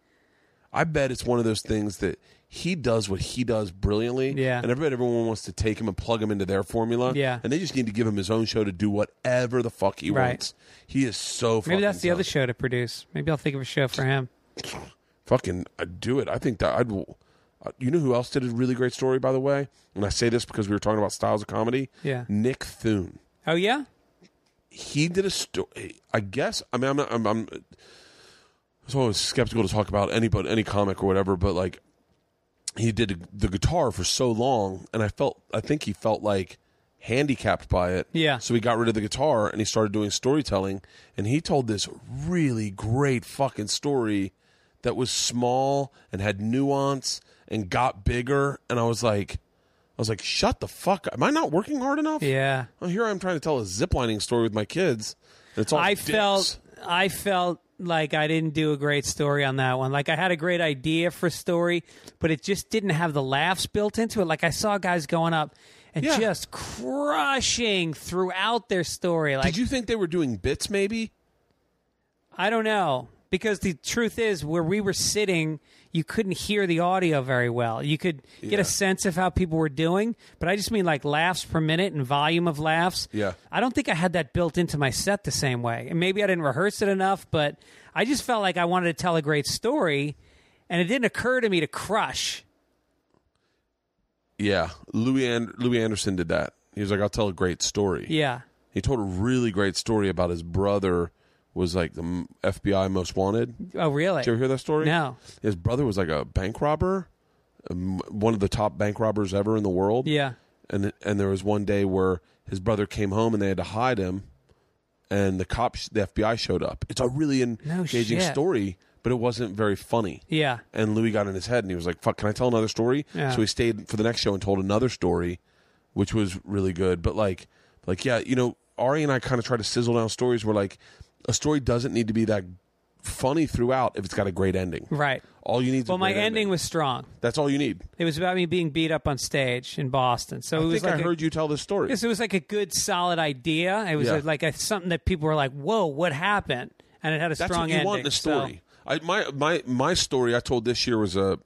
Speaker 1: I bet it's one of those things that he does what he does brilliantly.
Speaker 4: Yeah.
Speaker 1: And I bet everyone wants to take him and plug him into their formula.
Speaker 4: Yeah.
Speaker 1: And they just need to give him his own show to do whatever the fuck he
Speaker 4: Right.
Speaker 1: wants. He is so fucking
Speaker 4: Maybe that's the other
Speaker 1: talented.
Speaker 4: show to produce. Maybe I'll think of a show for him.
Speaker 1: Fucking i do it. I think that I'd. uh, You know who else did a really great story, by the way? And I say this because we were talking about styles of comedy.
Speaker 4: Yeah.
Speaker 1: Nick Thune.
Speaker 4: Oh yeah,
Speaker 1: he did a story. I guess. I mean, I'm not. I'm. I'm it's always skeptical to talk about any but any comic or whatever, but like he did the guitar for so long, and I felt. I think he felt like handicapped by it.
Speaker 4: Yeah.
Speaker 1: So he got rid of the guitar and he started doing storytelling, and he told this really great fucking story that was small and had nuance and got bigger, and I was like, I was like, shut the fuck! up. Am I not working hard enough?
Speaker 4: yeah.
Speaker 1: Well, here I'm trying to tell a ziplining story with my kids. and It's all
Speaker 4: I
Speaker 1: dicks.
Speaker 4: felt I felt like I didn't do a great story on that one. Like I had a great idea for a story, but it just didn't have the laughs built into it. Like I saw guys going up and
Speaker 1: Yeah.
Speaker 4: just crushing throughout their story. Like
Speaker 1: Did you think they were doing bits? Maybe
Speaker 4: I don't know. Because the truth is, where we were sitting, you couldn't hear the audio very well. You could get
Speaker 1: Yeah.
Speaker 4: a sense of how people were doing, but I just mean like laughs per minute and volume of laughs.
Speaker 1: Yeah.
Speaker 4: I don't think I had that built into my set the same way. And maybe I didn't rehearse it enough, but I just felt like I wanted to tell a great story, and it didn't occur to me to crush.
Speaker 1: yeah. Louis and- Louis Anderson did that. He was like, "I'll tell a great story."
Speaker 4: Yeah.
Speaker 1: He told a really great story about his brother was like the m- FBI most wanted.
Speaker 4: Oh, really?
Speaker 1: Did you ever hear that story?
Speaker 4: No.
Speaker 1: His brother was like a bank robber, um, one of the top bank robbers ever in the world.
Speaker 4: Yeah.
Speaker 1: and and there was one day where his brother came home and they had to hide him, and the cops, the FBI showed up. It's a really en-
Speaker 4: No
Speaker 1: engaging
Speaker 4: shit.
Speaker 1: story, but it wasn't very funny.
Speaker 4: Yeah.
Speaker 1: And Louis got in his head and he was like, "Fuck, can I tell another story?"
Speaker 4: Yeah.
Speaker 1: So he stayed for the next show and told another story, which was really good. But like, like yeah, you know, Ari and I kind of try to sizzle down stories where like a story doesn't need to be that funny throughout if it's got a great ending.
Speaker 4: Right.
Speaker 1: All you need. Is
Speaker 4: Well,
Speaker 1: a
Speaker 4: my
Speaker 1: great
Speaker 4: ending, was strong.
Speaker 1: That's all you need.
Speaker 4: It was about me being beat up on stage in Boston. So it
Speaker 1: I
Speaker 4: was
Speaker 1: think
Speaker 4: like
Speaker 1: I
Speaker 4: a-
Speaker 1: heard you tell this story.
Speaker 4: Yes, it was like a good, solid idea. It was
Speaker 1: Yeah.
Speaker 4: uh, like a, something that people were like, "Whoa, what happened?" And it had a
Speaker 1: That's
Speaker 4: strong
Speaker 1: what you
Speaker 4: ending.
Speaker 1: want in a
Speaker 4: so-
Speaker 1: story. I, my my my story I told this year was a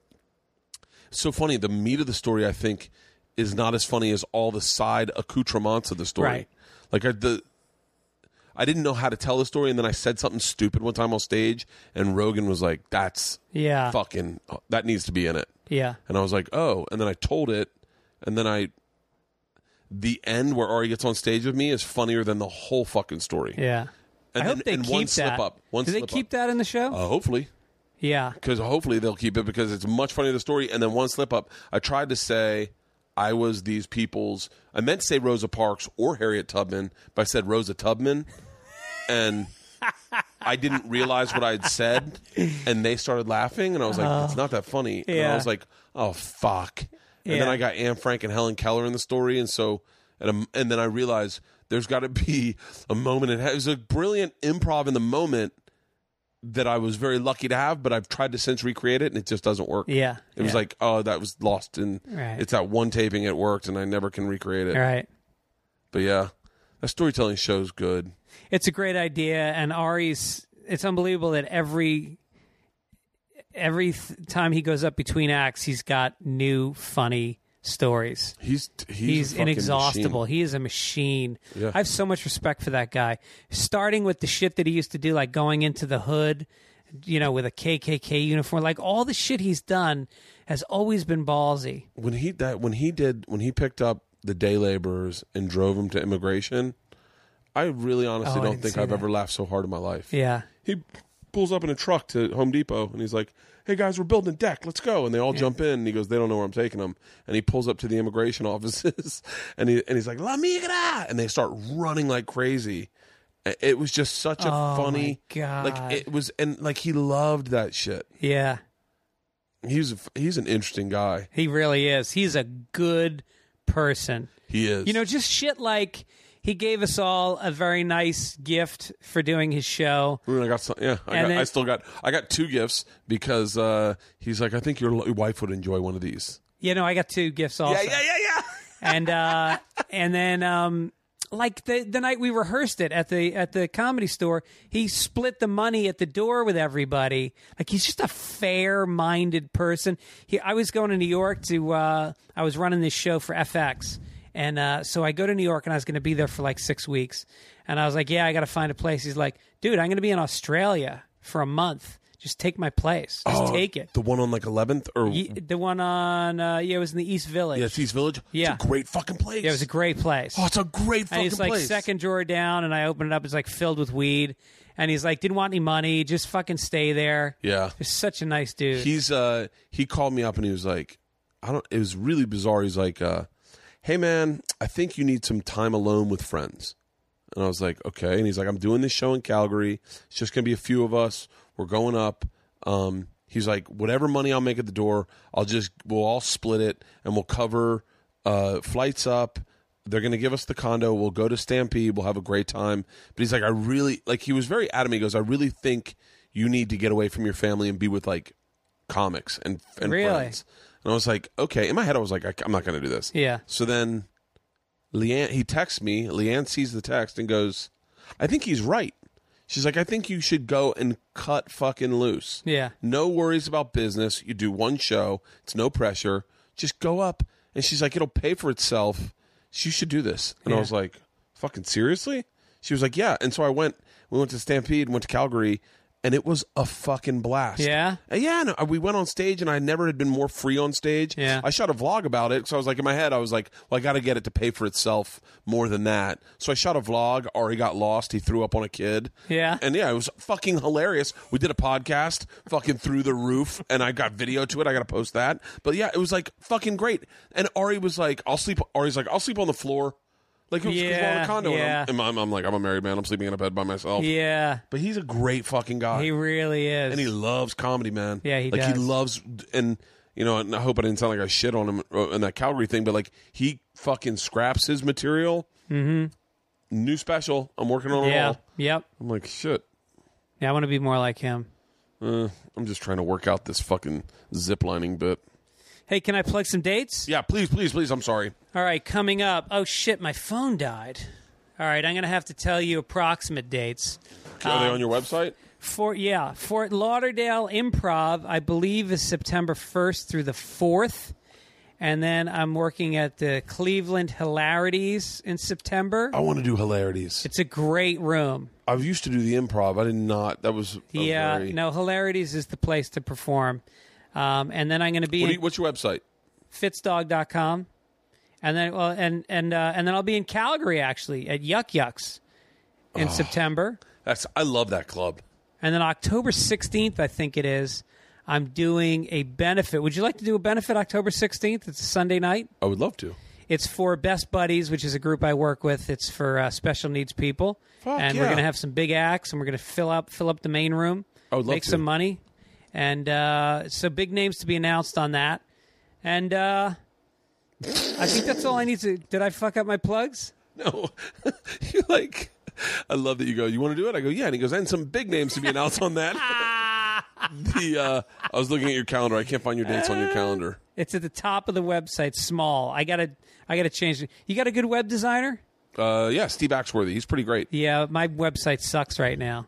Speaker 1: so funny. The meat of the story I think is not as funny as all the side accoutrements of the story.
Speaker 4: Right.
Speaker 1: Like I, the I didn't know how to tell the story, and then I said something stupid one time on stage, and Rogan was like, "That's
Speaker 4: yeah,
Speaker 1: fucking that needs to be in it."
Speaker 4: yeah,
Speaker 1: And I was like, oh. And then I told it. And then I. The end where Ari gets on stage with me is funnier than the whole fucking story.
Speaker 4: yeah.
Speaker 1: And
Speaker 4: I
Speaker 1: then
Speaker 4: hope they
Speaker 1: and
Speaker 4: keep
Speaker 1: one
Speaker 4: that.
Speaker 1: slip up. One
Speaker 4: Do they
Speaker 1: slip
Speaker 4: keep
Speaker 1: up.
Speaker 4: that in the show?
Speaker 1: Uh, hopefully.
Speaker 4: yeah,
Speaker 1: Because hopefully they'll keep it because it's much funnier the story. And then one slip up. I tried to say I was these people's. I meant to say Rosa Parks or Harriet Tubman, but I said Rosa Tubman. and. I didn't realize what I had said, and they started laughing, and I was like, "It's not that funny." And I
Speaker 4: Uh-huh. Yeah.
Speaker 1: was like, "Oh fuck!" And then
Speaker 4: Yeah.
Speaker 1: I got Anne Frank and Helen Keller in the story, and so and i and then I realized there's got to be a moment. in It was a brilliant improv in the moment that I was very lucky to have, but I've tried to since recreate it, and it just doesn't work.
Speaker 4: Yeah.
Speaker 1: it was
Speaker 4: Yeah.
Speaker 1: like, "Oh, that was lost," and
Speaker 4: Right.
Speaker 1: it's that one taping it worked, and I never can recreate it.
Speaker 4: all right.
Speaker 1: But yeah, that storytelling show's good.
Speaker 4: It's a great idea, and Ari's. It's unbelievable that every every th- time he goes up between acts, he's got new funny stories.
Speaker 1: He's he's, a
Speaker 4: He's
Speaker 1: fucking
Speaker 4: inexhaustible.
Speaker 1: machine.
Speaker 4: He is a machine.
Speaker 1: Yeah.
Speaker 4: I have so much respect for that guy. Starting with the shit that he used to do, like going into the hood, you know, with a KKK uniform, like all the shit he's done has always been ballsy.
Speaker 1: when he that when he did when he picked up the day laborers and drove them to immigration, I really honestly
Speaker 4: Oh, I
Speaker 1: don't
Speaker 4: didn't
Speaker 1: think
Speaker 4: see
Speaker 1: I've
Speaker 4: that.
Speaker 1: ever laughed so hard in my life.
Speaker 4: Yeah,
Speaker 1: He pulls up in a truck to Home Depot and he's like, "Hey guys, we're building a deck. Let's go!" And they all jump in. And he goes, "They don't know where I'm taking them." And he pulls up to the immigration offices and he and he's like, "La migra!" And they start running like crazy. I- It was just such a
Speaker 4: Oh,
Speaker 1: funny,
Speaker 4: my God.
Speaker 1: like it was, and like he loved that shit.
Speaker 4: yeah.
Speaker 1: He's a, f- he's an interesting guy.
Speaker 4: He really is. He's a good person.
Speaker 1: He is.
Speaker 4: You know, just shit like he gave us all a very nice gift for doing his show.
Speaker 1: Ooh, I got some, yeah. I,
Speaker 4: And
Speaker 1: got,
Speaker 4: then-
Speaker 1: I still got I got two gifts because uh, he's like I think your lo- wife would enjoy one of these.
Speaker 4: You know, I got two gifts also.
Speaker 1: yeah, yeah, yeah.
Speaker 4: and uh, and then um, like the the night we rehearsed it at the at the comedy store, he split the money at the door with everybody. Like he's just a fair minded person. He, I was going to New York to uh, I was running this show for FX, and uh, so I go to New York and I was going to be there for like six weeks, and I was like, yeah, I got to find a place. He's like, dude, I'm going to be in Australia for a month. Just take my place. Just take it.
Speaker 1: Oh, The one on like 11th or
Speaker 4: Ye- The one on uh, yeah, it was in the East Village.
Speaker 1: yeah, it's East Village.
Speaker 4: Yeah.
Speaker 1: it's a great fucking place.
Speaker 4: Yeah, it was a great place.
Speaker 1: oh, it's a great
Speaker 4: and
Speaker 1: fucking
Speaker 4: he's like
Speaker 1: place.
Speaker 4: second drawer down, and I open it up. It's like filled with weed, and he's like, didn't want any money, just fucking stay there.
Speaker 1: Yeah.
Speaker 4: he's such a nice dude.
Speaker 1: he's uh he called me up and he was like i don't it was really bizarre he's like uh hey man i think you need some time alone with friends and i was like okay and he's like i'm doing this show in calgary it's just gonna be a few of us we're going up um he's like whatever money i'll make at the door i'll just we'll all split it and we'll cover uh flights up they're going to give us the condo. We'll go to Stampede. We'll have a great time. But he's like, I really, like, he was very adamant. He goes, I really think you need to get away from your family and be with, like, comics and, and
Speaker 4: Really?
Speaker 1: friends. And I was like, okay. In my head, I was like, I, am not going to do this.
Speaker 4: Yeah.
Speaker 1: So then Leanne, he texts me. Leanne sees the text and goes, I think he's right. She's like, I think you should go and cut fucking loose.
Speaker 4: Yeah.
Speaker 1: No worries about business. You do one show, it's no pressure. Just go up. And she's like, it'll pay for itself. She should do this. And I
Speaker 4: Yeah.
Speaker 1: was like, fucking seriously? She was like, yeah. And so I went, we went to Stampede and went to Calgary, and it was a fucking blast.
Speaker 4: Yeah?
Speaker 1: Uh, Yeah. No, we went on stage, and I never had been more free on stage.
Speaker 4: Yeah.
Speaker 1: I shot a vlog about it. So I was like, in my head, I was like, well, I got to get it to pay for itself more than that. So I shot a vlog. Ari got lost. He threw up on a kid.
Speaker 4: Yeah.
Speaker 1: And yeah, it was fucking hilarious. We did a podcast, fucking through the roof, and I got video to it. I got to post that. But yeah, it was like fucking great. And Ari was like, I'll sleep. Ari's like, I'll sleep on the floor. Like, it was 'cause we're on a
Speaker 4: Yeah,
Speaker 1: condo.
Speaker 4: yeah.
Speaker 1: And, I'm, and I'm, I'm like, I'm a married man. I'm sleeping in a bed by myself.
Speaker 4: yeah,
Speaker 1: But he's a great fucking guy.
Speaker 4: he really is.
Speaker 1: and he loves comedy, man.
Speaker 4: Yeah, he
Speaker 1: like,
Speaker 4: does.
Speaker 1: he loves, and, you know, and I hope I didn't sound like I shit on him uh, in that Calgary thing, but like, he fucking scraps his material. Mm-hmm. New special. I'm working on it
Speaker 4: yeah,
Speaker 1: all.
Speaker 4: yep.
Speaker 1: I'm like, shit.
Speaker 4: Yeah, I want to be more like him.
Speaker 1: Uh, I'm just trying to work out this fucking ziplining bit.
Speaker 4: Hey, can I plug some dates?
Speaker 1: Yeah, please, please, please. I'm sorry.
Speaker 4: All right, coming up. Oh shit, my phone died. All right, I'm gonna have to tell you approximate dates.
Speaker 1: Are they on your
Speaker 4: Um,
Speaker 1: website?
Speaker 4: Fort yeah, Fort Lauderdale Improv, I believe, is September first through the fourth, and then I'm working at the Cleveland Hilarities in September.
Speaker 1: I want to do hilarities.
Speaker 4: It's a great room.
Speaker 1: I used to do the improv. I did not. That was a
Speaker 4: yeah,
Speaker 1: Oh, Very...
Speaker 4: no, Hilarities is the place to perform. Um, and then I'm going to be
Speaker 1: What do
Speaker 4: in
Speaker 1: you, what's your website?
Speaker 4: fitzdog.com, and then well, and and uh, and then I'll be in Calgary actually at Yuck Yucks in
Speaker 1: Oh.
Speaker 4: September.
Speaker 1: That's. I love that club.
Speaker 4: And then October 16th, I think it is, I'm doing a benefit. Would you like to do a benefit October 16th? It's a Sunday night.
Speaker 1: I would love to.
Speaker 4: It's for Best Buddies, which is a group I work with. It's for uh, special needs people.
Speaker 1: Fuck
Speaker 4: and
Speaker 1: yeah.
Speaker 4: we're going to have some big acts and we're going to fill up fill up the main room.
Speaker 1: I would love
Speaker 4: make
Speaker 1: to.
Speaker 4: some money. And uh, so big names to be announced on that. And uh, I think that's all I need to Did I fuck up my plugs?
Speaker 1: No, you like. I love that you go. You want to do it? I go. Yeah. And he goes. And some big names to be announced on that. the. Uh, I was looking at your calendar. I can't find your dates on your calendar.
Speaker 4: It's at the top of the website, small. I got to I got to change it. You got a good web designer?
Speaker 1: Uh, yeah, Steve Axworthy. He's pretty great.
Speaker 4: Yeah, my website sucks right now.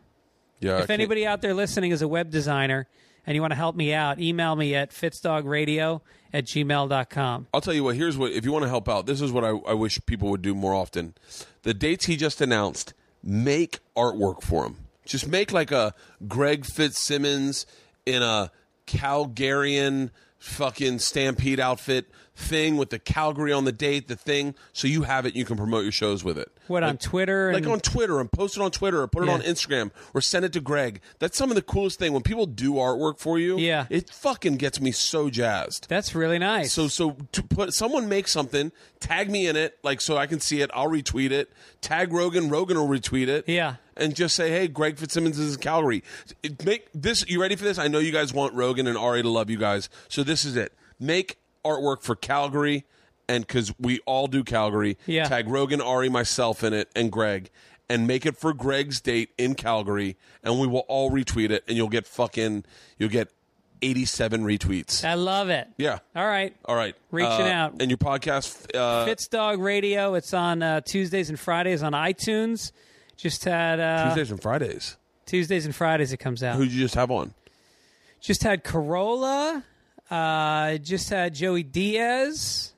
Speaker 1: Yeah. I
Speaker 4: if
Speaker 1: can't-
Speaker 4: anybody out there listening is a web designer and you want to help me out, email me at fitsdogradio at gmail.com.
Speaker 1: I'll tell you what. Here's what. If you want to help out, this is what I, I wish people would do more often. The dates he just announced, make artwork for him. Just make like a Greg Fitzsimmons in a Calgarian fucking Stampede outfit thing with the Calgary on the date, the thing, so you have it. You can promote your shows with it.
Speaker 4: What, on Twitter? And,
Speaker 1: Like on Twitter and post it on Twitter or put it
Speaker 4: Yeah.
Speaker 1: on Instagram or send it to Greg. That's some of the coolest thing when people do artwork for you.
Speaker 4: Yeah.
Speaker 1: it fucking gets me so jazzed.
Speaker 4: that's really nice.
Speaker 1: So so to put someone make something, tag me in it, like so I can see it. I'll retweet it. Tag Rogan. Rogan will retweet it.
Speaker 4: Yeah.
Speaker 1: And just say, hey, Greg Fitzsimmons is in Calgary. It- make this. You ready for this? I know you guys want Rogan and Ari to love you guys. So this is it. Make artwork for Calgary, and because we all do Calgary.
Speaker 4: Yeah.
Speaker 1: Tag Rogan, Ari, myself in it, and Greg. And make it for Greg's date in Calgary, and we will all retweet it, and you'll get fucking, you'll get 87 retweets.
Speaker 4: I love it.
Speaker 1: yeah.
Speaker 4: All right.
Speaker 1: All right.
Speaker 4: Reaching
Speaker 1: Uh,
Speaker 4: out.
Speaker 1: And your podcast. Uh,
Speaker 4: Fitz Dog Radio. It's on uh, Tuesdays and Fridays on iTunes. Just had uh,
Speaker 1: Tuesdays and Fridays.
Speaker 4: Tuesdays and Fridays it comes out.
Speaker 1: Who'd you just have on?
Speaker 4: Just had Corolla. Uh, just had Joey Diaz.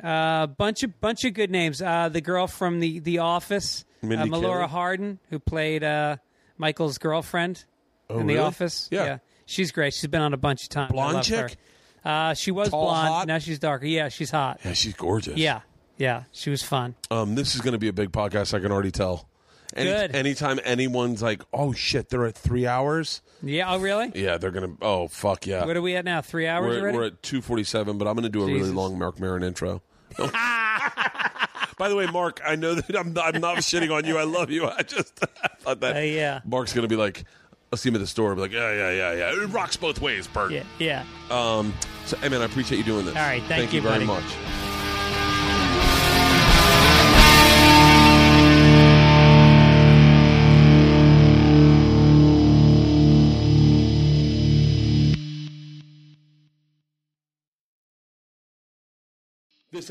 Speaker 4: A uh, bunch of bunch of good names. Uh, the girl from the The Office, uh,
Speaker 1: Mindy Kaling?
Speaker 4: Melora Hardin, who played uh, Michael's girlfriend in The
Speaker 1: Oh, really?
Speaker 4: Office.
Speaker 1: Yeah.
Speaker 4: she's great. She's been on a bunch of times. I
Speaker 1: Blonde
Speaker 4: love her.
Speaker 1: chick?
Speaker 4: Uh, she was
Speaker 1: Tall,
Speaker 4: blonde.
Speaker 1: hot?
Speaker 4: Now she's darker. Yeah, she's hot.
Speaker 1: Yeah, she's gorgeous.
Speaker 4: Yeah, yeah, she was fun.
Speaker 1: Um, this is going to be a big podcast. I can already tell. Any,
Speaker 4: Good.
Speaker 1: Anytime anyone's like, "Oh shit, they're at three hours."
Speaker 4: Yeah. Oh, really?
Speaker 1: Yeah, they're gonna. Oh fuck yeah.
Speaker 4: What are we at now? Three hours
Speaker 1: We're,
Speaker 4: already.
Speaker 1: we're at two forty-seven, but I'm gonna do a really
Speaker 4: Jesus.
Speaker 1: long Mark Maron intro. No. By the way, Mark, I know that I'm not, I'm not shitting on you. I love you. I just I thought that.
Speaker 4: Uh, yeah.
Speaker 1: Mark's gonna be like, I'll see him at the store. I'll be like, yeah, yeah, yeah, yeah. It rocks both ways, Bert.
Speaker 4: yeah. Yeah.
Speaker 1: Um. So, hey man, I appreciate you doing this.
Speaker 4: All right, thank
Speaker 1: you,
Speaker 4: you,
Speaker 1: very
Speaker 4: buddy.
Speaker 1: much. This